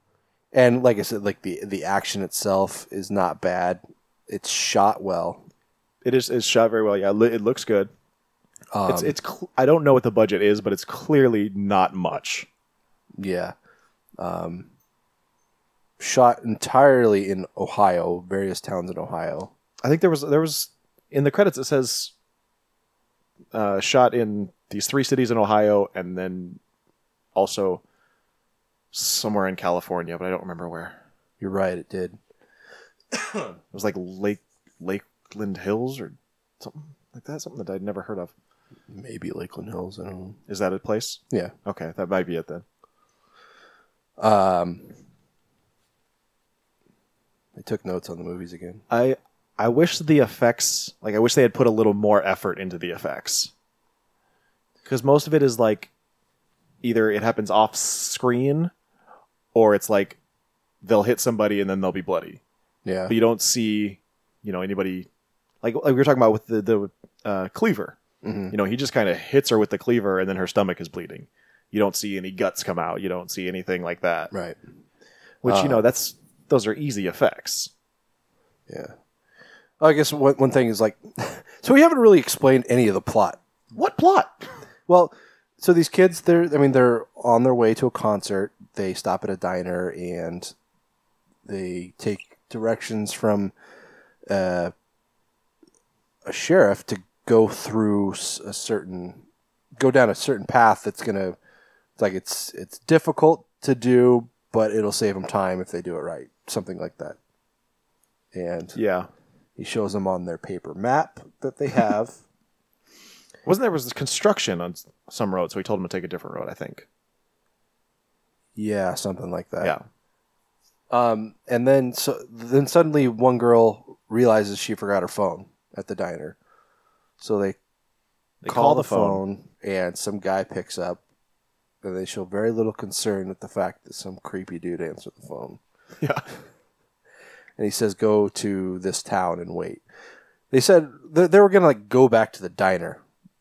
[SPEAKER 2] and like I said, like the the action itself is not bad. It's shot well.
[SPEAKER 3] It is it's shot very well. Yeah, it loo- it looks good.
[SPEAKER 2] Um,
[SPEAKER 3] it's it's cl- I don't know what the budget is, but it's clearly not much.
[SPEAKER 2] yeah, um, shot entirely in Ohio, various towns in Ohio.
[SPEAKER 3] I think there was there was in the credits it says uh, shot in these three cities in Ohio and then also somewhere in California, but I don't remember where.
[SPEAKER 2] You're right, it did.
[SPEAKER 3] It was like Lake Lakeland Hills or something like that, something that I'd never heard of.
[SPEAKER 2] Maybe Lakeland Hills. I don't know.
[SPEAKER 3] Is that a place?
[SPEAKER 2] Yeah.
[SPEAKER 3] Okay, that might be it then.
[SPEAKER 2] Um, I took notes on the movies again.
[SPEAKER 3] I I wish the effects like I wish they had put a little more effort into the effects. Cuz most of it is like either it happens off screen or it's like they'll hit somebody and then they'll be bloody.
[SPEAKER 2] Yeah.
[SPEAKER 3] But you don't see, you know, anybody like, like we were talking about with the the uh, cleaver.
[SPEAKER 2] Mhm.
[SPEAKER 3] You know, he just kind of hits her with the cleaver and then her stomach is bleeding. You don't see any guts come out. You don't see anything like that.
[SPEAKER 2] Right.
[SPEAKER 3] Which
[SPEAKER 2] Uh,
[SPEAKER 3] you know, that's those are easy effects.
[SPEAKER 2] Yeah. I guess one, one thing is like, so we haven't really explained any of the plot
[SPEAKER 3] What plot?
[SPEAKER 2] Well, so these kids, they're I mean, they're on their way to a concert. They stop at a diner and they take directions from uh, a sheriff to go through s- a certain, go down a certain path that's gonna. It's like it's it's difficult to do, but it'll save them time if they do it right. Something like that. And
[SPEAKER 3] Yeah.
[SPEAKER 2] he shows them on their paper map that they have.
[SPEAKER 3] Wasn't there was this construction on s- some road, so we told him to take a different road, I think.
[SPEAKER 2] yeah, something like that.
[SPEAKER 3] yeah.
[SPEAKER 2] Um, and then so then suddenly one girl realizes she forgot her phone at the diner, so they,
[SPEAKER 3] They
[SPEAKER 2] call, the phone. and some guy picks up, and they show very little concern at the fact that some creepy dude answered the phone,
[SPEAKER 3] Yeah.
[SPEAKER 2] and he says, "Go to this town and wait." They said they, they were gonna like go back to the diner,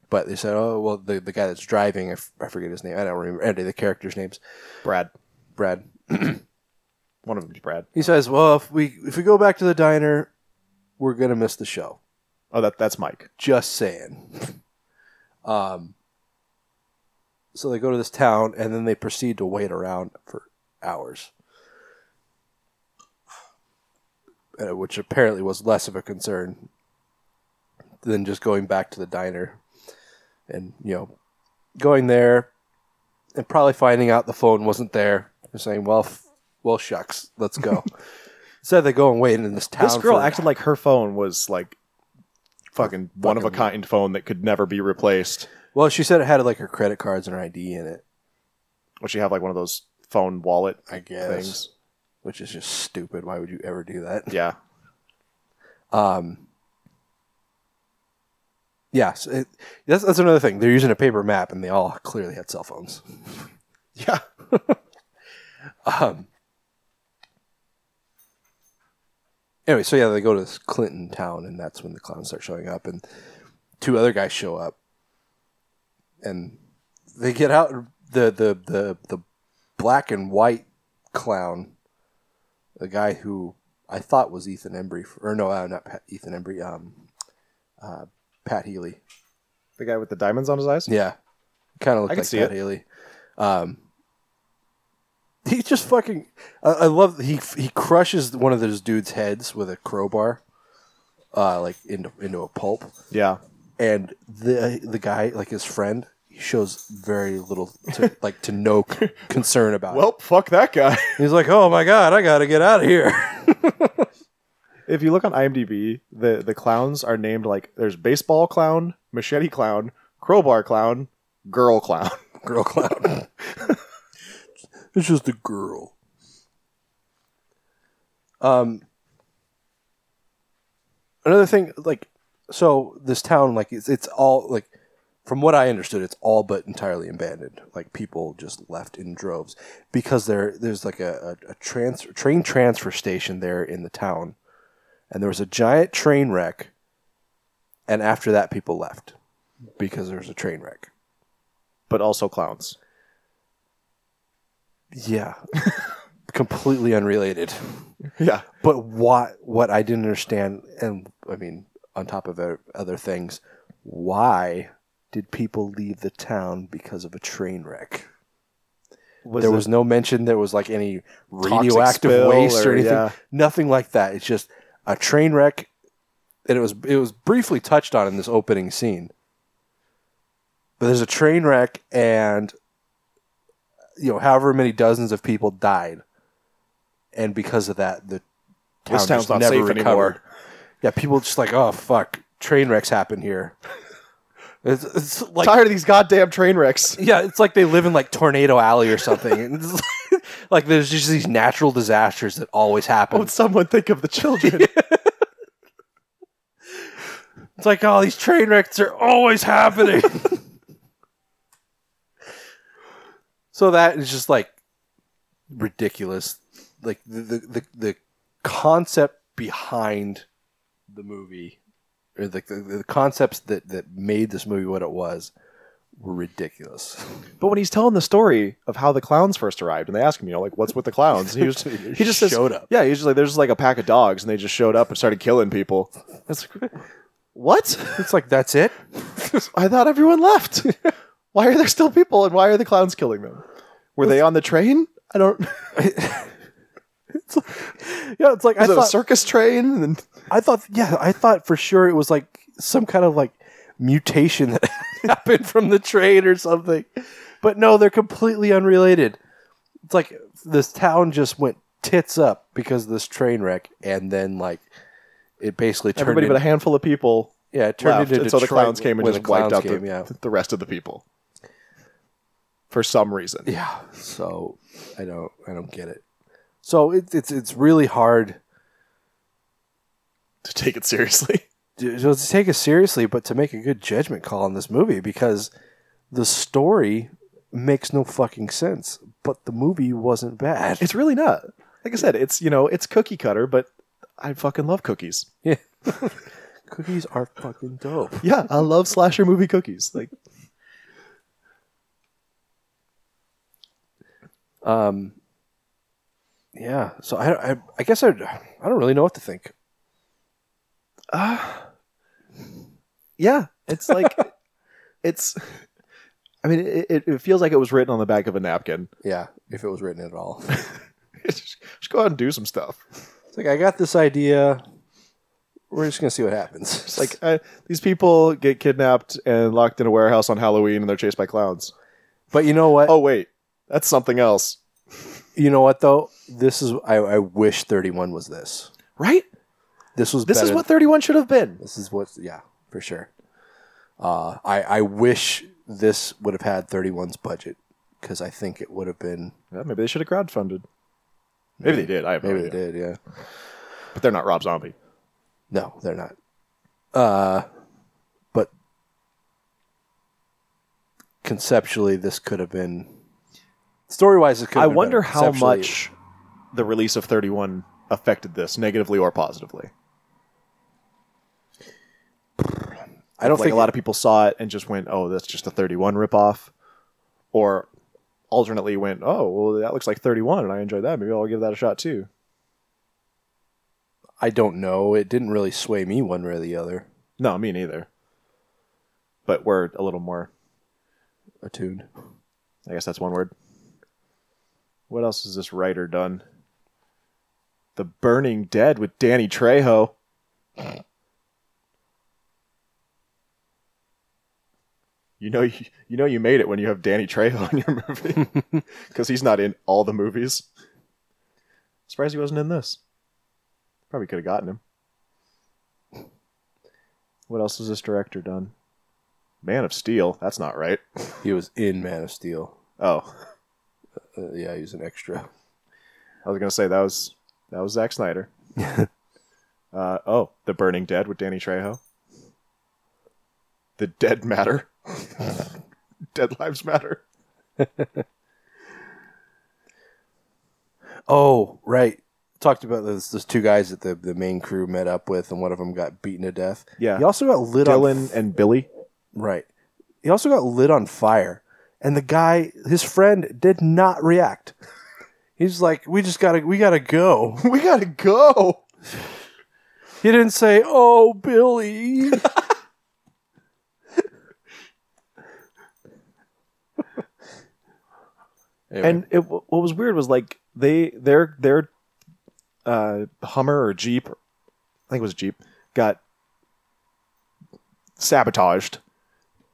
[SPEAKER 2] but they said, "Oh well, the, the guy that's driving, I, f- I forget his name, I don't remember any of the characters' names,
[SPEAKER 3] Brad.
[SPEAKER 2] Brad."
[SPEAKER 3] One of them's Brad.
[SPEAKER 2] He says, "Well, if we if we go back to the diner, we're gonna miss the show."
[SPEAKER 3] Oh that that's Mike.
[SPEAKER 2] Just saying. um, so they go to this town and then they proceed to wait around for hours, Uh, which apparently was less of a concern than just going back to the diner and, you know, going there and probably finding out the phone wasn't there and saying, well, f- well, shucks, let's go. Instead, they go and wait in this town.
[SPEAKER 3] This girl
[SPEAKER 2] for-
[SPEAKER 3] acted like her phone was like fucking one of a kind phone that could never be replaced.
[SPEAKER 2] Well, she said it had like her credit cards and her ID in it,
[SPEAKER 3] Would she have like one of those phone wallet
[SPEAKER 2] I guess.
[SPEAKER 3] things?
[SPEAKER 2] which is just stupid. Why would you ever do that?
[SPEAKER 3] Yeah.
[SPEAKER 2] Um, yeah, so it, that's, that's another thing. They're using a paper map, and they all clearly had cell phones.
[SPEAKER 3] Yeah.
[SPEAKER 2] Um, anyway, so yeah, they go to this Clinton town, and that's when the clowns start showing up, and two other guys show up, and they get out the the the the black and white clown, the guy who I thought was Ethan Embry, or no, uh, not Pat, Ethan Embry, um, uh, Pat Healy.
[SPEAKER 3] The guy with the diamonds on his eyes?
[SPEAKER 2] Yeah, kind of
[SPEAKER 3] I
[SPEAKER 2] looked
[SPEAKER 3] can
[SPEAKER 2] like
[SPEAKER 3] see
[SPEAKER 2] Pat
[SPEAKER 3] it.
[SPEAKER 2] Haley. Um, he's just fucking. I, I love he he crushes one of those dudes' heads with a crowbar, uh, like into into a pulp,
[SPEAKER 3] Yeah.
[SPEAKER 2] and the the guy like his friend he shows very little to, like to no c- concern about.
[SPEAKER 3] Well, fuck that guy.
[SPEAKER 2] it. he's like, oh my god, I gotta get out of here.
[SPEAKER 3] if you look on IMDb, the the clowns are named like there's baseball clown, machete clown, crowbar clown, girl clown.
[SPEAKER 2] girl clown. it's just a girl. Um, another thing, like, so this town, like, it's, it's all like from what I understood, it's all but entirely abandoned. Like people just left in droves because there there's like a, a, a trans, train transfer station there in the town, and there was a giant train wreck, and after that, people left because there was a train wreck.
[SPEAKER 3] but also clowns.
[SPEAKER 2] Yeah, completely unrelated.
[SPEAKER 3] Yeah.
[SPEAKER 2] But what what I didn't understand, and I mean, on top of o- other things, why did people leave the town because of a train wreck?
[SPEAKER 3] Was
[SPEAKER 2] there
[SPEAKER 3] it-
[SPEAKER 2] was no mention there was like any
[SPEAKER 3] Toxic
[SPEAKER 2] radioactive
[SPEAKER 3] spill
[SPEAKER 2] waste or
[SPEAKER 3] or-
[SPEAKER 2] anything.
[SPEAKER 3] yeah.
[SPEAKER 2] Nothing like that. It's just a train wreck, and it was it was briefly touched on in this opening scene. But there's a train wreck, and you know, however many dozens of people died, and because of that, the town
[SPEAKER 3] This town's
[SPEAKER 2] just
[SPEAKER 3] not
[SPEAKER 2] never
[SPEAKER 3] safe
[SPEAKER 2] recovered.
[SPEAKER 3] anymore.
[SPEAKER 2] Yeah, people just like, oh fuck, train wrecks happen here. It's, it's like
[SPEAKER 3] tired of these goddamn train wrecks.
[SPEAKER 2] yeah, it's like they live in like Tornado Alley or something. It's like, like, there's just these natural disasters that always happen.
[SPEAKER 3] Would someone think of the children?
[SPEAKER 2] It's like all these train wrecks are always happening. so that is just like ridiculous. Like the the, the, the concept behind the movie or the, the, the concepts that, that made this movie what it was were ridiculous.
[SPEAKER 3] But when he's telling the story of how the clowns first arrived, and they ask him, you know, like, what's with the clowns? And he just, he just says,
[SPEAKER 2] Showed up.
[SPEAKER 3] Yeah, he's just like, there's just like a pack of dogs, and they just showed up and started killing people. That's like, what?
[SPEAKER 2] It's like that's it?
[SPEAKER 3] I thought everyone left. Why are there still people, and why are the clowns killing them? Were they on the train? I don't.
[SPEAKER 2] Yeah, it's like I
[SPEAKER 3] Is it a
[SPEAKER 2] thought
[SPEAKER 3] circus train? And
[SPEAKER 2] I thought, yeah, I thought for sure it was like some kind of like mutation that happened from the train or something. But no, they're completely unrelated. It's like this town just went tits up because of this train wreck, and then like it basically turned.
[SPEAKER 3] everybody but a
[SPEAKER 2] in-
[SPEAKER 3] handful of people
[SPEAKER 2] yeah, it turned
[SPEAKER 3] left,
[SPEAKER 2] into
[SPEAKER 3] and so the
[SPEAKER 2] Detroit
[SPEAKER 3] clowns came and
[SPEAKER 2] when
[SPEAKER 3] just
[SPEAKER 2] the clowns
[SPEAKER 3] wiped out
[SPEAKER 2] came,
[SPEAKER 3] the,
[SPEAKER 2] yeah.
[SPEAKER 3] the rest of the people for some reason.
[SPEAKER 2] Yeah. So I don't I don't get it. So it, it's it's really hard
[SPEAKER 3] To take it seriously.
[SPEAKER 2] to to take it seriously, but to make a good judgment call on this movie because the story makes no fucking sense. But the movie wasn't bad.
[SPEAKER 3] It's really not. Like I said, it's you know, it's cookie cutter, but I fucking love cookies.
[SPEAKER 2] Yeah. Cookies are fucking dope.
[SPEAKER 3] Yeah, I love slasher movie cookies. Like
[SPEAKER 2] Um, yeah. So I, I, I guess I, I don't really know what to think.
[SPEAKER 3] yeah, it's like it's I mean, it, it- it feels like it was written on the back of a napkin.
[SPEAKER 2] Yeah, if it was written at all.
[SPEAKER 3] just go out and do some stuff.
[SPEAKER 2] it's like I got this idea. We're just gonna see what happens.
[SPEAKER 3] It's like uh, these people get kidnapped and locked in a warehouse on Halloween, and they're chased by clowns.
[SPEAKER 2] but you know what?
[SPEAKER 3] Oh wait, that's something else,
[SPEAKER 2] You know what though? This is I, I wish Thirty One was this.
[SPEAKER 3] right?
[SPEAKER 2] This was
[SPEAKER 3] This is
[SPEAKER 2] better-
[SPEAKER 3] what Thirty One should have been.
[SPEAKER 2] This is what's yeah, for sure. Uh, I I wish this would have had 31's budget because I think it would have been
[SPEAKER 3] Yeah, maybe they should have crowdfunded. Maybe they did. I have no
[SPEAKER 2] maybe they
[SPEAKER 3] idea.
[SPEAKER 2] did yeah.
[SPEAKER 3] but they're not Rob Zombie.
[SPEAKER 2] No, they're not. Uh, but conceptually, this could have been story wise. It could.
[SPEAKER 3] I
[SPEAKER 2] have been
[SPEAKER 3] wonder
[SPEAKER 2] better.
[SPEAKER 3] how
[SPEAKER 2] Conceptually,
[SPEAKER 3] much the release of 31 affected this negatively or positively.
[SPEAKER 2] I don't
[SPEAKER 3] Like
[SPEAKER 2] think
[SPEAKER 3] a lot of people saw it and just went, "Oh, that's just a 31 ripoff," or alternately went, "Oh, well, that looks like 31, and I enjoyed that. Maybe I'll give that a shot too."
[SPEAKER 2] I don't know. It didn't really sway me one way or the other.
[SPEAKER 3] No, me neither. But we're a little more.
[SPEAKER 2] Attuned.
[SPEAKER 3] I guess that's one word. What else has this writer done? The Burning Dead with Danny Trejo. You know, you, you know, you made it when you have Danny Trejo in your movie because he's not in all the movies. Surprised he wasn't in this. Probably could have gotten him. What else has this director done? Man of Steel. That's not right.
[SPEAKER 2] He was in Man of Steel.
[SPEAKER 3] Oh,
[SPEAKER 2] Uh, yeah, he was an extra.
[SPEAKER 3] I was gonna say that was that was Zack Snyder. uh, oh, The Burning Dead with Danny Trejo. The Dead Matter. Dead Lives Matter.
[SPEAKER 2] Oh, right. Talked about those those two guys that the, the main crew met up with, and one of them got beaten to death.
[SPEAKER 3] Yeah.
[SPEAKER 2] He also got lit on
[SPEAKER 3] Dylan and Billy.
[SPEAKER 2] Right. He also got lit on fire, and the guy, his friend, did not react. He's like, "We just gotta, we gotta go."
[SPEAKER 3] We gotta go.
[SPEAKER 2] He didn't say, "Oh, Billy." Anyway.
[SPEAKER 3] And it, what was weird was like they their their uh, Hummer or Jeep, I think it was Jeep, got sabotaged.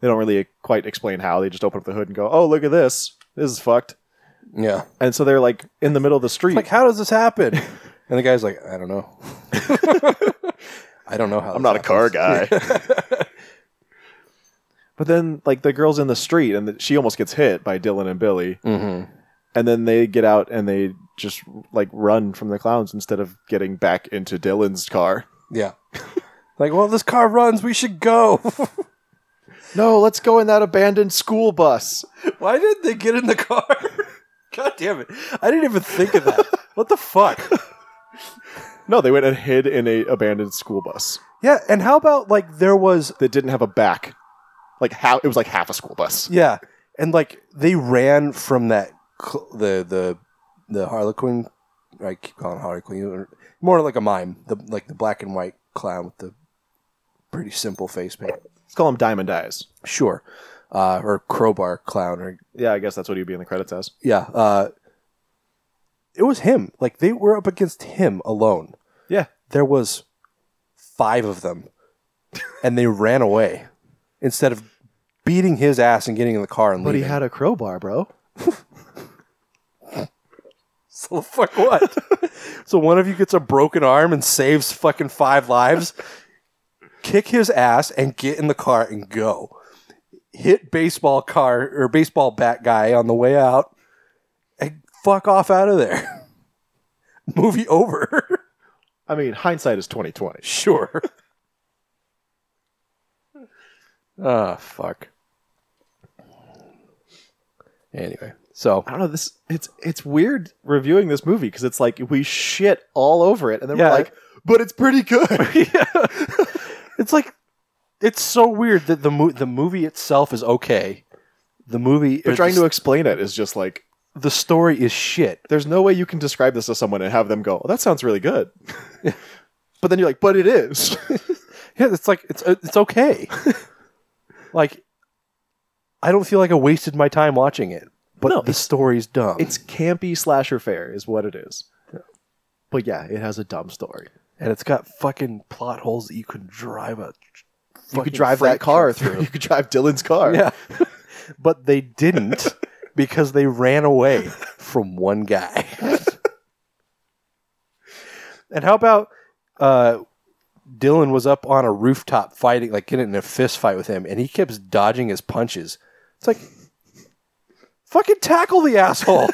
[SPEAKER 3] They don't really quite explain how. They just open up the hood and go, "Oh, look at this! This is fucked."
[SPEAKER 2] yeah,
[SPEAKER 3] And so they're like in the middle of the street.
[SPEAKER 2] like how does this happen? And the guy's like, "I don't know. I don't know how." this
[SPEAKER 3] I'm not a
[SPEAKER 2] happens."
[SPEAKER 3] car guy. but then like the girl's in the street and the, she almost gets hit by Dylan and Billy.
[SPEAKER 2] Mhm.
[SPEAKER 3] And then they get out and they just like run from the clowns instead of getting back into Dylan's car.
[SPEAKER 2] Yeah. Like, well, this car runs. We should go.
[SPEAKER 3] No, let's go in that abandoned school bus.
[SPEAKER 2] Why did they get in the car? God damn it! I didn't even think of that. what the fuck?
[SPEAKER 3] No, they went and hid in a abandoned school bus
[SPEAKER 2] Yeah, and how about like there was
[SPEAKER 3] that didn't have a back. Like how it was like half a school bus.
[SPEAKER 2] yeah, and like they ran from that cl- the the the Harlequin. I keep calling it Harley Quinn, or- more like a mime, the like the black and white clown with the pretty simple face paint.
[SPEAKER 3] Let's call him Diamond Eyes.
[SPEAKER 2] Sure, uh, or crowbar clown, or
[SPEAKER 3] Yeah, I guess that's what he'd be in the credits as.
[SPEAKER 2] yeah, uh, it was him. Like they were up against him alone.
[SPEAKER 3] Yeah.
[SPEAKER 2] there was five of them and they ran away instead of beating his ass and getting in the car and leaving.
[SPEAKER 3] a crowbar, bro.
[SPEAKER 2] so fuck what? so one of you gets a broken arm and saves fucking five lives. Kick his ass and get in the car and go. Hit baseball car or baseball bat guy on the way out and fuck off out of there. Movie over.
[SPEAKER 3] I mean, hindsight is twenty twenty.
[SPEAKER 2] Sure. Ah, fuck. Anyway, so
[SPEAKER 3] I don't know. This it's it's weird reviewing this movie because it's like we shit all over it, and then
[SPEAKER 2] Yeah.
[SPEAKER 3] we're like, but it's pretty good.
[SPEAKER 2] it's like it's so weird that the mo- the movie itself is okay. The movie
[SPEAKER 3] but
[SPEAKER 2] or
[SPEAKER 3] trying
[SPEAKER 2] the,
[SPEAKER 3] to explain it is just like
[SPEAKER 2] the story is shit.
[SPEAKER 3] there's no way you can describe this to someone and have them go, oh, "That sounds really good," but then you're like, "But it is."
[SPEAKER 2] Yeah, it's like it's it's okay. like I don't feel like I wasted my time watching it, but
[SPEAKER 3] No,
[SPEAKER 2] the
[SPEAKER 3] it's-
[SPEAKER 2] story's dumb.
[SPEAKER 3] it's campy slasher fare, is what it is. But yeah, it has a dumb story.
[SPEAKER 2] and it's got fucking plot holes that you could drive a
[SPEAKER 3] You could drive that car through. You could drive Dylan's car.
[SPEAKER 2] Yeah. but they didn't because they ran away from one guy. and how about uh, Dylan was up on a rooftop fighting, like getting in a fist fight with him, and he kept dodging his punches. It's like, fucking tackle the asshole.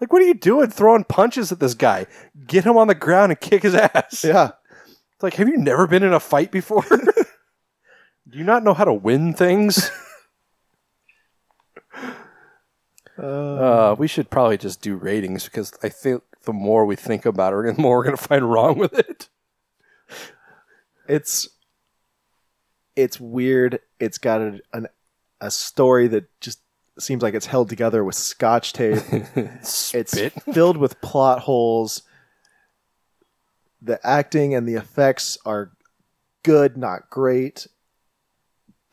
[SPEAKER 2] like, what are you doing throwing punches at this guy? Get him on the ground and kick his ass.
[SPEAKER 3] yeah.
[SPEAKER 2] It's like, have you never been in a fight before? Do you not know how to win things? Uh, we should probably just do ratings because I think the more we think about it, the more we're going to find wrong with it.
[SPEAKER 3] it's it's weird. It's got a, an a story that just seems like it's held together with scotch tape. it's
[SPEAKER 2] Spit.
[SPEAKER 3] filled with plot holes. The acting and the effects are good, not great,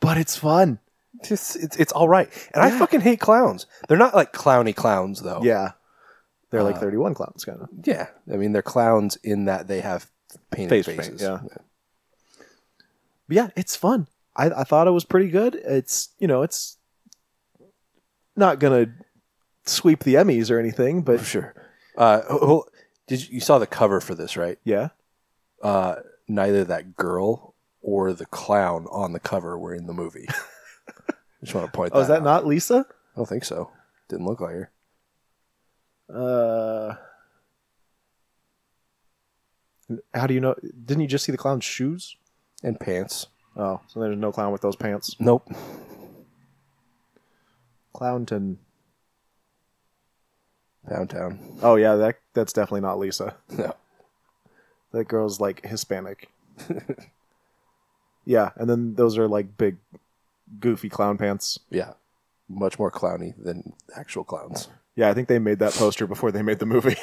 [SPEAKER 3] but it's fun.
[SPEAKER 2] It's, it's, it's all right. And I fucking hate clowns. They're not like clowny clowns, though.
[SPEAKER 3] Yeah, they're like thirty one clowns, kind of.
[SPEAKER 2] Yeah. I mean, they're clowns in that they have painted
[SPEAKER 3] Face paint,
[SPEAKER 2] faces.
[SPEAKER 3] yeah. But yeah, it's fun. I, I thought it was pretty good. It's you know, it's not gonna sweep the Emmys or anything, but
[SPEAKER 2] Sure. Uh, ho- ho- did you, you saw the cover for this, right?
[SPEAKER 3] yeah.
[SPEAKER 2] uh, neither that girl or the clown on the cover were in the movie. Just want to point.
[SPEAKER 3] Oh, is that
[SPEAKER 2] out.
[SPEAKER 3] not Lisa?
[SPEAKER 2] I don't think so. Didn't look like her.
[SPEAKER 3] Uh, how do you know? Didn't you just see the clown's shoes?
[SPEAKER 2] And pants.
[SPEAKER 3] Oh, so there's no clown with those pants.
[SPEAKER 2] Nope.
[SPEAKER 3] Clownton.
[SPEAKER 2] Downtown.
[SPEAKER 3] Oh yeah, that that's definitely not Lisa.
[SPEAKER 2] No.
[SPEAKER 3] That girl's like Hispanic. yeah, and then those are like big, goofy clown pants.
[SPEAKER 2] Yeah. Much more clowny than actual clowns.
[SPEAKER 3] Yeah, I think they made that poster before they made the movie.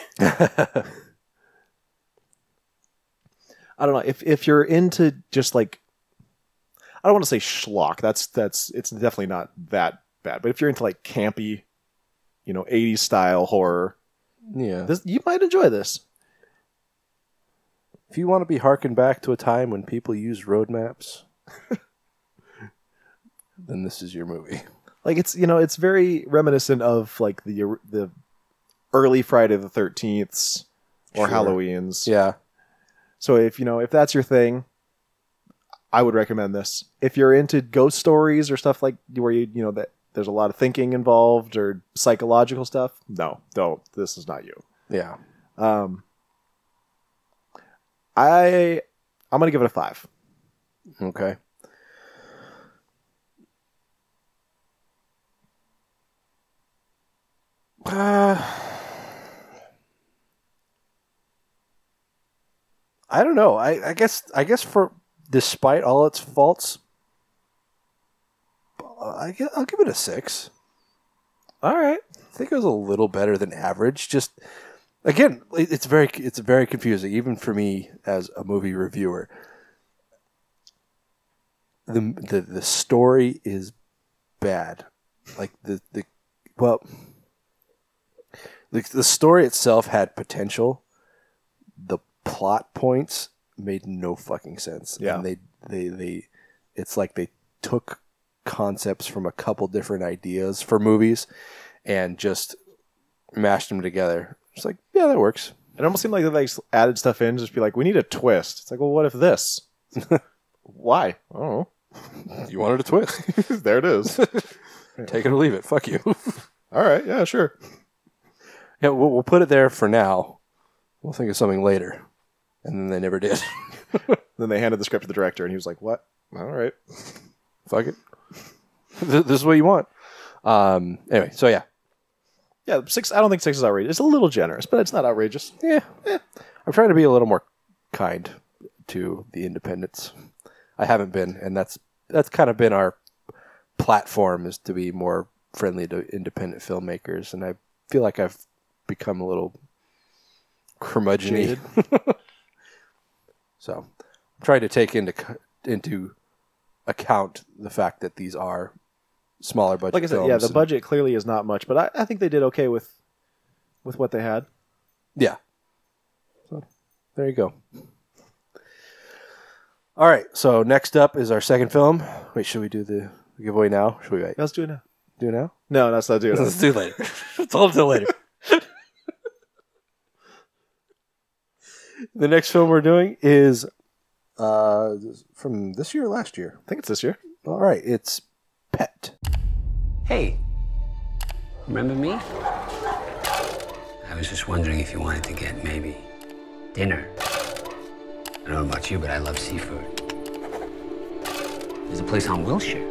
[SPEAKER 3] I don't know if if you're into just like I don't want to say schlock. That's that's it's definitely not that bad. But if you're into like campy, you know, 80s style horror,
[SPEAKER 2] Yeah.
[SPEAKER 3] this, you might enjoy this.
[SPEAKER 2] if you want to be harkened back to a time when people used road maps, then this is your movie.
[SPEAKER 3] like it's you know it's very reminiscent of like the the early Friday the Thirteenth
[SPEAKER 2] Sure.
[SPEAKER 3] or Halloween's.
[SPEAKER 2] Yeah.
[SPEAKER 3] So if you know if that's your thing, I would recommend this. If you're into ghost stories or stuff like where you you know that there's a lot of thinking involved or psychological stuff, no, don't. This is not you.
[SPEAKER 2] Yeah.
[SPEAKER 3] Um, I I'm gonna give it a five.
[SPEAKER 2] Okay. Uh, I don't know. I, I guess I guess for despite all its faults, I gue- I'll give it a six.
[SPEAKER 3] All right.
[SPEAKER 2] I think it was a little better than average. Just again, it- it's very it's very confusing, even for me as a movie reviewer. The the, the story is bad, like the the well, the, the story itself had potential. The plot points made no fucking sense.
[SPEAKER 3] Yeah.
[SPEAKER 2] and they they they, it's like they took concepts from a couple different ideas for movies and just mashed them together. It's like, yeah, that works.
[SPEAKER 3] It almost seemed like they like added stuff in, just be like, we need a twist. It's like, well, what if this? Why? Oh,
[SPEAKER 2] You wanted a twist.
[SPEAKER 3] there it is.
[SPEAKER 2] Take it or leave it. Fuck you.
[SPEAKER 3] All right, yeah, sure.
[SPEAKER 2] yeah, we'll, we'll put it there for now. We'll think of something later. And then they never did.
[SPEAKER 3] Then they handed the script to the director, and he was like, what? All right.
[SPEAKER 2] Fuck it. Th- this is what you want. Um, anyway, so yeah.
[SPEAKER 3] Yeah, six. I don't think six is outrageous. It's a little generous, but it's not outrageous.
[SPEAKER 2] Yeah. eh. I'm trying to be a little more kind to the independents. I haven't been, and that's that's kind of been our platform is to be more friendly to independent filmmakers, and I feel like I've become a little curmudgeon so I'm trying to take into c- into account the fact that these are smaller budget
[SPEAKER 3] Like I said,
[SPEAKER 2] films
[SPEAKER 3] yeah, the
[SPEAKER 2] and-
[SPEAKER 3] budget clearly is not much, but I, I think they did okay with with what they had.
[SPEAKER 2] Yeah. So there you go. All right. So next up is our second film. Wait, should we do the giveaway now? Should we wait?
[SPEAKER 3] Let's do it now.
[SPEAKER 2] Do it now?
[SPEAKER 3] No, that's not doing it.
[SPEAKER 2] do it later. Let's hold it till later. the next film we're doing is uh, from this year or last year.
[SPEAKER 3] I think it's this year.
[SPEAKER 2] All right. It's Pet.
[SPEAKER 10] Hey, remember me? I was just wondering if you wanted to get maybe dinner. I don't know about you, but I love seafood. There's a place on Wilshire.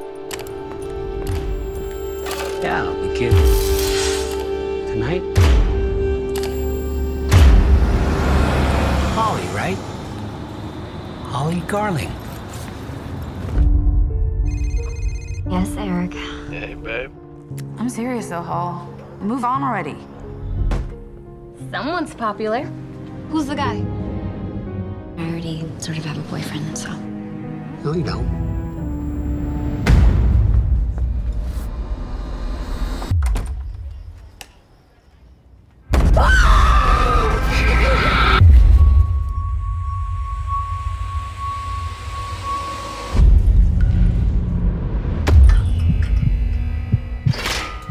[SPEAKER 10] Yeah, the kid. Tonight? Holly, right? Holly Garling.
[SPEAKER 8] Yes, Eric. Hey, babe. I'm serious, though, Hall. Move on already.
[SPEAKER 7] Someone's popular.
[SPEAKER 8] Who's the guy? I already sort of have a boyfriend, so.
[SPEAKER 10] No, you don't.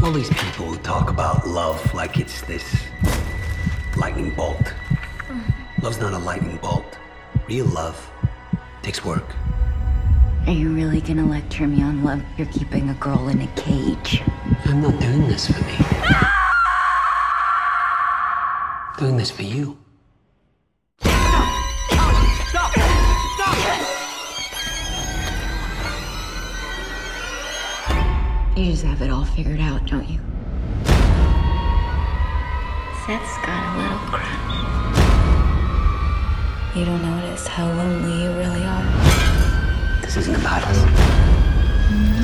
[SPEAKER 10] All these people who talk about love like it's this lightning bolt. Love's not a lightning bolt. Real love takes work.
[SPEAKER 8] Are you really gonna lecture me on love? You're keeping a girl in a cage.
[SPEAKER 10] I'm not doing this for me. doing this for you.
[SPEAKER 8] You just have it all figured out, don't you? Seth's got a little crush. You don't notice how lonely you really are.
[SPEAKER 10] This isn't about us.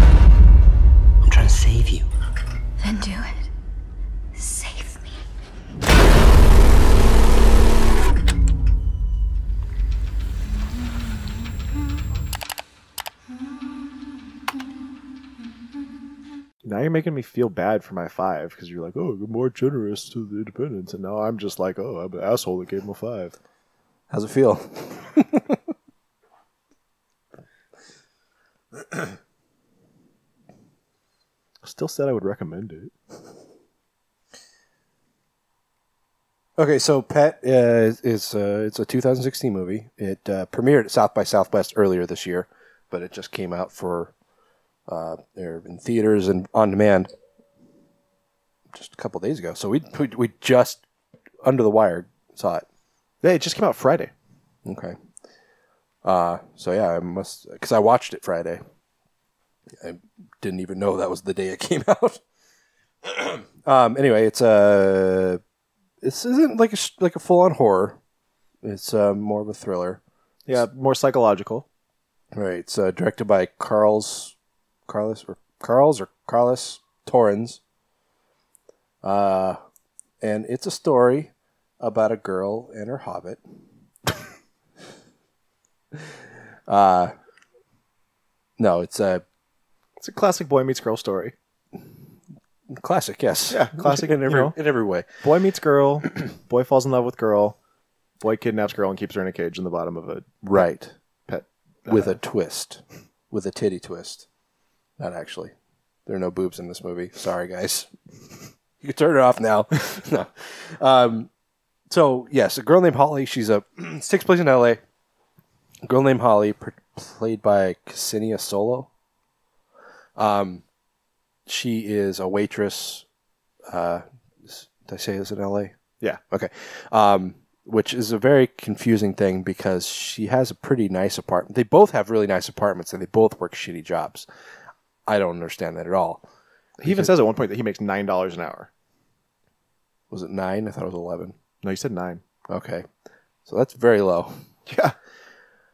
[SPEAKER 10] I'm trying to save you.
[SPEAKER 8] Then do it. Save me.
[SPEAKER 3] Now you're making me feel bad for my five because you're like, oh, you're more generous to the independents, and now I'm just like, oh, I'm an asshole that gave him a five.
[SPEAKER 2] How's it feel?
[SPEAKER 3] Still said I would recommend it.
[SPEAKER 2] Okay, so Pet uh, is, is uh, it's a 2016 movie. It uh, premiered at South by Southwest earlier this year, but it just came out for uh, there in theaters and on demand just a couple days ago. So we, we we just under the wire saw it.
[SPEAKER 3] Yeah, it just came out Friday.
[SPEAKER 2] Okay. Uh, so yeah, I must because I watched it Friday. I didn't even know that was the day it came out. um, anyway, it's a this isn't like a s- like a full on horror. It's uh, more of a thriller.
[SPEAKER 3] Yeah, more psychological.
[SPEAKER 2] Right. It's uh, directed by Carl's Carlos or Carl's or Carlos Torrens. Uh, and it's a story about a girl and her hobbit. uh, no, it's a
[SPEAKER 3] It's a classic boy meets girl story.
[SPEAKER 2] classic. Yes,
[SPEAKER 3] Yeah, classic,
[SPEAKER 2] in
[SPEAKER 3] you
[SPEAKER 2] every
[SPEAKER 3] know.
[SPEAKER 2] in every way.
[SPEAKER 3] Boy meets girl, boy falls in love with girl, boy kidnaps girl and keeps her in a cage in the bottom of a
[SPEAKER 2] Right,
[SPEAKER 3] pet.
[SPEAKER 2] with a twist, with a titty twist. Not actually. There are no boobs in this movie. Sorry, guys. You can turn it off now. no. Um, so yes, a girl named Holly. She's a takes place in L.A. A girl named Holly, pr- played by Ksenia Solo. Um, she is a waitress. Uh, s- did I say this in L.A.?
[SPEAKER 3] Yeah.
[SPEAKER 2] Okay. Um, which is a very confusing thing because she has a pretty nice apartment. They both have really nice apartments and they both work shitty jobs. I don't understand that at all.
[SPEAKER 3] He even says at one point that he makes nine dollars an hour.
[SPEAKER 2] Was it nine? I thought it was 11.
[SPEAKER 3] No, you said nine.
[SPEAKER 2] Okay. So that's very low.
[SPEAKER 3] Yeah.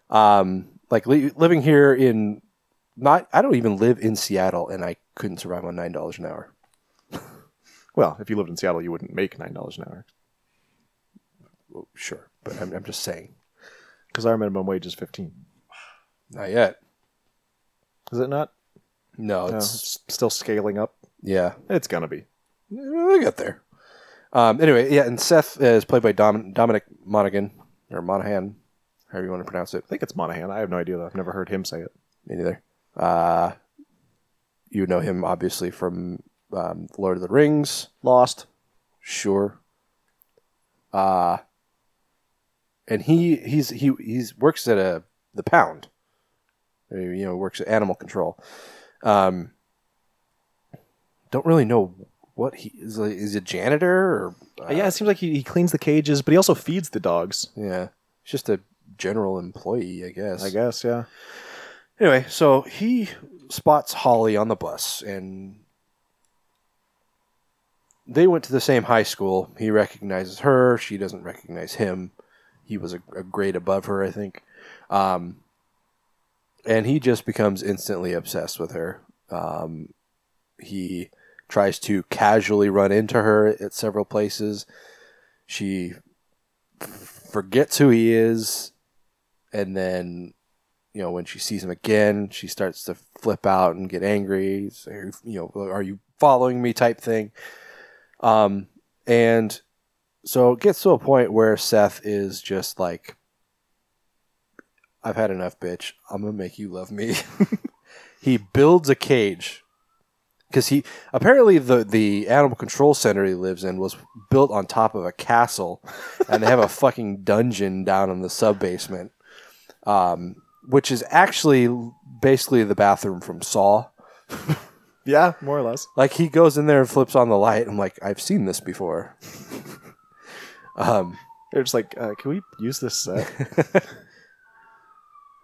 [SPEAKER 2] Um, like li- living here in not, I don't even live in Seattle and I couldn't survive on $9 an hour.
[SPEAKER 3] Well, if you lived in Seattle, you wouldn't make nine dollars an hour
[SPEAKER 2] Well, sure. But I'm, I'm just saying.
[SPEAKER 3] because our minimum wage is fifteen.
[SPEAKER 2] Not yet.
[SPEAKER 3] Is it not?
[SPEAKER 2] No,
[SPEAKER 3] No,
[SPEAKER 2] it's,
[SPEAKER 3] it's still scaling up.
[SPEAKER 2] yeah.
[SPEAKER 3] It's gonna be.
[SPEAKER 2] We got there. Um, anyway, yeah, and Seth is played by Dom- Dominic Monaghan or Monahan, however you want to pronounce it.
[SPEAKER 3] I think it's Monahan. I have no idea. Though. I've never heard him say it.
[SPEAKER 2] Me neither. Uh, you know him obviously from um, Lord of the Rings,
[SPEAKER 3] Lost.
[SPEAKER 2] sure. Uh and he he's he he's works at a the pound. Uh, You know, works at animal control. Um, don't really know what he is. Like, is he a janitor or uh,
[SPEAKER 3] yeah, it seems like he, he cleans the cages, but he also feeds the dogs.
[SPEAKER 2] Yeah. It's just a general employee, I guess.
[SPEAKER 3] I guess. Yeah.
[SPEAKER 2] Anyway, so he spots Holly on the bus and they went to the same high school. He recognizes her. She doesn't recognize him. He was a, a grade above her, I think. Um, and he just becomes instantly obsessed with her. Um, he tries to casually run into her at several places. She forgets who he is and then you know when she sees him again she starts to flip out and get angry It's, "Are you- you know are you following me type thing um and so it gets to a point where seth is just like i've had enough bitch i'm gonna make you love me he builds a cage because he apparently the the animal control center he lives in was built on top of a castle and they have a fucking dungeon down in the sub basement um, which is actually basically the bathroom from Saw.
[SPEAKER 3] Yeah, more or less.
[SPEAKER 2] Like he goes in there and flips on the light. I'm like, I've seen this before. um,
[SPEAKER 3] They're just like, uh, can we use this set?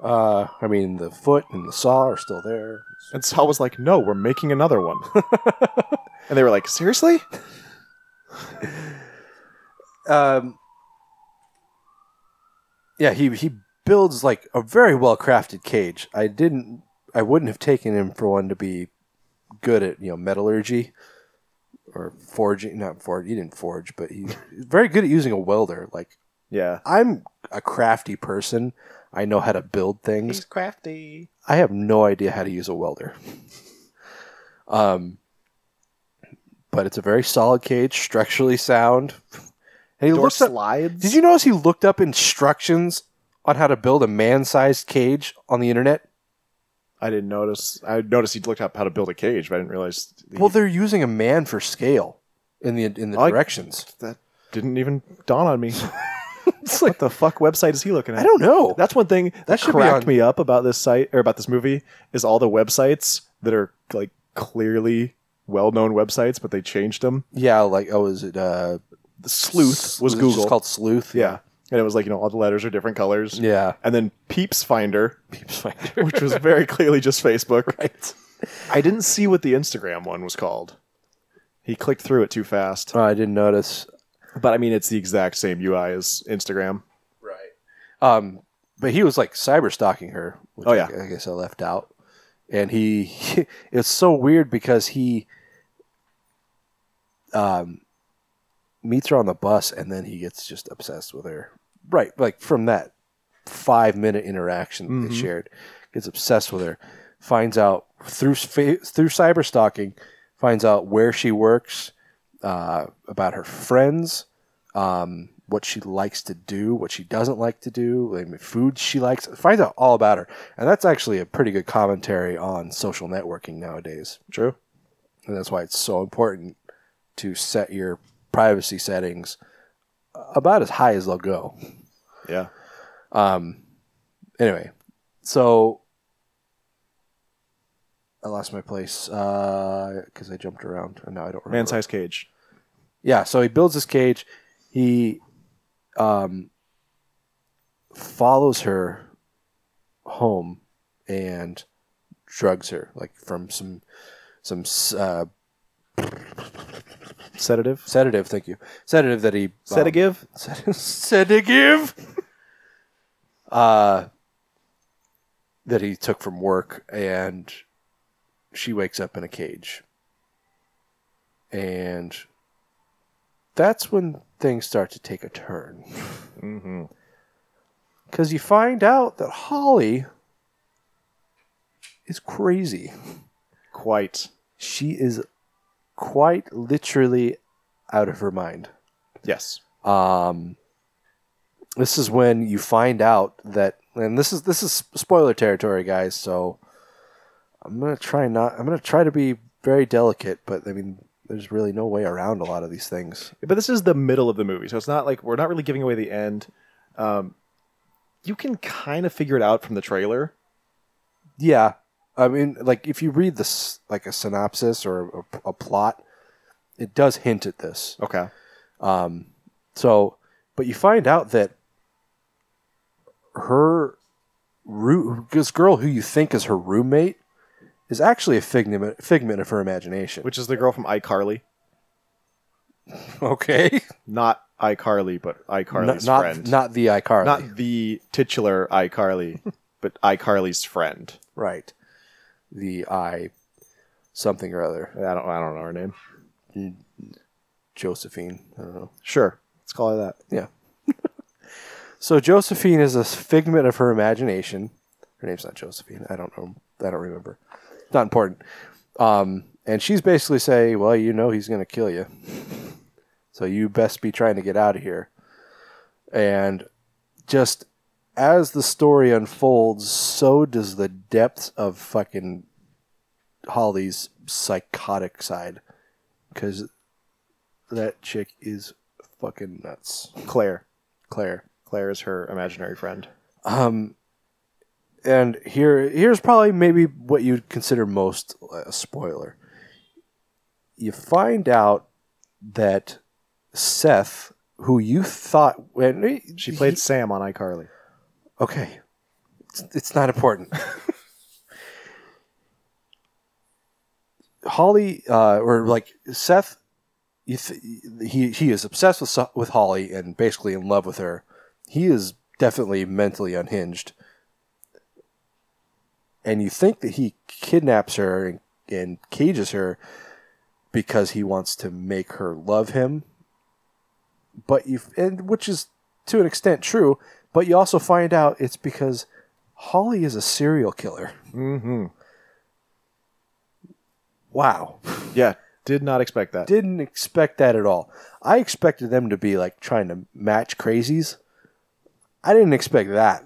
[SPEAKER 2] Uh, I mean, the foot and the saw are still there.
[SPEAKER 3] And Saul was like, "No, we're making another one." and they were like, "Seriously?"
[SPEAKER 2] Um, yeah, he he builds like a very well crafted cage. I didn't, I wouldn't have taken him for one to be good at you know metallurgy or forging. Not forge. He didn't forge, but he's very good at using a welder. Like
[SPEAKER 3] Yeah,
[SPEAKER 2] I'm a crafty person. I know how to build things.
[SPEAKER 3] crafty.
[SPEAKER 2] I have no idea how to use a welder. um, but it's a very solid cage, structurally sound. And he
[SPEAKER 3] Door
[SPEAKER 2] looks up,
[SPEAKER 3] slides.
[SPEAKER 2] Did you notice he looked up instructions on how to build a man-sized cage on the internet?
[SPEAKER 3] I didn't notice. I noticed he looked up how to build a cage, but I didn't realize. he-
[SPEAKER 2] Well, they're using a man for scale in the in the
[SPEAKER 3] I-
[SPEAKER 2] directions.
[SPEAKER 3] that didn't even dawn on me.
[SPEAKER 2] It's like
[SPEAKER 3] what the fuck website is he looking at?
[SPEAKER 2] I don't know.
[SPEAKER 3] That's one thing that,
[SPEAKER 2] should be
[SPEAKER 3] cracked
[SPEAKER 2] on-
[SPEAKER 3] me up about this site or about this movie is all the websites that are like clearly well-known websites, but they changed them.
[SPEAKER 2] yeah, like oh, is it uh,
[SPEAKER 3] The sleuth was
[SPEAKER 2] it
[SPEAKER 3] Google.
[SPEAKER 2] just called Sleuth?
[SPEAKER 3] yeah, and it was like you know all the letters are different colors.
[SPEAKER 2] yeah.
[SPEAKER 3] and then Peeps Finder,
[SPEAKER 2] Peeps finder.
[SPEAKER 3] which was very clearly just Facebook. Right. I didn't see what the Instagram one was called. He clicked through it too fast.
[SPEAKER 2] Oh, I didn't notice.
[SPEAKER 3] But I mean, it's the exact same UI as Instagram.
[SPEAKER 2] Right. Um, but he was like cyber stalking her. Which
[SPEAKER 3] Oh,
[SPEAKER 2] I-
[SPEAKER 3] yeah.
[SPEAKER 2] I, guess I left out. And he, it's so weird because he, um, meets her on the bus and then he gets just obsessed with her. Right, like from that five minute interaction that they
[SPEAKER 3] Mhm.
[SPEAKER 2] shared, gets obsessed with her. Finds out through fa- through cyber stalking, finds out where she works, uh, about her friends, um, what she likes to do, what she doesn't like to do, I mean, food she likes. Finds out all about her, and that's actually a pretty good commentary on social networking nowadays.
[SPEAKER 3] True.
[SPEAKER 2] And that's why it's so important to set your privacy settings about as high as they'll go.
[SPEAKER 3] Yeah.
[SPEAKER 2] Um, anyway, so I lost my place because I jumped around and now I don't remember.
[SPEAKER 3] Man sized cage.
[SPEAKER 2] Yeah, so he builds his cage. He um, follows her home and drugs her, like from some some uh,
[SPEAKER 3] Sedative.
[SPEAKER 2] sedative. Thank you, sedative that he um,
[SPEAKER 3] Sedative.
[SPEAKER 2] Sed- sedative uh, that he took from work and she wakes up in a cage and that's when things start to take a turn
[SPEAKER 3] Mm-hmm.
[SPEAKER 2] because you find out that holly is crazy
[SPEAKER 3] Quite.
[SPEAKER 2] she is quite literally out of her mind
[SPEAKER 3] Yes.
[SPEAKER 2] um, this is when you find out that and this is this is spoiler territory guys so i'm gonna try not i'm gonna try to be very delicate but i mean there's really no way around a lot of these things
[SPEAKER 3] But this is the middle of the movie, so it's not like we're not really giving away the end. Um, you can kind of figure it out from the trailer.
[SPEAKER 2] yeah i mean like if you read this like a synopsis or a, a plot it does hint at this
[SPEAKER 3] Okay.
[SPEAKER 2] Um, so, but you find out that her roo- this girl who you think is her roommate is actually a figment figment of her imagination.
[SPEAKER 3] Which is the girl from iCarly.
[SPEAKER 2] okay,
[SPEAKER 3] Not iCarly, but iCarly's
[SPEAKER 2] not,
[SPEAKER 3] friend.
[SPEAKER 2] not the iCarly,
[SPEAKER 3] Not the titular iCarly, but iCarly's friend.
[SPEAKER 2] right? The I something or other,
[SPEAKER 3] I don't, I don't know her name.
[SPEAKER 2] Josephine. I don't know.
[SPEAKER 3] Sure. Let's call her that.
[SPEAKER 2] Yeah. so Josephine is a figment of her imagination. Her name's not Josephine. I don't know. I don't remember. It's not important. Um, and she's basically saying, "Well, you know, he's going to kill you, so you best be trying to get out of here." And just as the story unfolds, so does the depths of fucking Holly's psychotic side, because that chick is fucking nuts.
[SPEAKER 3] Claire.
[SPEAKER 2] Claire.
[SPEAKER 3] Claire is her imaginary friend.
[SPEAKER 2] Um, and here, here's probably maybe what you'd consider most a spoiler. You find out that Seth, who you thought when
[SPEAKER 3] She played Sam on iCarly.
[SPEAKER 2] okay, It's- It's not important. Holly, uh, or like Seth, you th- he he is obsessed with Sa- with Holly and basically in love with her. He is definitely mentally unhinged, and you think that he kidnaps her and, and cages her because he wants to make her love him. But you and which is to an extent true, but you also find out it's because Holly is a serial killer.
[SPEAKER 3] Mm-hmm.
[SPEAKER 2] Wow.
[SPEAKER 3] Yeah, did not expect that.
[SPEAKER 2] Didn't expect that at all. I expected them to be like trying to match crazies. I didn't expect that.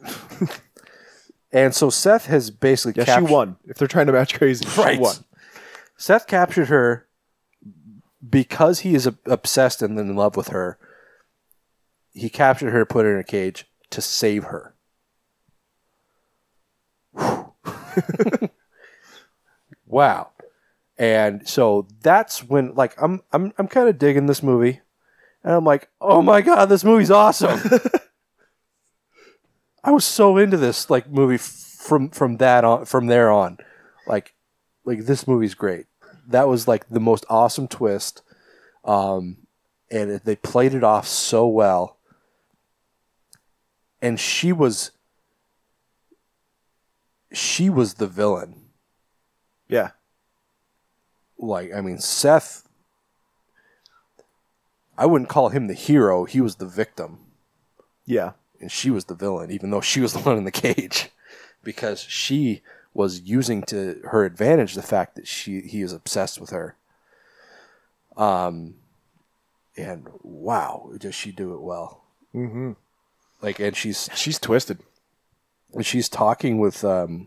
[SPEAKER 2] and so Seth has basically
[SPEAKER 3] yeah,
[SPEAKER 2] capt-
[SPEAKER 3] she won. If they're trying to match crazy,
[SPEAKER 2] Right.
[SPEAKER 3] she won.
[SPEAKER 2] Seth captured her because he is ob- obsessed and in love with her. He captured her, put her in a cage to save her. wow. And so that's when like I'm I'm I'm kind of digging this movie. And I'm like, "Oh my god, this movie's awesome." I was so into this like movie f- from from that on from there on. Like like this movie's great. That was like the most awesome twist, um, and it, they played it off so well. And she was, she was the villain.
[SPEAKER 3] Yeah.
[SPEAKER 2] Like I mean, Seth. I wouldn't call him the hero. He was the victim
[SPEAKER 3] Yeah.
[SPEAKER 2] and she was the villain, even though she was the one in the cage, because she was using to her advantage the fact that she he is obsessed with her. Um, and wow, does she do it well?
[SPEAKER 3] Mm-hmm.
[SPEAKER 2] Like, and she's
[SPEAKER 3] She's twisted.
[SPEAKER 2] and she's talking with um,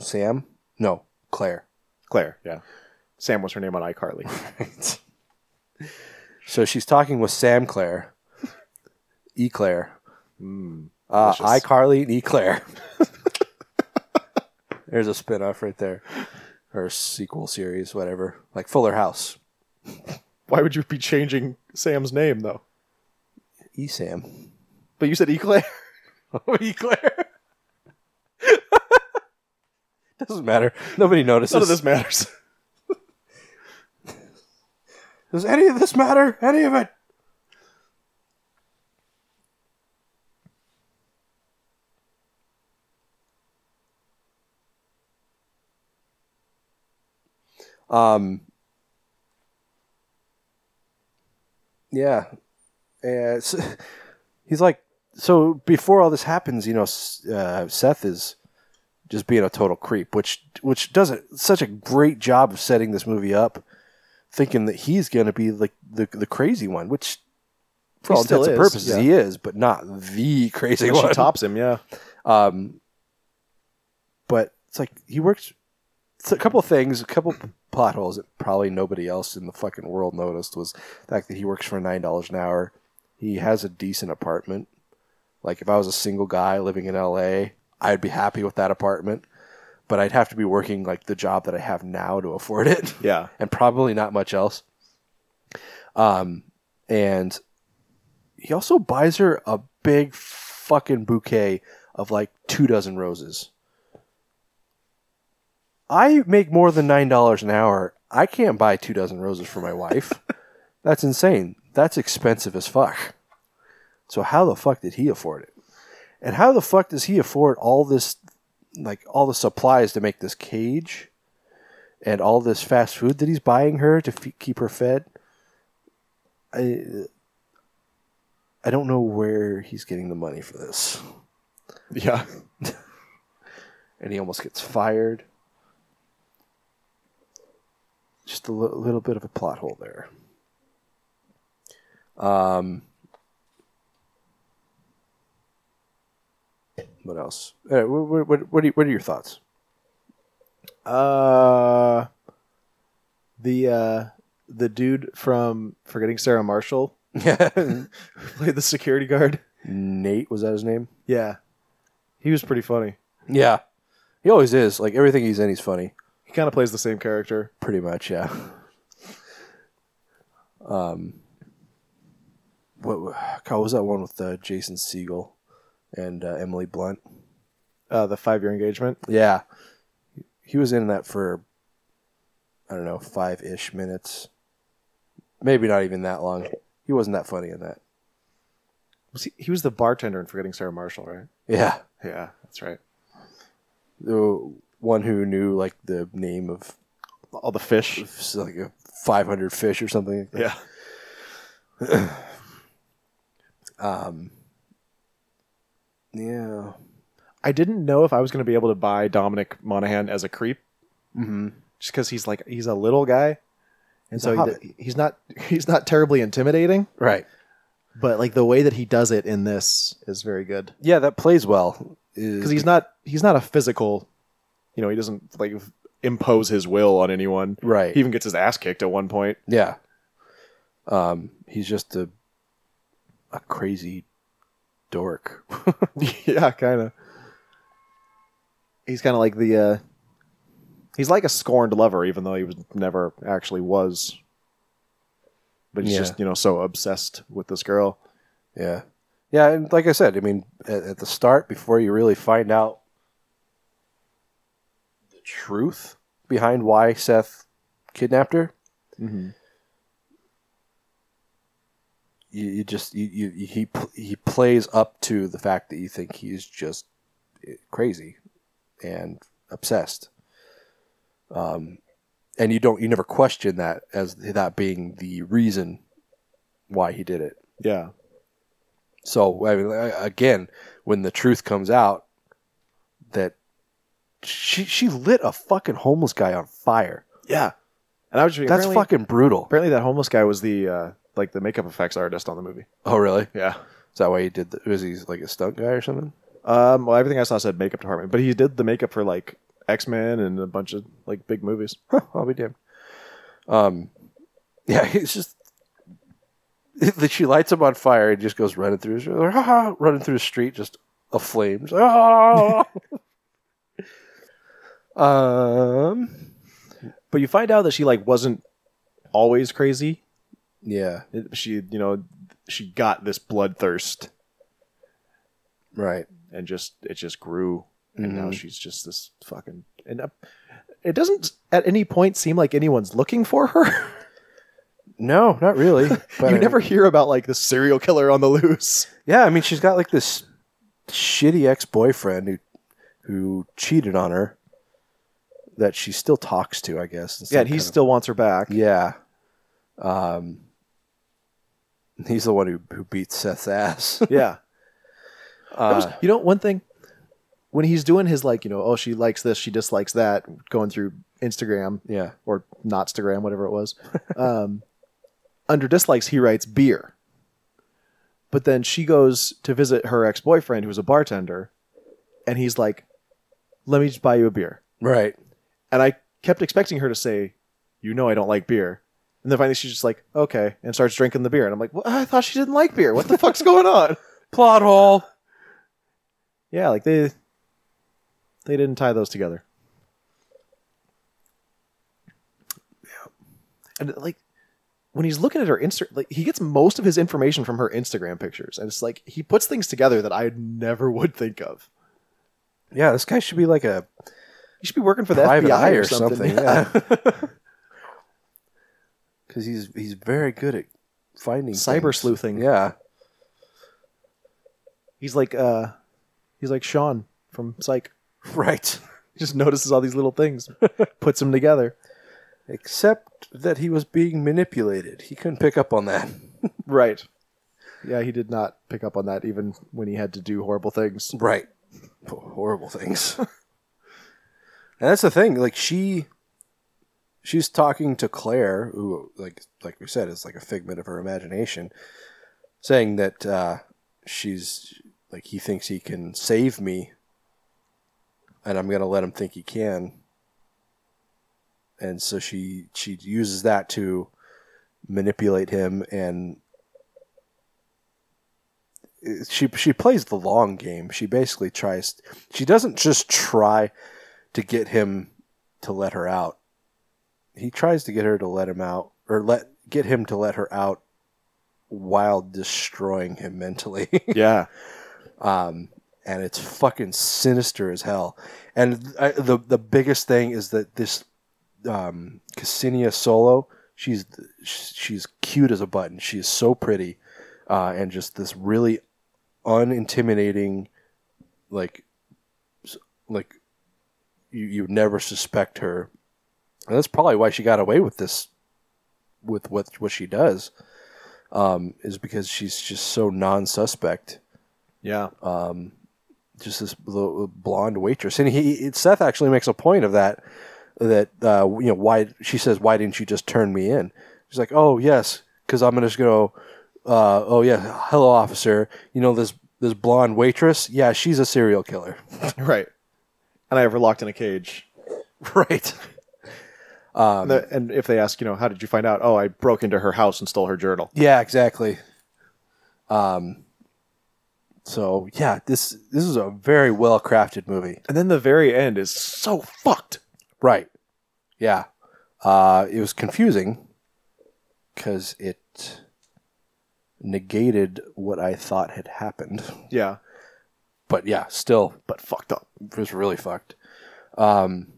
[SPEAKER 2] Sam. No, Claire.
[SPEAKER 3] Claire. Yeah. Sam was her name on iCarly.
[SPEAKER 2] So she's talking with Sam Claire, E Claire,
[SPEAKER 3] Mm.
[SPEAKER 2] uh,
[SPEAKER 3] Delicious.
[SPEAKER 2] iCarly, and E Claire. There's a spin off right there, or a sequel series, whatever, like Fuller House.
[SPEAKER 3] Why would you be changing Sam's name though?
[SPEAKER 2] E Sam.
[SPEAKER 3] But you said E Claire.
[SPEAKER 2] e Claire. Doesn't matter. Nobody notices.
[SPEAKER 3] None of this matters.
[SPEAKER 2] Does any of this matter? Any of it? Um. Yeah, and it's- he's like, so before all this happens, you know, S- uh, Seth is just being a total creep, which which does a, such a great job of setting this movie up thinking that he's going to be like the, the crazy one, which for
[SPEAKER 3] He
[SPEAKER 2] all
[SPEAKER 3] still
[SPEAKER 2] intents and
[SPEAKER 3] is,
[SPEAKER 2] purposes
[SPEAKER 3] yeah.
[SPEAKER 2] he is, but not the crazy
[SPEAKER 3] she
[SPEAKER 2] one.
[SPEAKER 3] tops him. Yeah.
[SPEAKER 2] Um, but it's like he works. It's a couple of things, a couple plot holes that probably nobody else in the fucking world noticed was the fact that he works for nine dollars an hour. He has a decent apartment. Like if I was a single guy living in L.A., I'd be happy with that apartment, but I'd have to be working like the job that I have now to afford it
[SPEAKER 3] Yeah.
[SPEAKER 2] and probably not much else. Um, and he also buys her a big fucking bouquet of like two dozen roses. I make more than nine dollars an hour. I can't buy two dozen roses for my wife. That's insane. That's expensive as fuck. So how the fuck did he afford it? And how the fuck does he afford all this, like all the supplies to make this cage? and all this fast food that he's buying her to f- keep her fed. I I don't know where he's getting the money for this,
[SPEAKER 3] Yeah.
[SPEAKER 2] and he almost gets fired. Just a li- little bit of a plot hole there. Um, what else? Uh, what, what, what, are, what are your thoughts?
[SPEAKER 3] Uh, the uh, the dude from Forgetting Sarah Marshall who played the security guard.
[SPEAKER 2] Nate was that his name?
[SPEAKER 3] Yeah, he was pretty funny.
[SPEAKER 2] Yeah. He always is. Like everything he's in, he's funny.
[SPEAKER 3] He kind of plays the same character.
[SPEAKER 2] Pretty much, yeah. Um, what God, what was that one with uh, Jason Siegel and uh, Emily Blunt?
[SPEAKER 3] uh, the five year engagement.
[SPEAKER 2] Yeah. He was in that for, I don't know, five ish minutes. Maybe not even that long. He wasn't that funny in that.
[SPEAKER 3] Was he, he was the bartender in Forgetting Sarah Marshall, right?
[SPEAKER 2] Yeah.
[SPEAKER 3] Yeah, that's right.
[SPEAKER 2] The one who knew, like, the name of
[SPEAKER 3] All the fish.
[SPEAKER 2] s- like a 500 fish or something.
[SPEAKER 3] Yeah.
[SPEAKER 2] Um, yeah.
[SPEAKER 3] I didn't know if I was going to be able to buy Dominic Monaghan as a creep,
[SPEAKER 2] Mm-hmm.
[SPEAKER 3] just because he's like he's a little guy, and
[SPEAKER 2] He's a
[SPEAKER 3] so he-
[SPEAKER 2] hobbit.
[SPEAKER 3] he's not he's not terribly intimidating.
[SPEAKER 2] Right.
[SPEAKER 3] But like the way that he does it in this is very good.
[SPEAKER 2] Yeah, that plays well.
[SPEAKER 3] because he's not he's not a physical you know he doesn't like impose his will on anyone
[SPEAKER 2] Right.
[SPEAKER 3] he even gets his ass kicked at one point
[SPEAKER 2] Yeah. Um, he's just a a crazy dork.
[SPEAKER 3] yeah kind of he's kind of like the uh he's like a scorned lover even though he was never actually was but he's
[SPEAKER 2] Yeah.
[SPEAKER 3] just you know so obsessed with this girl
[SPEAKER 2] yeah. Yeah, and like I said, I mean, at, at the start, before you really find out the truth behind why Seth kidnapped her,
[SPEAKER 3] mm-hmm.
[SPEAKER 2] you, you just you, you you- he pl- he plays up to the fact that you think he's just eh, crazy and obsessed um and you don't you never question that as that being the reason why he did it
[SPEAKER 3] yeah
[SPEAKER 2] so I mean, a- again when the truth comes out that she she lit a fucking homeless guy on fire
[SPEAKER 3] yeah and i was just
[SPEAKER 2] that's
[SPEAKER 3] apparently-
[SPEAKER 2] fucking brutal
[SPEAKER 3] apparently that homeless guy was the uh like the makeup effects artist on the movie
[SPEAKER 2] oh really is
[SPEAKER 3] yeah
[SPEAKER 2] that why he did the, was he like a stunt guy or something
[SPEAKER 3] Um, well, everything I saw said makeup department, but he did the makeup for like X Men and a bunch of like big movies.
[SPEAKER 2] I'll be damned. Um, yeah, it's just that she lights him on fire and just goes running through, his- running through the street, just aflame. Just, "Ah!" um,
[SPEAKER 3] But you find out that she like wasn't always crazy.
[SPEAKER 2] yeah,
[SPEAKER 3] It- She, you know, she got this bloodthirst
[SPEAKER 2] right.
[SPEAKER 3] and just it just grew, and now
[SPEAKER 2] Mhm.
[SPEAKER 3] she's just this fucking. And uh, it doesn't at any point seem like anyone's looking for her.
[SPEAKER 2] No, not really. But
[SPEAKER 3] you
[SPEAKER 2] I
[SPEAKER 3] never
[SPEAKER 2] mean-
[SPEAKER 3] hear about like the serial killer on the loose.
[SPEAKER 2] yeah, I mean, she's got like this shitty ex-boyfriend who who cheated on her that she still talks to, I guess. in
[SPEAKER 3] Yeah, and
[SPEAKER 2] some
[SPEAKER 3] he
[SPEAKER 2] kind of-
[SPEAKER 3] still wants her back.
[SPEAKER 2] Yeah. Um, he's the one who, who beats Seth's ass.
[SPEAKER 3] yeah. That was-
[SPEAKER 2] Uh,
[SPEAKER 3] you know, one thing when he's doing his like, you know, oh, she likes this, she dislikes that, going through Instagram
[SPEAKER 2] yeah.
[SPEAKER 3] or Notstagram, whatever it was. um, under dislikes, he writes beer. But then she goes to visit her ex boyfriend, who's a bartender, and he's like, "Let me just buy you a beer."
[SPEAKER 2] Right.
[SPEAKER 3] And I kept expecting her to say, "You know, I don't like beer." And then finally, she's just like, "Okay," and starts drinking the beer. And I'm like, "What? I thought she didn't like beer. What the fuck's going on?"
[SPEAKER 2] Plot hole.
[SPEAKER 3] Yeah, like they they didn't tie those together. Yeah. And like when he's looking at her Insta like he gets most of his information from her Instagram pictures and it's like he puts things together that I never would think of.
[SPEAKER 2] Yeah, this guy should be like a
[SPEAKER 3] He should be working for the
[SPEAKER 2] private
[SPEAKER 3] FBI
[SPEAKER 2] eye
[SPEAKER 3] or something.
[SPEAKER 2] Yeah. Because he's he's very good at finding
[SPEAKER 3] Cyber
[SPEAKER 2] things.
[SPEAKER 3] sleuthing.
[SPEAKER 2] Yeah.
[SPEAKER 3] He's like uh he's like Sean from Psych.
[SPEAKER 2] Right.
[SPEAKER 3] He just notices all these little things, puts them together.
[SPEAKER 2] Except that he was being manipulated. He couldn't pick up on that.
[SPEAKER 3] Right. Yeah, he did not pick up on that even when he had to do horrible things.
[SPEAKER 2] Right. Horrible things. and that's the thing. Like she, she's talking to Claire, who, like, like we said, is like a figment of her imagination, saying that uh, she's like he thinks he can save me, and I'm gonna let him think he can. And so she she uses that to manipulate him and she she plays the long game. She basically tries. She doesn't just try to get him to let her out. He tries to get her to let him out, or let get him to let her out, while destroying him mentally.
[SPEAKER 3] Yeah.
[SPEAKER 2] um, and it's fucking sinister as hell. And I, the the biggest thing is that this um, Cassinia Solo, she's she's cute as a button. She is so pretty, uh, and just this really unintimidating, like like you you never suspect her. And that's probably why she got away with this, with what what she does, um, is because she's just so non-suspect.
[SPEAKER 3] Yeah.
[SPEAKER 2] Um, just this little uh, blonde waitress, and he, he Seth actually makes a point of that. That uh, you know why she says why didn't you just turn me in? She's like, oh yes, because I'm gonna just go. Uh, oh yeah, hello officer. You know this this blonde waitress? Yeah, she's a serial killer.
[SPEAKER 3] right. And I have her locked in a cage.
[SPEAKER 2] Right.
[SPEAKER 3] Um, and, the- and if they ask, you know, how did you find out? Oh, I broke into her house and stole her journal.
[SPEAKER 2] Yeah, exactly. Um, so yeah, this this is a very well crafted movie.
[SPEAKER 3] And then the very end is so fucked.
[SPEAKER 2] Right. Yeah. Uh, it was confusing because it negated what I thought had happened.
[SPEAKER 3] Yeah.
[SPEAKER 2] But yeah, still
[SPEAKER 3] But fucked up.
[SPEAKER 2] it was really fucked. Um,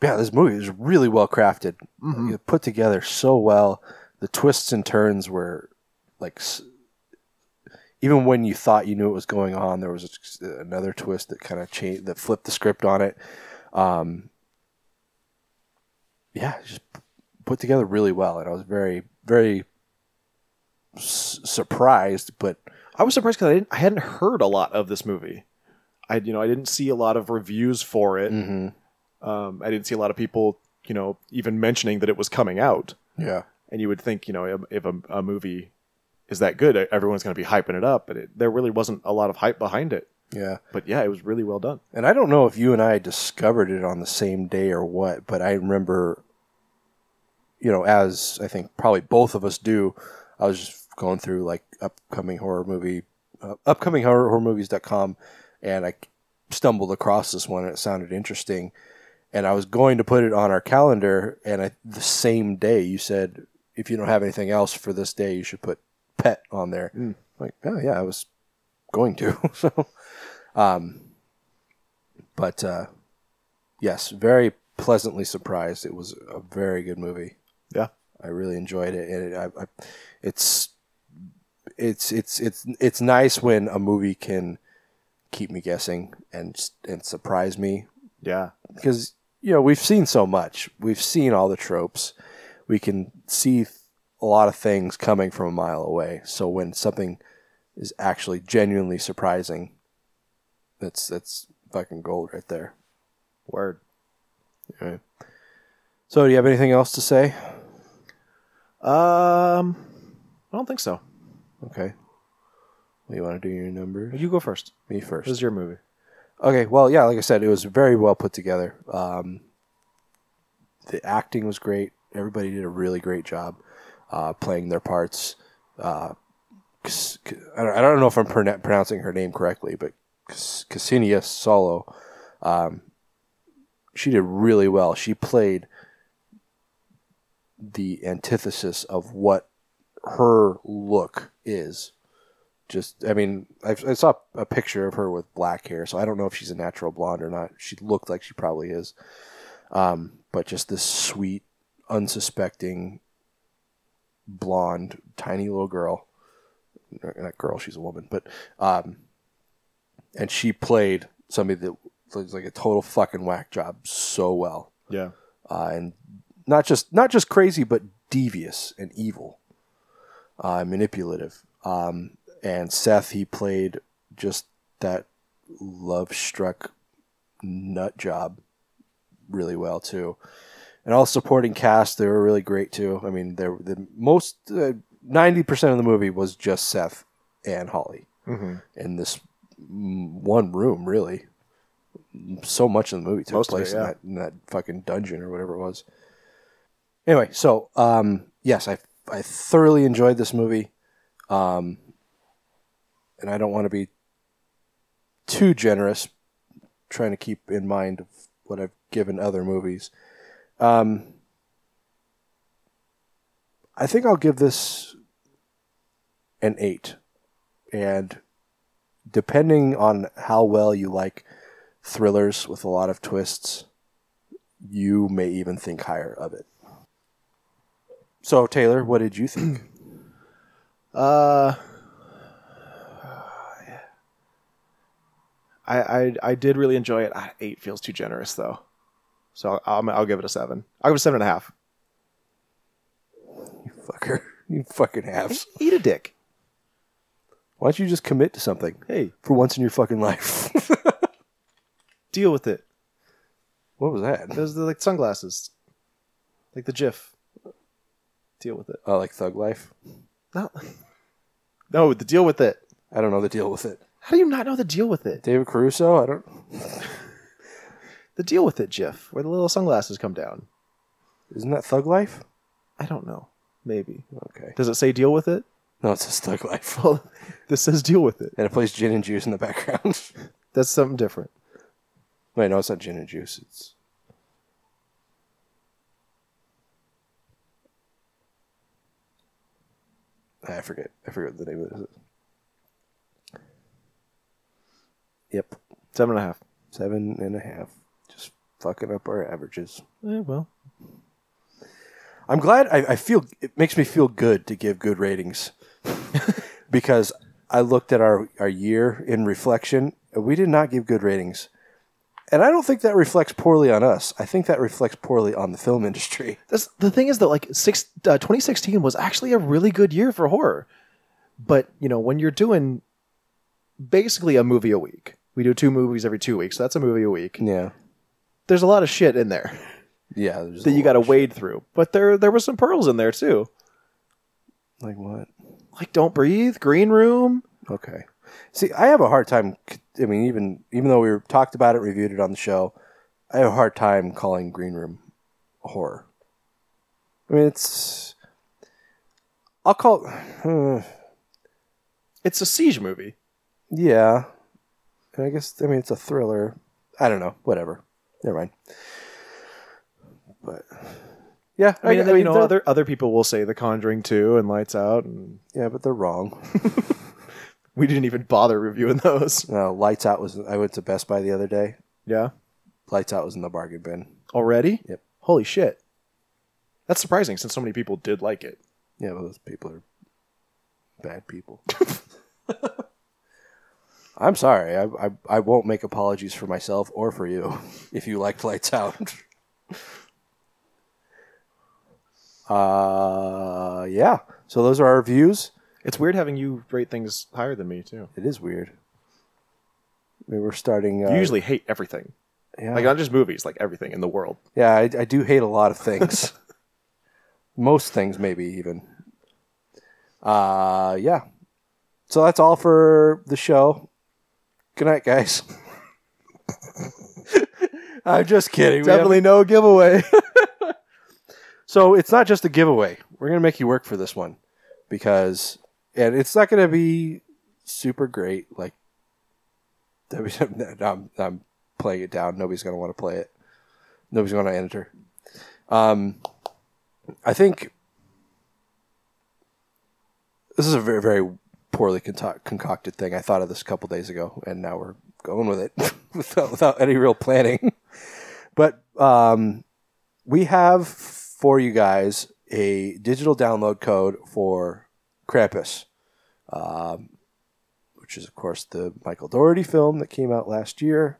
[SPEAKER 2] yeah, this movie is really well crafted,
[SPEAKER 3] Mm-hmm.
[SPEAKER 2] Like, put together so well. The twists and turns were like, s- even when you thought you knew what was going on, there was a s- another twist that kind of changed, that flipped the script on it. Um, yeah, just p- put together really well, and I was very, very s- surprised, but
[SPEAKER 3] I was surprised because I didn't I hadn't heard a lot of this movie. I you know I didn't see a lot of reviews for it.
[SPEAKER 2] Mhm.
[SPEAKER 3] Um, I didn't see a lot of people you know even mentioning that it was coming out.
[SPEAKER 2] yeah,
[SPEAKER 3] And you would think you know if, if a, a movie is that good, everyone's going to be hyping it up. But it, there really wasn't a lot of hype behind it.
[SPEAKER 2] yeah.
[SPEAKER 3] But yeah, it was really well done.
[SPEAKER 2] And I don't know if you and I discovered it on the same day or what, but I remember, you know, as I think probably both of us do, I was just going through like upcoming horror movie, uh, upcoming horror, horror movies.com, and I stumbled across this one and it sounded interesting. And I was going to put it on our calendar, and I, the same day you said, if you don't have anything else for this day, you should put pet on there. Like, oh, yeah, I was going to. so, um, but uh, yes, very pleasantly surprised. It was a very good movie.
[SPEAKER 3] Yeah.
[SPEAKER 2] I really enjoyed it, and it, I, I, it's it's it's it's it's nice when a movie can keep me guessing and and surprise me
[SPEAKER 3] Yeah.
[SPEAKER 2] because you know we've seen so much. We've seen all the tropes. We can see th- a lot of things coming from a mile away. So when something is actually genuinely surprising, that's that's fucking gold right there.
[SPEAKER 3] Word.
[SPEAKER 2] Okay. So, do you have anything else to say?
[SPEAKER 3] Um, I don't think so.
[SPEAKER 2] Okay. You want to do your numbers?
[SPEAKER 3] You go first.
[SPEAKER 2] Me
[SPEAKER 3] This is
[SPEAKER 2] first.
[SPEAKER 3] your movie.
[SPEAKER 2] Okay. Well, yeah. Like I said, it was very well put together. Um, the acting was great. Everybody did a really great job uh, playing their parts. Uh, Cas- C- I don't- I don't know if I'm prona- pronouncing her name correctly, but Cas- Cassinia Solo, um, she did really well. She played the antithesis of what her look is. Just, I mean, I, I saw a picture of her with black hair, so I don't know if she's a natural blonde or not. She looked like she probably is. Um, but just this sweet, unsuspecting, blonde, tiny little girl. Not girl, she's a woman, but um, and she played somebody that was like a total fucking whack job so well
[SPEAKER 3] Yeah.
[SPEAKER 2] uh, and not just not just crazy, but devious and evil, uh, manipulative. Um, and Seth, he played just that love-struck nut job really well too. And all supporting cast, they were really great too. I mean, they were the most uh, ninety percent of the movie was just Seth and Holly
[SPEAKER 3] Mm-hmm.
[SPEAKER 2] in this mm, one room, really. So much of the movie took
[SPEAKER 3] Most of
[SPEAKER 2] place
[SPEAKER 3] it, yeah.
[SPEAKER 2] in, that, in that fucking dungeon or whatever it was. Anyway, so um, yes, I I thoroughly enjoyed this movie, um, and I don't want to be too generous, trying to keep in mind of what I've given other movies. Um, I think I'll give this an eight, and depending on how well you like thrillers with a lot of twists, you may even think higher of it. So, Taylor, what did you think?
[SPEAKER 3] Uh, I, I I did really enjoy it. Ah, Eight feels too generous though, so I'll I'll give it a seven. I'll give it a seven and a half.
[SPEAKER 2] you fucker. You fucking halves.
[SPEAKER 3] Eat a dick.
[SPEAKER 2] Why don't you just commit to something?
[SPEAKER 3] Hey.
[SPEAKER 2] For once in your fucking life.
[SPEAKER 3] Deal with it.
[SPEAKER 2] what was that?
[SPEAKER 3] Those are like sunglasses, like the GIF. Deal with it.
[SPEAKER 2] Oh, like Thug Life?
[SPEAKER 3] No, no, the deal with it.
[SPEAKER 2] I don't know the deal with it.
[SPEAKER 3] How do you not know the deal with it?
[SPEAKER 2] David Caruso? I don't.
[SPEAKER 3] The deal with it GIF, where the little sunglasses come down.
[SPEAKER 2] Isn't that Thug Life?
[SPEAKER 3] I don't know. Maybe.
[SPEAKER 2] Okay.
[SPEAKER 3] Does it say deal with it?
[SPEAKER 2] No, it's just Thug Life.
[SPEAKER 3] Well, this says deal with it.
[SPEAKER 2] And it plays gin and juice in the background.
[SPEAKER 3] That's something different.
[SPEAKER 2] Wait, no, it's not gin and juice. It's Ah, I forget. I forget what the name of it. is. Yep,
[SPEAKER 3] Seven and a half.
[SPEAKER 2] seven and a half. Just fucking up our averages.
[SPEAKER 3] Eh, well,
[SPEAKER 2] I'm glad. I, I feel it makes me feel good to give good ratings because I looked at our our year in reflection. and We did not give good ratings, and I don't think that reflects poorly on us. I think that reflects poorly on the film industry.
[SPEAKER 3] That's the thing is that like six, uh, 2016 was actually a really good year for horror, but you know when you're doing basically a movie a week, we do two movies every two weeks. So that's a movie a week.
[SPEAKER 2] Yeah,
[SPEAKER 3] There's a lot of shit in there
[SPEAKER 2] yeah. there's
[SPEAKER 3] that
[SPEAKER 2] a
[SPEAKER 3] you
[SPEAKER 2] lot
[SPEAKER 3] got to
[SPEAKER 2] of
[SPEAKER 3] wade through, but there there were some pearls in there too,
[SPEAKER 2] shit. Like what?
[SPEAKER 3] like Don't Breathe, Green Room.
[SPEAKER 2] Okay. See, I have a hard time. c- I mean, even even though we were, talked about it, reviewed it on the show, I have a hard time calling Green Room horror. I mean, it's. I'll call. Uh,
[SPEAKER 3] It's a siege movie.
[SPEAKER 2] yeah, and I guess I mean it's a thriller. I don't know. Whatever. Never mind. But yeah,
[SPEAKER 3] I mean, and then, you know,
[SPEAKER 2] they're-
[SPEAKER 3] other other people will say The Conjuring Two and Lights Out, and
[SPEAKER 2] yeah, but they're wrong.
[SPEAKER 3] we didn't even bother reviewing those.
[SPEAKER 2] No, Lights Out was. I went to Best Buy the other day.
[SPEAKER 3] Yeah,
[SPEAKER 2] Lights Out was in the bargain bin.
[SPEAKER 3] already.
[SPEAKER 2] Yep.
[SPEAKER 3] Holy shit, that's surprising since so many people did like it.
[SPEAKER 2] Yeah, but those people are bad people. I'm sorry. I, I I won't make apologies for myself or for you if you liked Lights Out. uh, yeah. So those are our views.
[SPEAKER 3] It's weird having you rate things higher than me too.
[SPEAKER 2] It is weird. I mean, we're starting. Uh,
[SPEAKER 3] You usually hate everything,
[SPEAKER 2] yeah,
[SPEAKER 3] like not just movies, like everything in the world.
[SPEAKER 2] yeah. I, I do hate a lot of things. Most things, maybe even. Uh, yeah. So that's all for the show. Good night, guys. I'm just kidding. We haven't-
[SPEAKER 3] no giveaway.
[SPEAKER 2] so it's not just a giveaway. We're gonna make you work for this one because, and it's not gonna be super great. Like, I'm, I'm playing it down. Nobody's gonna want to play it. Nobody's gonna enter. Um, I think this is a very very poorly conco- concocted thing. I thought of this a couple days ago, and now we're going with it without, without any real planning. But um, we have for you guys a digital download code for Krampus, um, which is, of course, the Michael Doherty film that came out last year.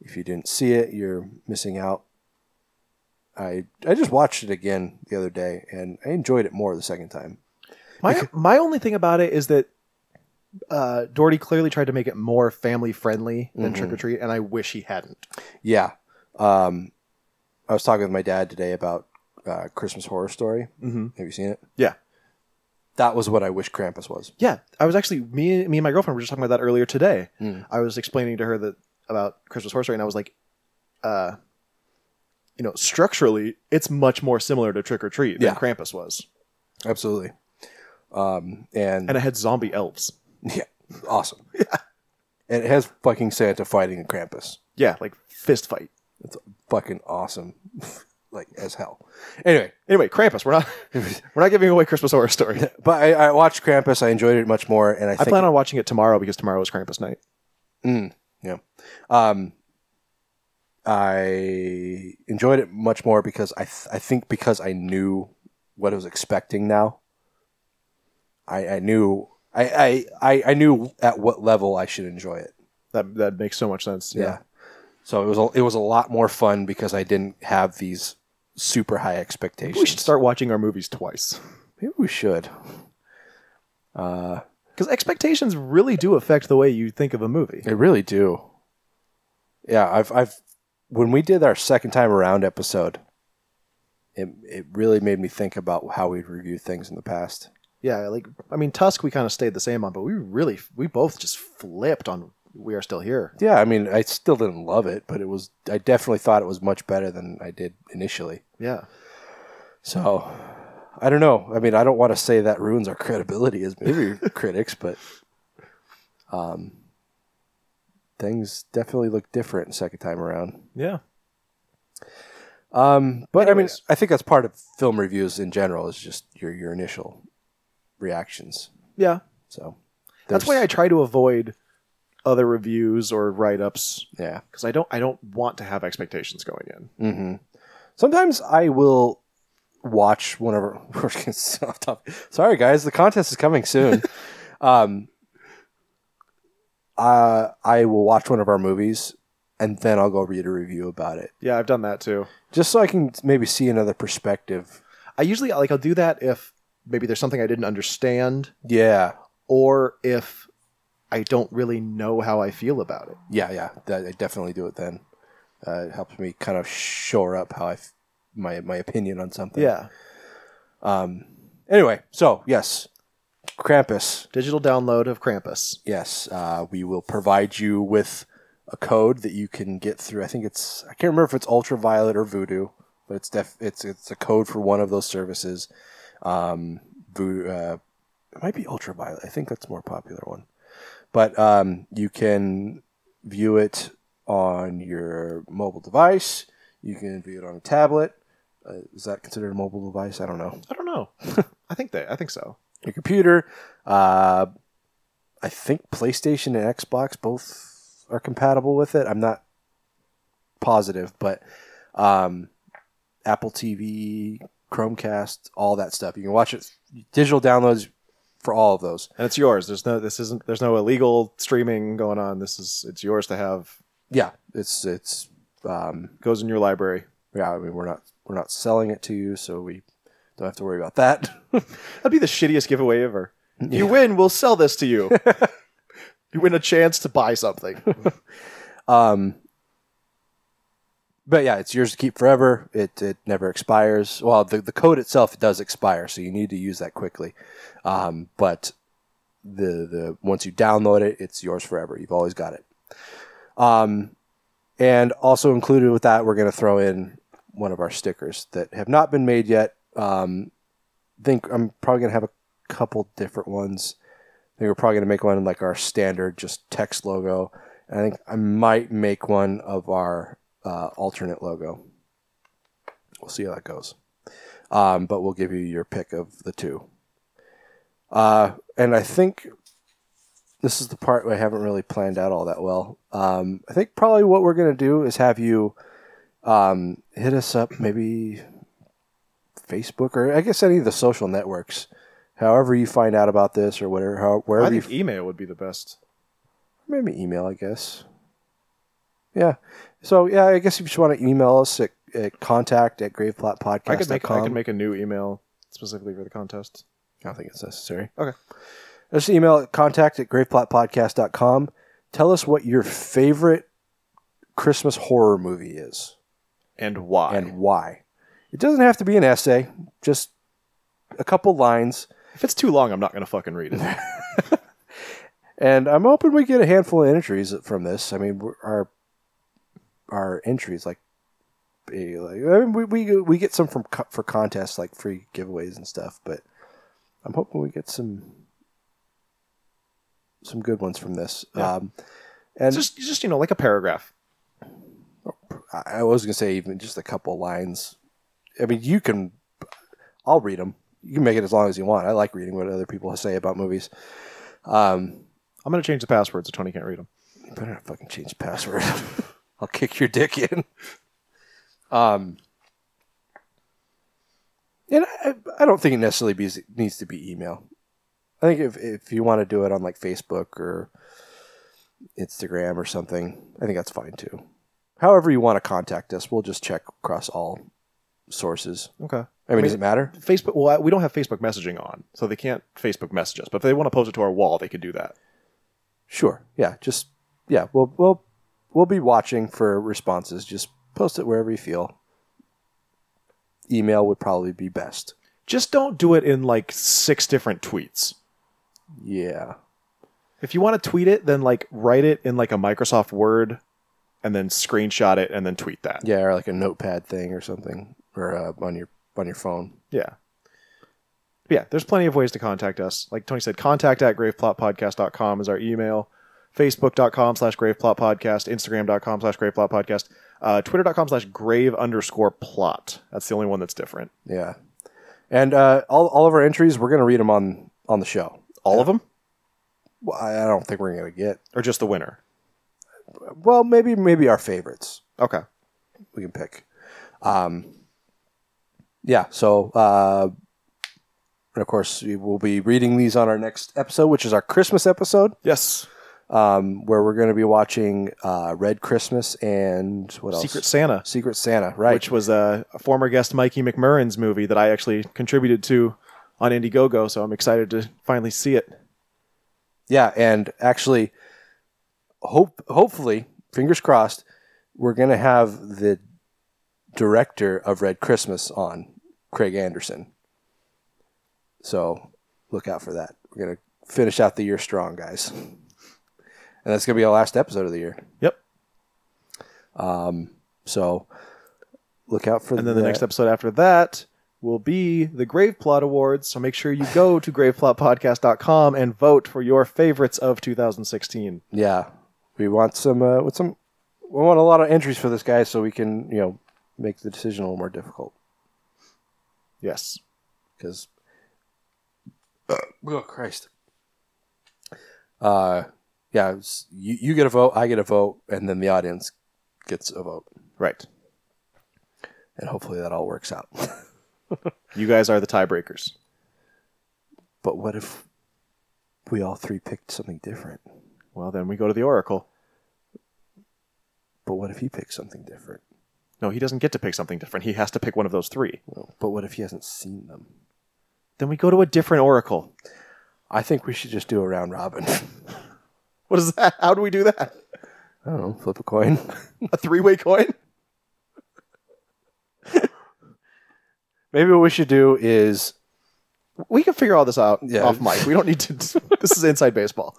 [SPEAKER 2] If you didn't see it, you're missing out. I, I just watched it again the other day and I enjoyed it more the second time.
[SPEAKER 3] my my only thing about it is that uh, Doherty clearly tried to make it more family friendly than Trick or Treat, and I wish he hadn't.
[SPEAKER 2] Yeah. Um, I was talking with my dad today about uh, Christmas Horror Story. Mm-hmm. Have you seen it?
[SPEAKER 3] Yeah,
[SPEAKER 2] That was what I wish Krampus was.
[SPEAKER 3] Yeah, I was actually me. Me and my girlfriend were just talking about that earlier today.
[SPEAKER 2] Hmm.
[SPEAKER 3] I was explaining to her that about Christmas Horror Story, and I was like, uh, you know, structurally, it's much more similar to Trick or Treat than
[SPEAKER 2] Yeah.
[SPEAKER 3] Krampus was,
[SPEAKER 2] Absolutely. Um, and,
[SPEAKER 3] and it had zombie elves.
[SPEAKER 2] yeah, awesome. And it has fucking Santa fighting Krampus.
[SPEAKER 3] Yeah, like fist fight.
[SPEAKER 2] It's fucking awesome. like as hell. Anyway,
[SPEAKER 3] anyway, Krampus. We're not we're not giving away Christmas Horror Story.
[SPEAKER 2] But I, I watched Krampus. I enjoyed it much more, and I,
[SPEAKER 3] I
[SPEAKER 2] think
[SPEAKER 3] plan on watching it tomorrow because tomorrow is Krampus night.
[SPEAKER 2] Mm, yeah. Um, I enjoyed it much more because I th- I think because I knew what I was expecting now. I, I knew I, I I I knew at what level I should enjoy it.
[SPEAKER 3] That that makes so much sense.
[SPEAKER 2] Yeah. So it was a, it was a lot more fun because I didn't have these super high expectations.
[SPEAKER 3] we should start watching our movies twice
[SPEAKER 2] Maybe we should. Uh,
[SPEAKER 3] because expectations really do affect the way you think of a movie.
[SPEAKER 2] They really do. Yeah, I've I've when we did our second time around episode, it it really made me think about how we've reviewed things in the past.
[SPEAKER 3] Yeah, like I mean, Tusk we kind of stayed the same on, but we really we both just flipped on. We are still here.
[SPEAKER 2] Yeah, I mean, I still didn't love it, but it was I definitely thought it was much better than I did initially.
[SPEAKER 3] Yeah,
[SPEAKER 2] So, I don't know. I mean, I don't want to say that ruins our credibility as movie critics, but um things definitely look different second time around.
[SPEAKER 3] yeah.
[SPEAKER 2] Um, but I mean,
[SPEAKER 3] Anyways.
[SPEAKER 2] I think that's part of film reviews in general is just your your initial reactions.
[SPEAKER 3] Yeah.
[SPEAKER 2] So
[SPEAKER 3] That's why I try to avoid other reviews or write ups
[SPEAKER 2] yeah.
[SPEAKER 3] because I don't I don't want to have expectations going in.
[SPEAKER 2] hmm Sometimes I will watch one of our. We're getting so off topic. Sorry, guys, the contest is coming soon. um, uh, I will watch one of our movies, and then I'll go read a review about it,
[SPEAKER 3] Yeah, I've done that too.
[SPEAKER 2] just so I can maybe see another perspective.
[SPEAKER 3] I usually like I'll do that if maybe there's something I didn't understand
[SPEAKER 2] Yeah,
[SPEAKER 3] or if I don't really know how I feel about it.
[SPEAKER 2] yeah, yeah. That, I definitely do it then. Uh, it helps me kind of shore up how I f- my my opinion on something.
[SPEAKER 3] Yeah.
[SPEAKER 2] Um. Anyway, so yes, Krampus.
[SPEAKER 3] Digital download of Krampus.
[SPEAKER 2] Yes, uh, we will provide you with a code that you can get through. I think it's I can't remember if it's Ultraviolet or Voodoo, but it's def it's it's a code for one of those services. Um, Voodoo, uh, it might be Ultraviolet. I think that's a more popular one. But um, you can view it on your mobile device. You can view it on a tablet. Uh, is that considered a mobile device? I don't know
[SPEAKER 3] I don't know. I think they I think so.
[SPEAKER 2] your computer. Uh, I think PlayStation and Xbox both are compatible with it. I'm not positive, but um, Apple TV, Chromecast, all that stuff. You can watch it. Digital downloads for all of those.
[SPEAKER 3] And it's yours. There's no this isn't there's no illegal streaming going on. This is it's yours to have.
[SPEAKER 2] Yeah, it's it's um,
[SPEAKER 3] Goes in your library.
[SPEAKER 2] yeah. I mean, we're not we're not selling it to you, so we don't have to worry about that.
[SPEAKER 3] That'd be the shittiest giveaway ever. If You
[SPEAKER 2] Yeah.
[SPEAKER 3] win, we'll sell this to you. you win a chance to buy something.
[SPEAKER 2] Um, but yeah, it's yours to keep forever. It it never expires. Well, the the code itself does expire, so you need to use that quickly. Um, but the the once you download it, it's yours forever. You've always got it. Um, and also included with that, we're going to throw in one of our stickers that have not been made yet. Um, think I'm probably going to have a couple different ones. I think we're probably going to make one like our standard just text logo. And I think I might make one of our uh, alternate logo. We'll see how that goes. Um, but we'll give you your pick of the two. Uh, and I think this is the part where I haven't really planned out all that well. Um, I think probably what we're going to do is have you um, hit us up, maybe Facebook or I guess any of the social networks. However you find out about this or whatever, how, wherever
[SPEAKER 3] I
[SPEAKER 2] you
[SPEAKER 3] think email would be the best.
[SPEAKER 2] maybe email, I guess. Yeah. So yeah, I guess if you just want to email us at, at contact at graveplotpodcast.com.
[SPEAKER 3] I could make I could make a new email specifically for the contest.
[SPEAKER 2] I don't think it's necessary.
[SPEAKER 3] Okay.
[SPEAKER 2] Just email at contact at graveplotpodcast.com. Tell us what your favorite Christmas horror movie is
[SPEAKER 3] And why?
[SPEAKER 2] and why. It doesn't have to be an essay, just a couple lines.
[SPEAKER 3] if it's too long, I'm not gonna fucking read it.
[SPEAKER 2] And I'm hoping we get a handful of entries from this. I mean, we're- our our entries like, be like I mean, we, we we get some from co- for contests like free giveaways and stuff. But I'm hoping we get some some good ones from this. Um, and
[SPEAKER 3] It's just just you know like a paragraph.
[SPEAKER 2] I I was gonna say even just a couple lines I mean, you can. I'll read them. You can make it as long as you want. I like reading what other people say about movies. Um,
[SPEAKER 3] I'm gonna change the password so Tony can't read them.
[SPEAKER 2] You better not fucking change the password. I'll kick your dick in. Um, and I, I don't think it necessarily be, needs to be email. I think if, if you want to do it on like Facebook or Instagram or something, I think that's fine too. However, you want to contact us, we'll just check across all sources.
[SPEAKER 3] Okay.
[SPEAKER 2] I mean, does it matter?
[SPEAKER 3] Facebook. Well, I- we don't have Facebook messaging on, so they can't Facebook message us. But if they want to post it to our wall, they could do that.
[SPEAKER 2] Sure. Yeah. Just yeah. We'll we'll we'll be watching for responses. Just post it wherever you feel. Email would probably be best.
[SPEAKER 3] Just don't do it in like six different tweets.
[SPEAKER 2] Yeah.
[SPEAKER 3] If you want to tweet it, then like write it in like a Microsoft Word, and then screenshot it and then tweet that.
[SPEAKER 2] Yeah, or like a notepad thing or something, or uh, on your on your phone.
[SPEAKER 3] Yeah. But yeah, there's plenty of ways to contact us. Like Tony said, contact at graveplotpodcast.com is our email. Facebook.com slash graveplotpodcast, Instagram.com slash graveplotpodcast, uh, Twitter.com slash grave underscore plot. That's the only one that's different.
[SPEAKER 2] Yeah. And uh, all all of our entries, we're gonna read them on on the show.
[SPEAKER 3] All of them?
[SPEAKER 2] Well, I I don't think we're gonna get.
[SPEAKER 3] Or just the winner?
[SPEAKER 2] Well, maybe maybe our favorites.
[SPEAKER 3] Okay.
[SPEAKER 2] we can pick. Um, yeah, so uh, and of course we will be reading these on our next episode, which is our Christmas episode,
[SPEAKER 3] Yes.
[SPEAKER 2] um, where we're going to be watching uh, Red Christmas and what else?
[SPEAKER 3] Secret Santa,
[SPEAKER 2] Secret Santa, right?
[SPEAKER 3] which was a, a former guest Mikey McMurrin's movie that I actually contributed to on Indiegogo, so I'm excited to finally see it.
[SPEAKER 2] yeah, and actually, hope hopefully, fingers crossed, we're going to have the director of Red Christmas on, Craig Anderson. So look out for that. We're going to finish out the year strong, guys. And that's going to be our last episode of the year.
[SPEAKER 3] Yep.
[SPEAKER 2] So look out for
[SPEAKER 3] And then the next episode after that will be the Grave Plot Awards. So make sure you go to graveplotpodcast.com and vote for your favorites of 2016.
[SPEAKER 2] Yeah, we want some. Uh, with some, we want a lot of entries for this guy, so we can you know make the decision a little more difficult
[SPEAKER 3] Yes.
[SPEAKER 2] because. oh Christ. Uh, yeah, it's- you you get a vote, I get a vote, and then the audience gets a vote,
[SPEAKER 3] Right.
[SPEAKER 2] and hopefully that all works out.
[SPEAKER 3] You guys are the tiebreakers.
[SPEAKER 2] but what if we all three picked something different?
[SPEAKER 3] Well, then we go to the Oracle.
[SPEAKER 2] But what if he picks something different?
[SPEAKER 3] No, he doesn't get to pick something different. He has to pick one of those three.
[SPEAKER 2] But what if he hasn't seen them?
[SPEAKER 3] Then we go to a different Oracle.
[SPEAKER 2] I think we should just do a round robin. I
[SPEAKER 3] What is that? How do we do that?
[SPEAKER 2] don't know, flip a coin.
[SPEAKER 3] A three way coin?
[SPEAKER 2] Maybe what we should do is
[SPEAKER 3] We can figure all this out
[SPEAKER 2] Yeah.
[SPEAKER 3] off mic. We don't need to. this is inside baseball.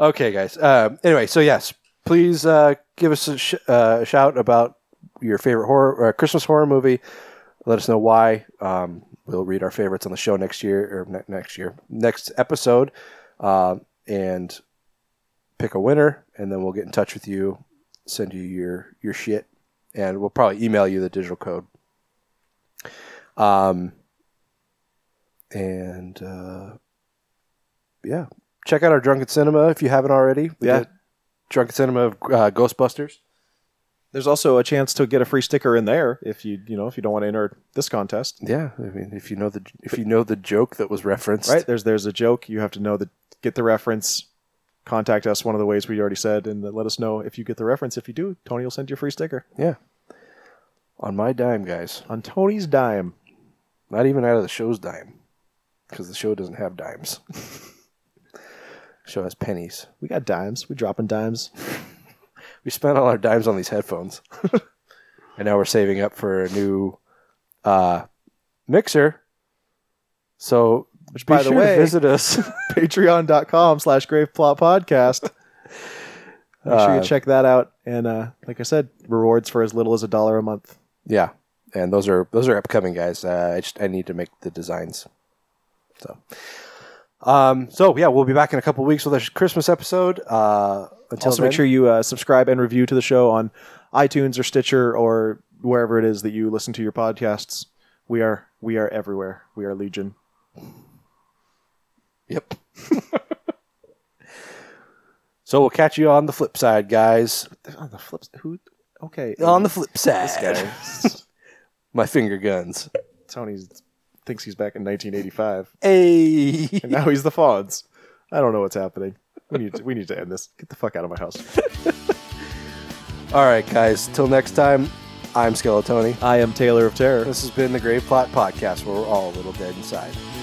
[SPEAKER 2] okay, guys. Um, anyway, so yes, please uh, give us a sh- uh, shout about your favorite horror uh, Christmas horror movie. Let us know why. Um, we'll read our favorites on the show next year or ne- next year, next episode, uh, and pick a winner, and then we'll get in touch with you, send you your your shit, and we'll probably email you the digital code. Um, and uh, yeah, check out our Drunken Cinema if you haven't already. We
[SPEAKER 3] Yeah.
[SPEAKER 2] did Drunken Cinema of uh, Ghostbusters.
[SPEAKER 3] There's also a chance to get a free sticker in there if you you know if you don't want to enter this contest.
[SPEAKER 2] Yeah, I mean, if you know the if you know the joke that was referenced,
[SPEAKER 3] Right? There's there's a joke. You have to know the get the reference. Contact us one of the ways we already said, and let us know if you get the reference. If you do, Tony will send you a free sticker
[SPEAKER 2] Yeah, on my dime, guys.
[SPEAKER 3] on Tony's dime.
[SPEAKER 2] Not even out of the show's dime, because the show doesn't have dimes. show has pennies.
[SPEAKER 3] We got dimes. We dropping dimes.
[SPEAKER 2] We spent all our dimes on these headphones, and now we're saving up for a new uh, mixer. So,
[SPEAKER 3] Which,
[SPEAKER 2] be
[SPEAKER 3] by the
[SPEAKER 2] sure to
[SPEAKER 3] way,
[SPEAKER 2] visit us.
[SPEAKER 3] patreon.com slash graveplot podcast make sure you check that out and uh, like i said rewards for as little as a dollar a month
[SPEAKER 2] Yeah, and those are those are upcoming guys. Uh, I just I need to make the designs. So, um, so yeah, we'll be back in a couple weeks with a Christmas episode. Uh, until
[SPEAKER 3] also make
[SPEAKER 2] then-
[SPEAKER 3] sure you uh, subscribe and review to the show on itunes or stitcher or wherever it is that you listen to your podcasts. We are we are everywhere. We are legion.
[SPEAKER 2] Yep. so we'll catch you on the flip side, guys.
[SPEAKER 3] On the flip, who? Okay,
[SPEAKER 2] On the flip
[SPEAKER 3] This
[SPEAKER 2] side.
[SPEAKER 3] guy.
[SPEAKER 2] My finger guns.
[SPEAKER 3] Tony thinks he's back in 1985,
[SPEAKER 2] Hey.
[SPEAKER 3] and now he's the Fonz. I don't know what's happening. We need to, we need to end this. Get the fuck out of my house.
[SPEAKER 2] All right, guys. Till next time, I'm Skeletoni.
[SPEAKER 3] I am Taylor of Terror.
[SPEAKER 2] This has been the Grave Plot Podcast, where we're all a little dead inside.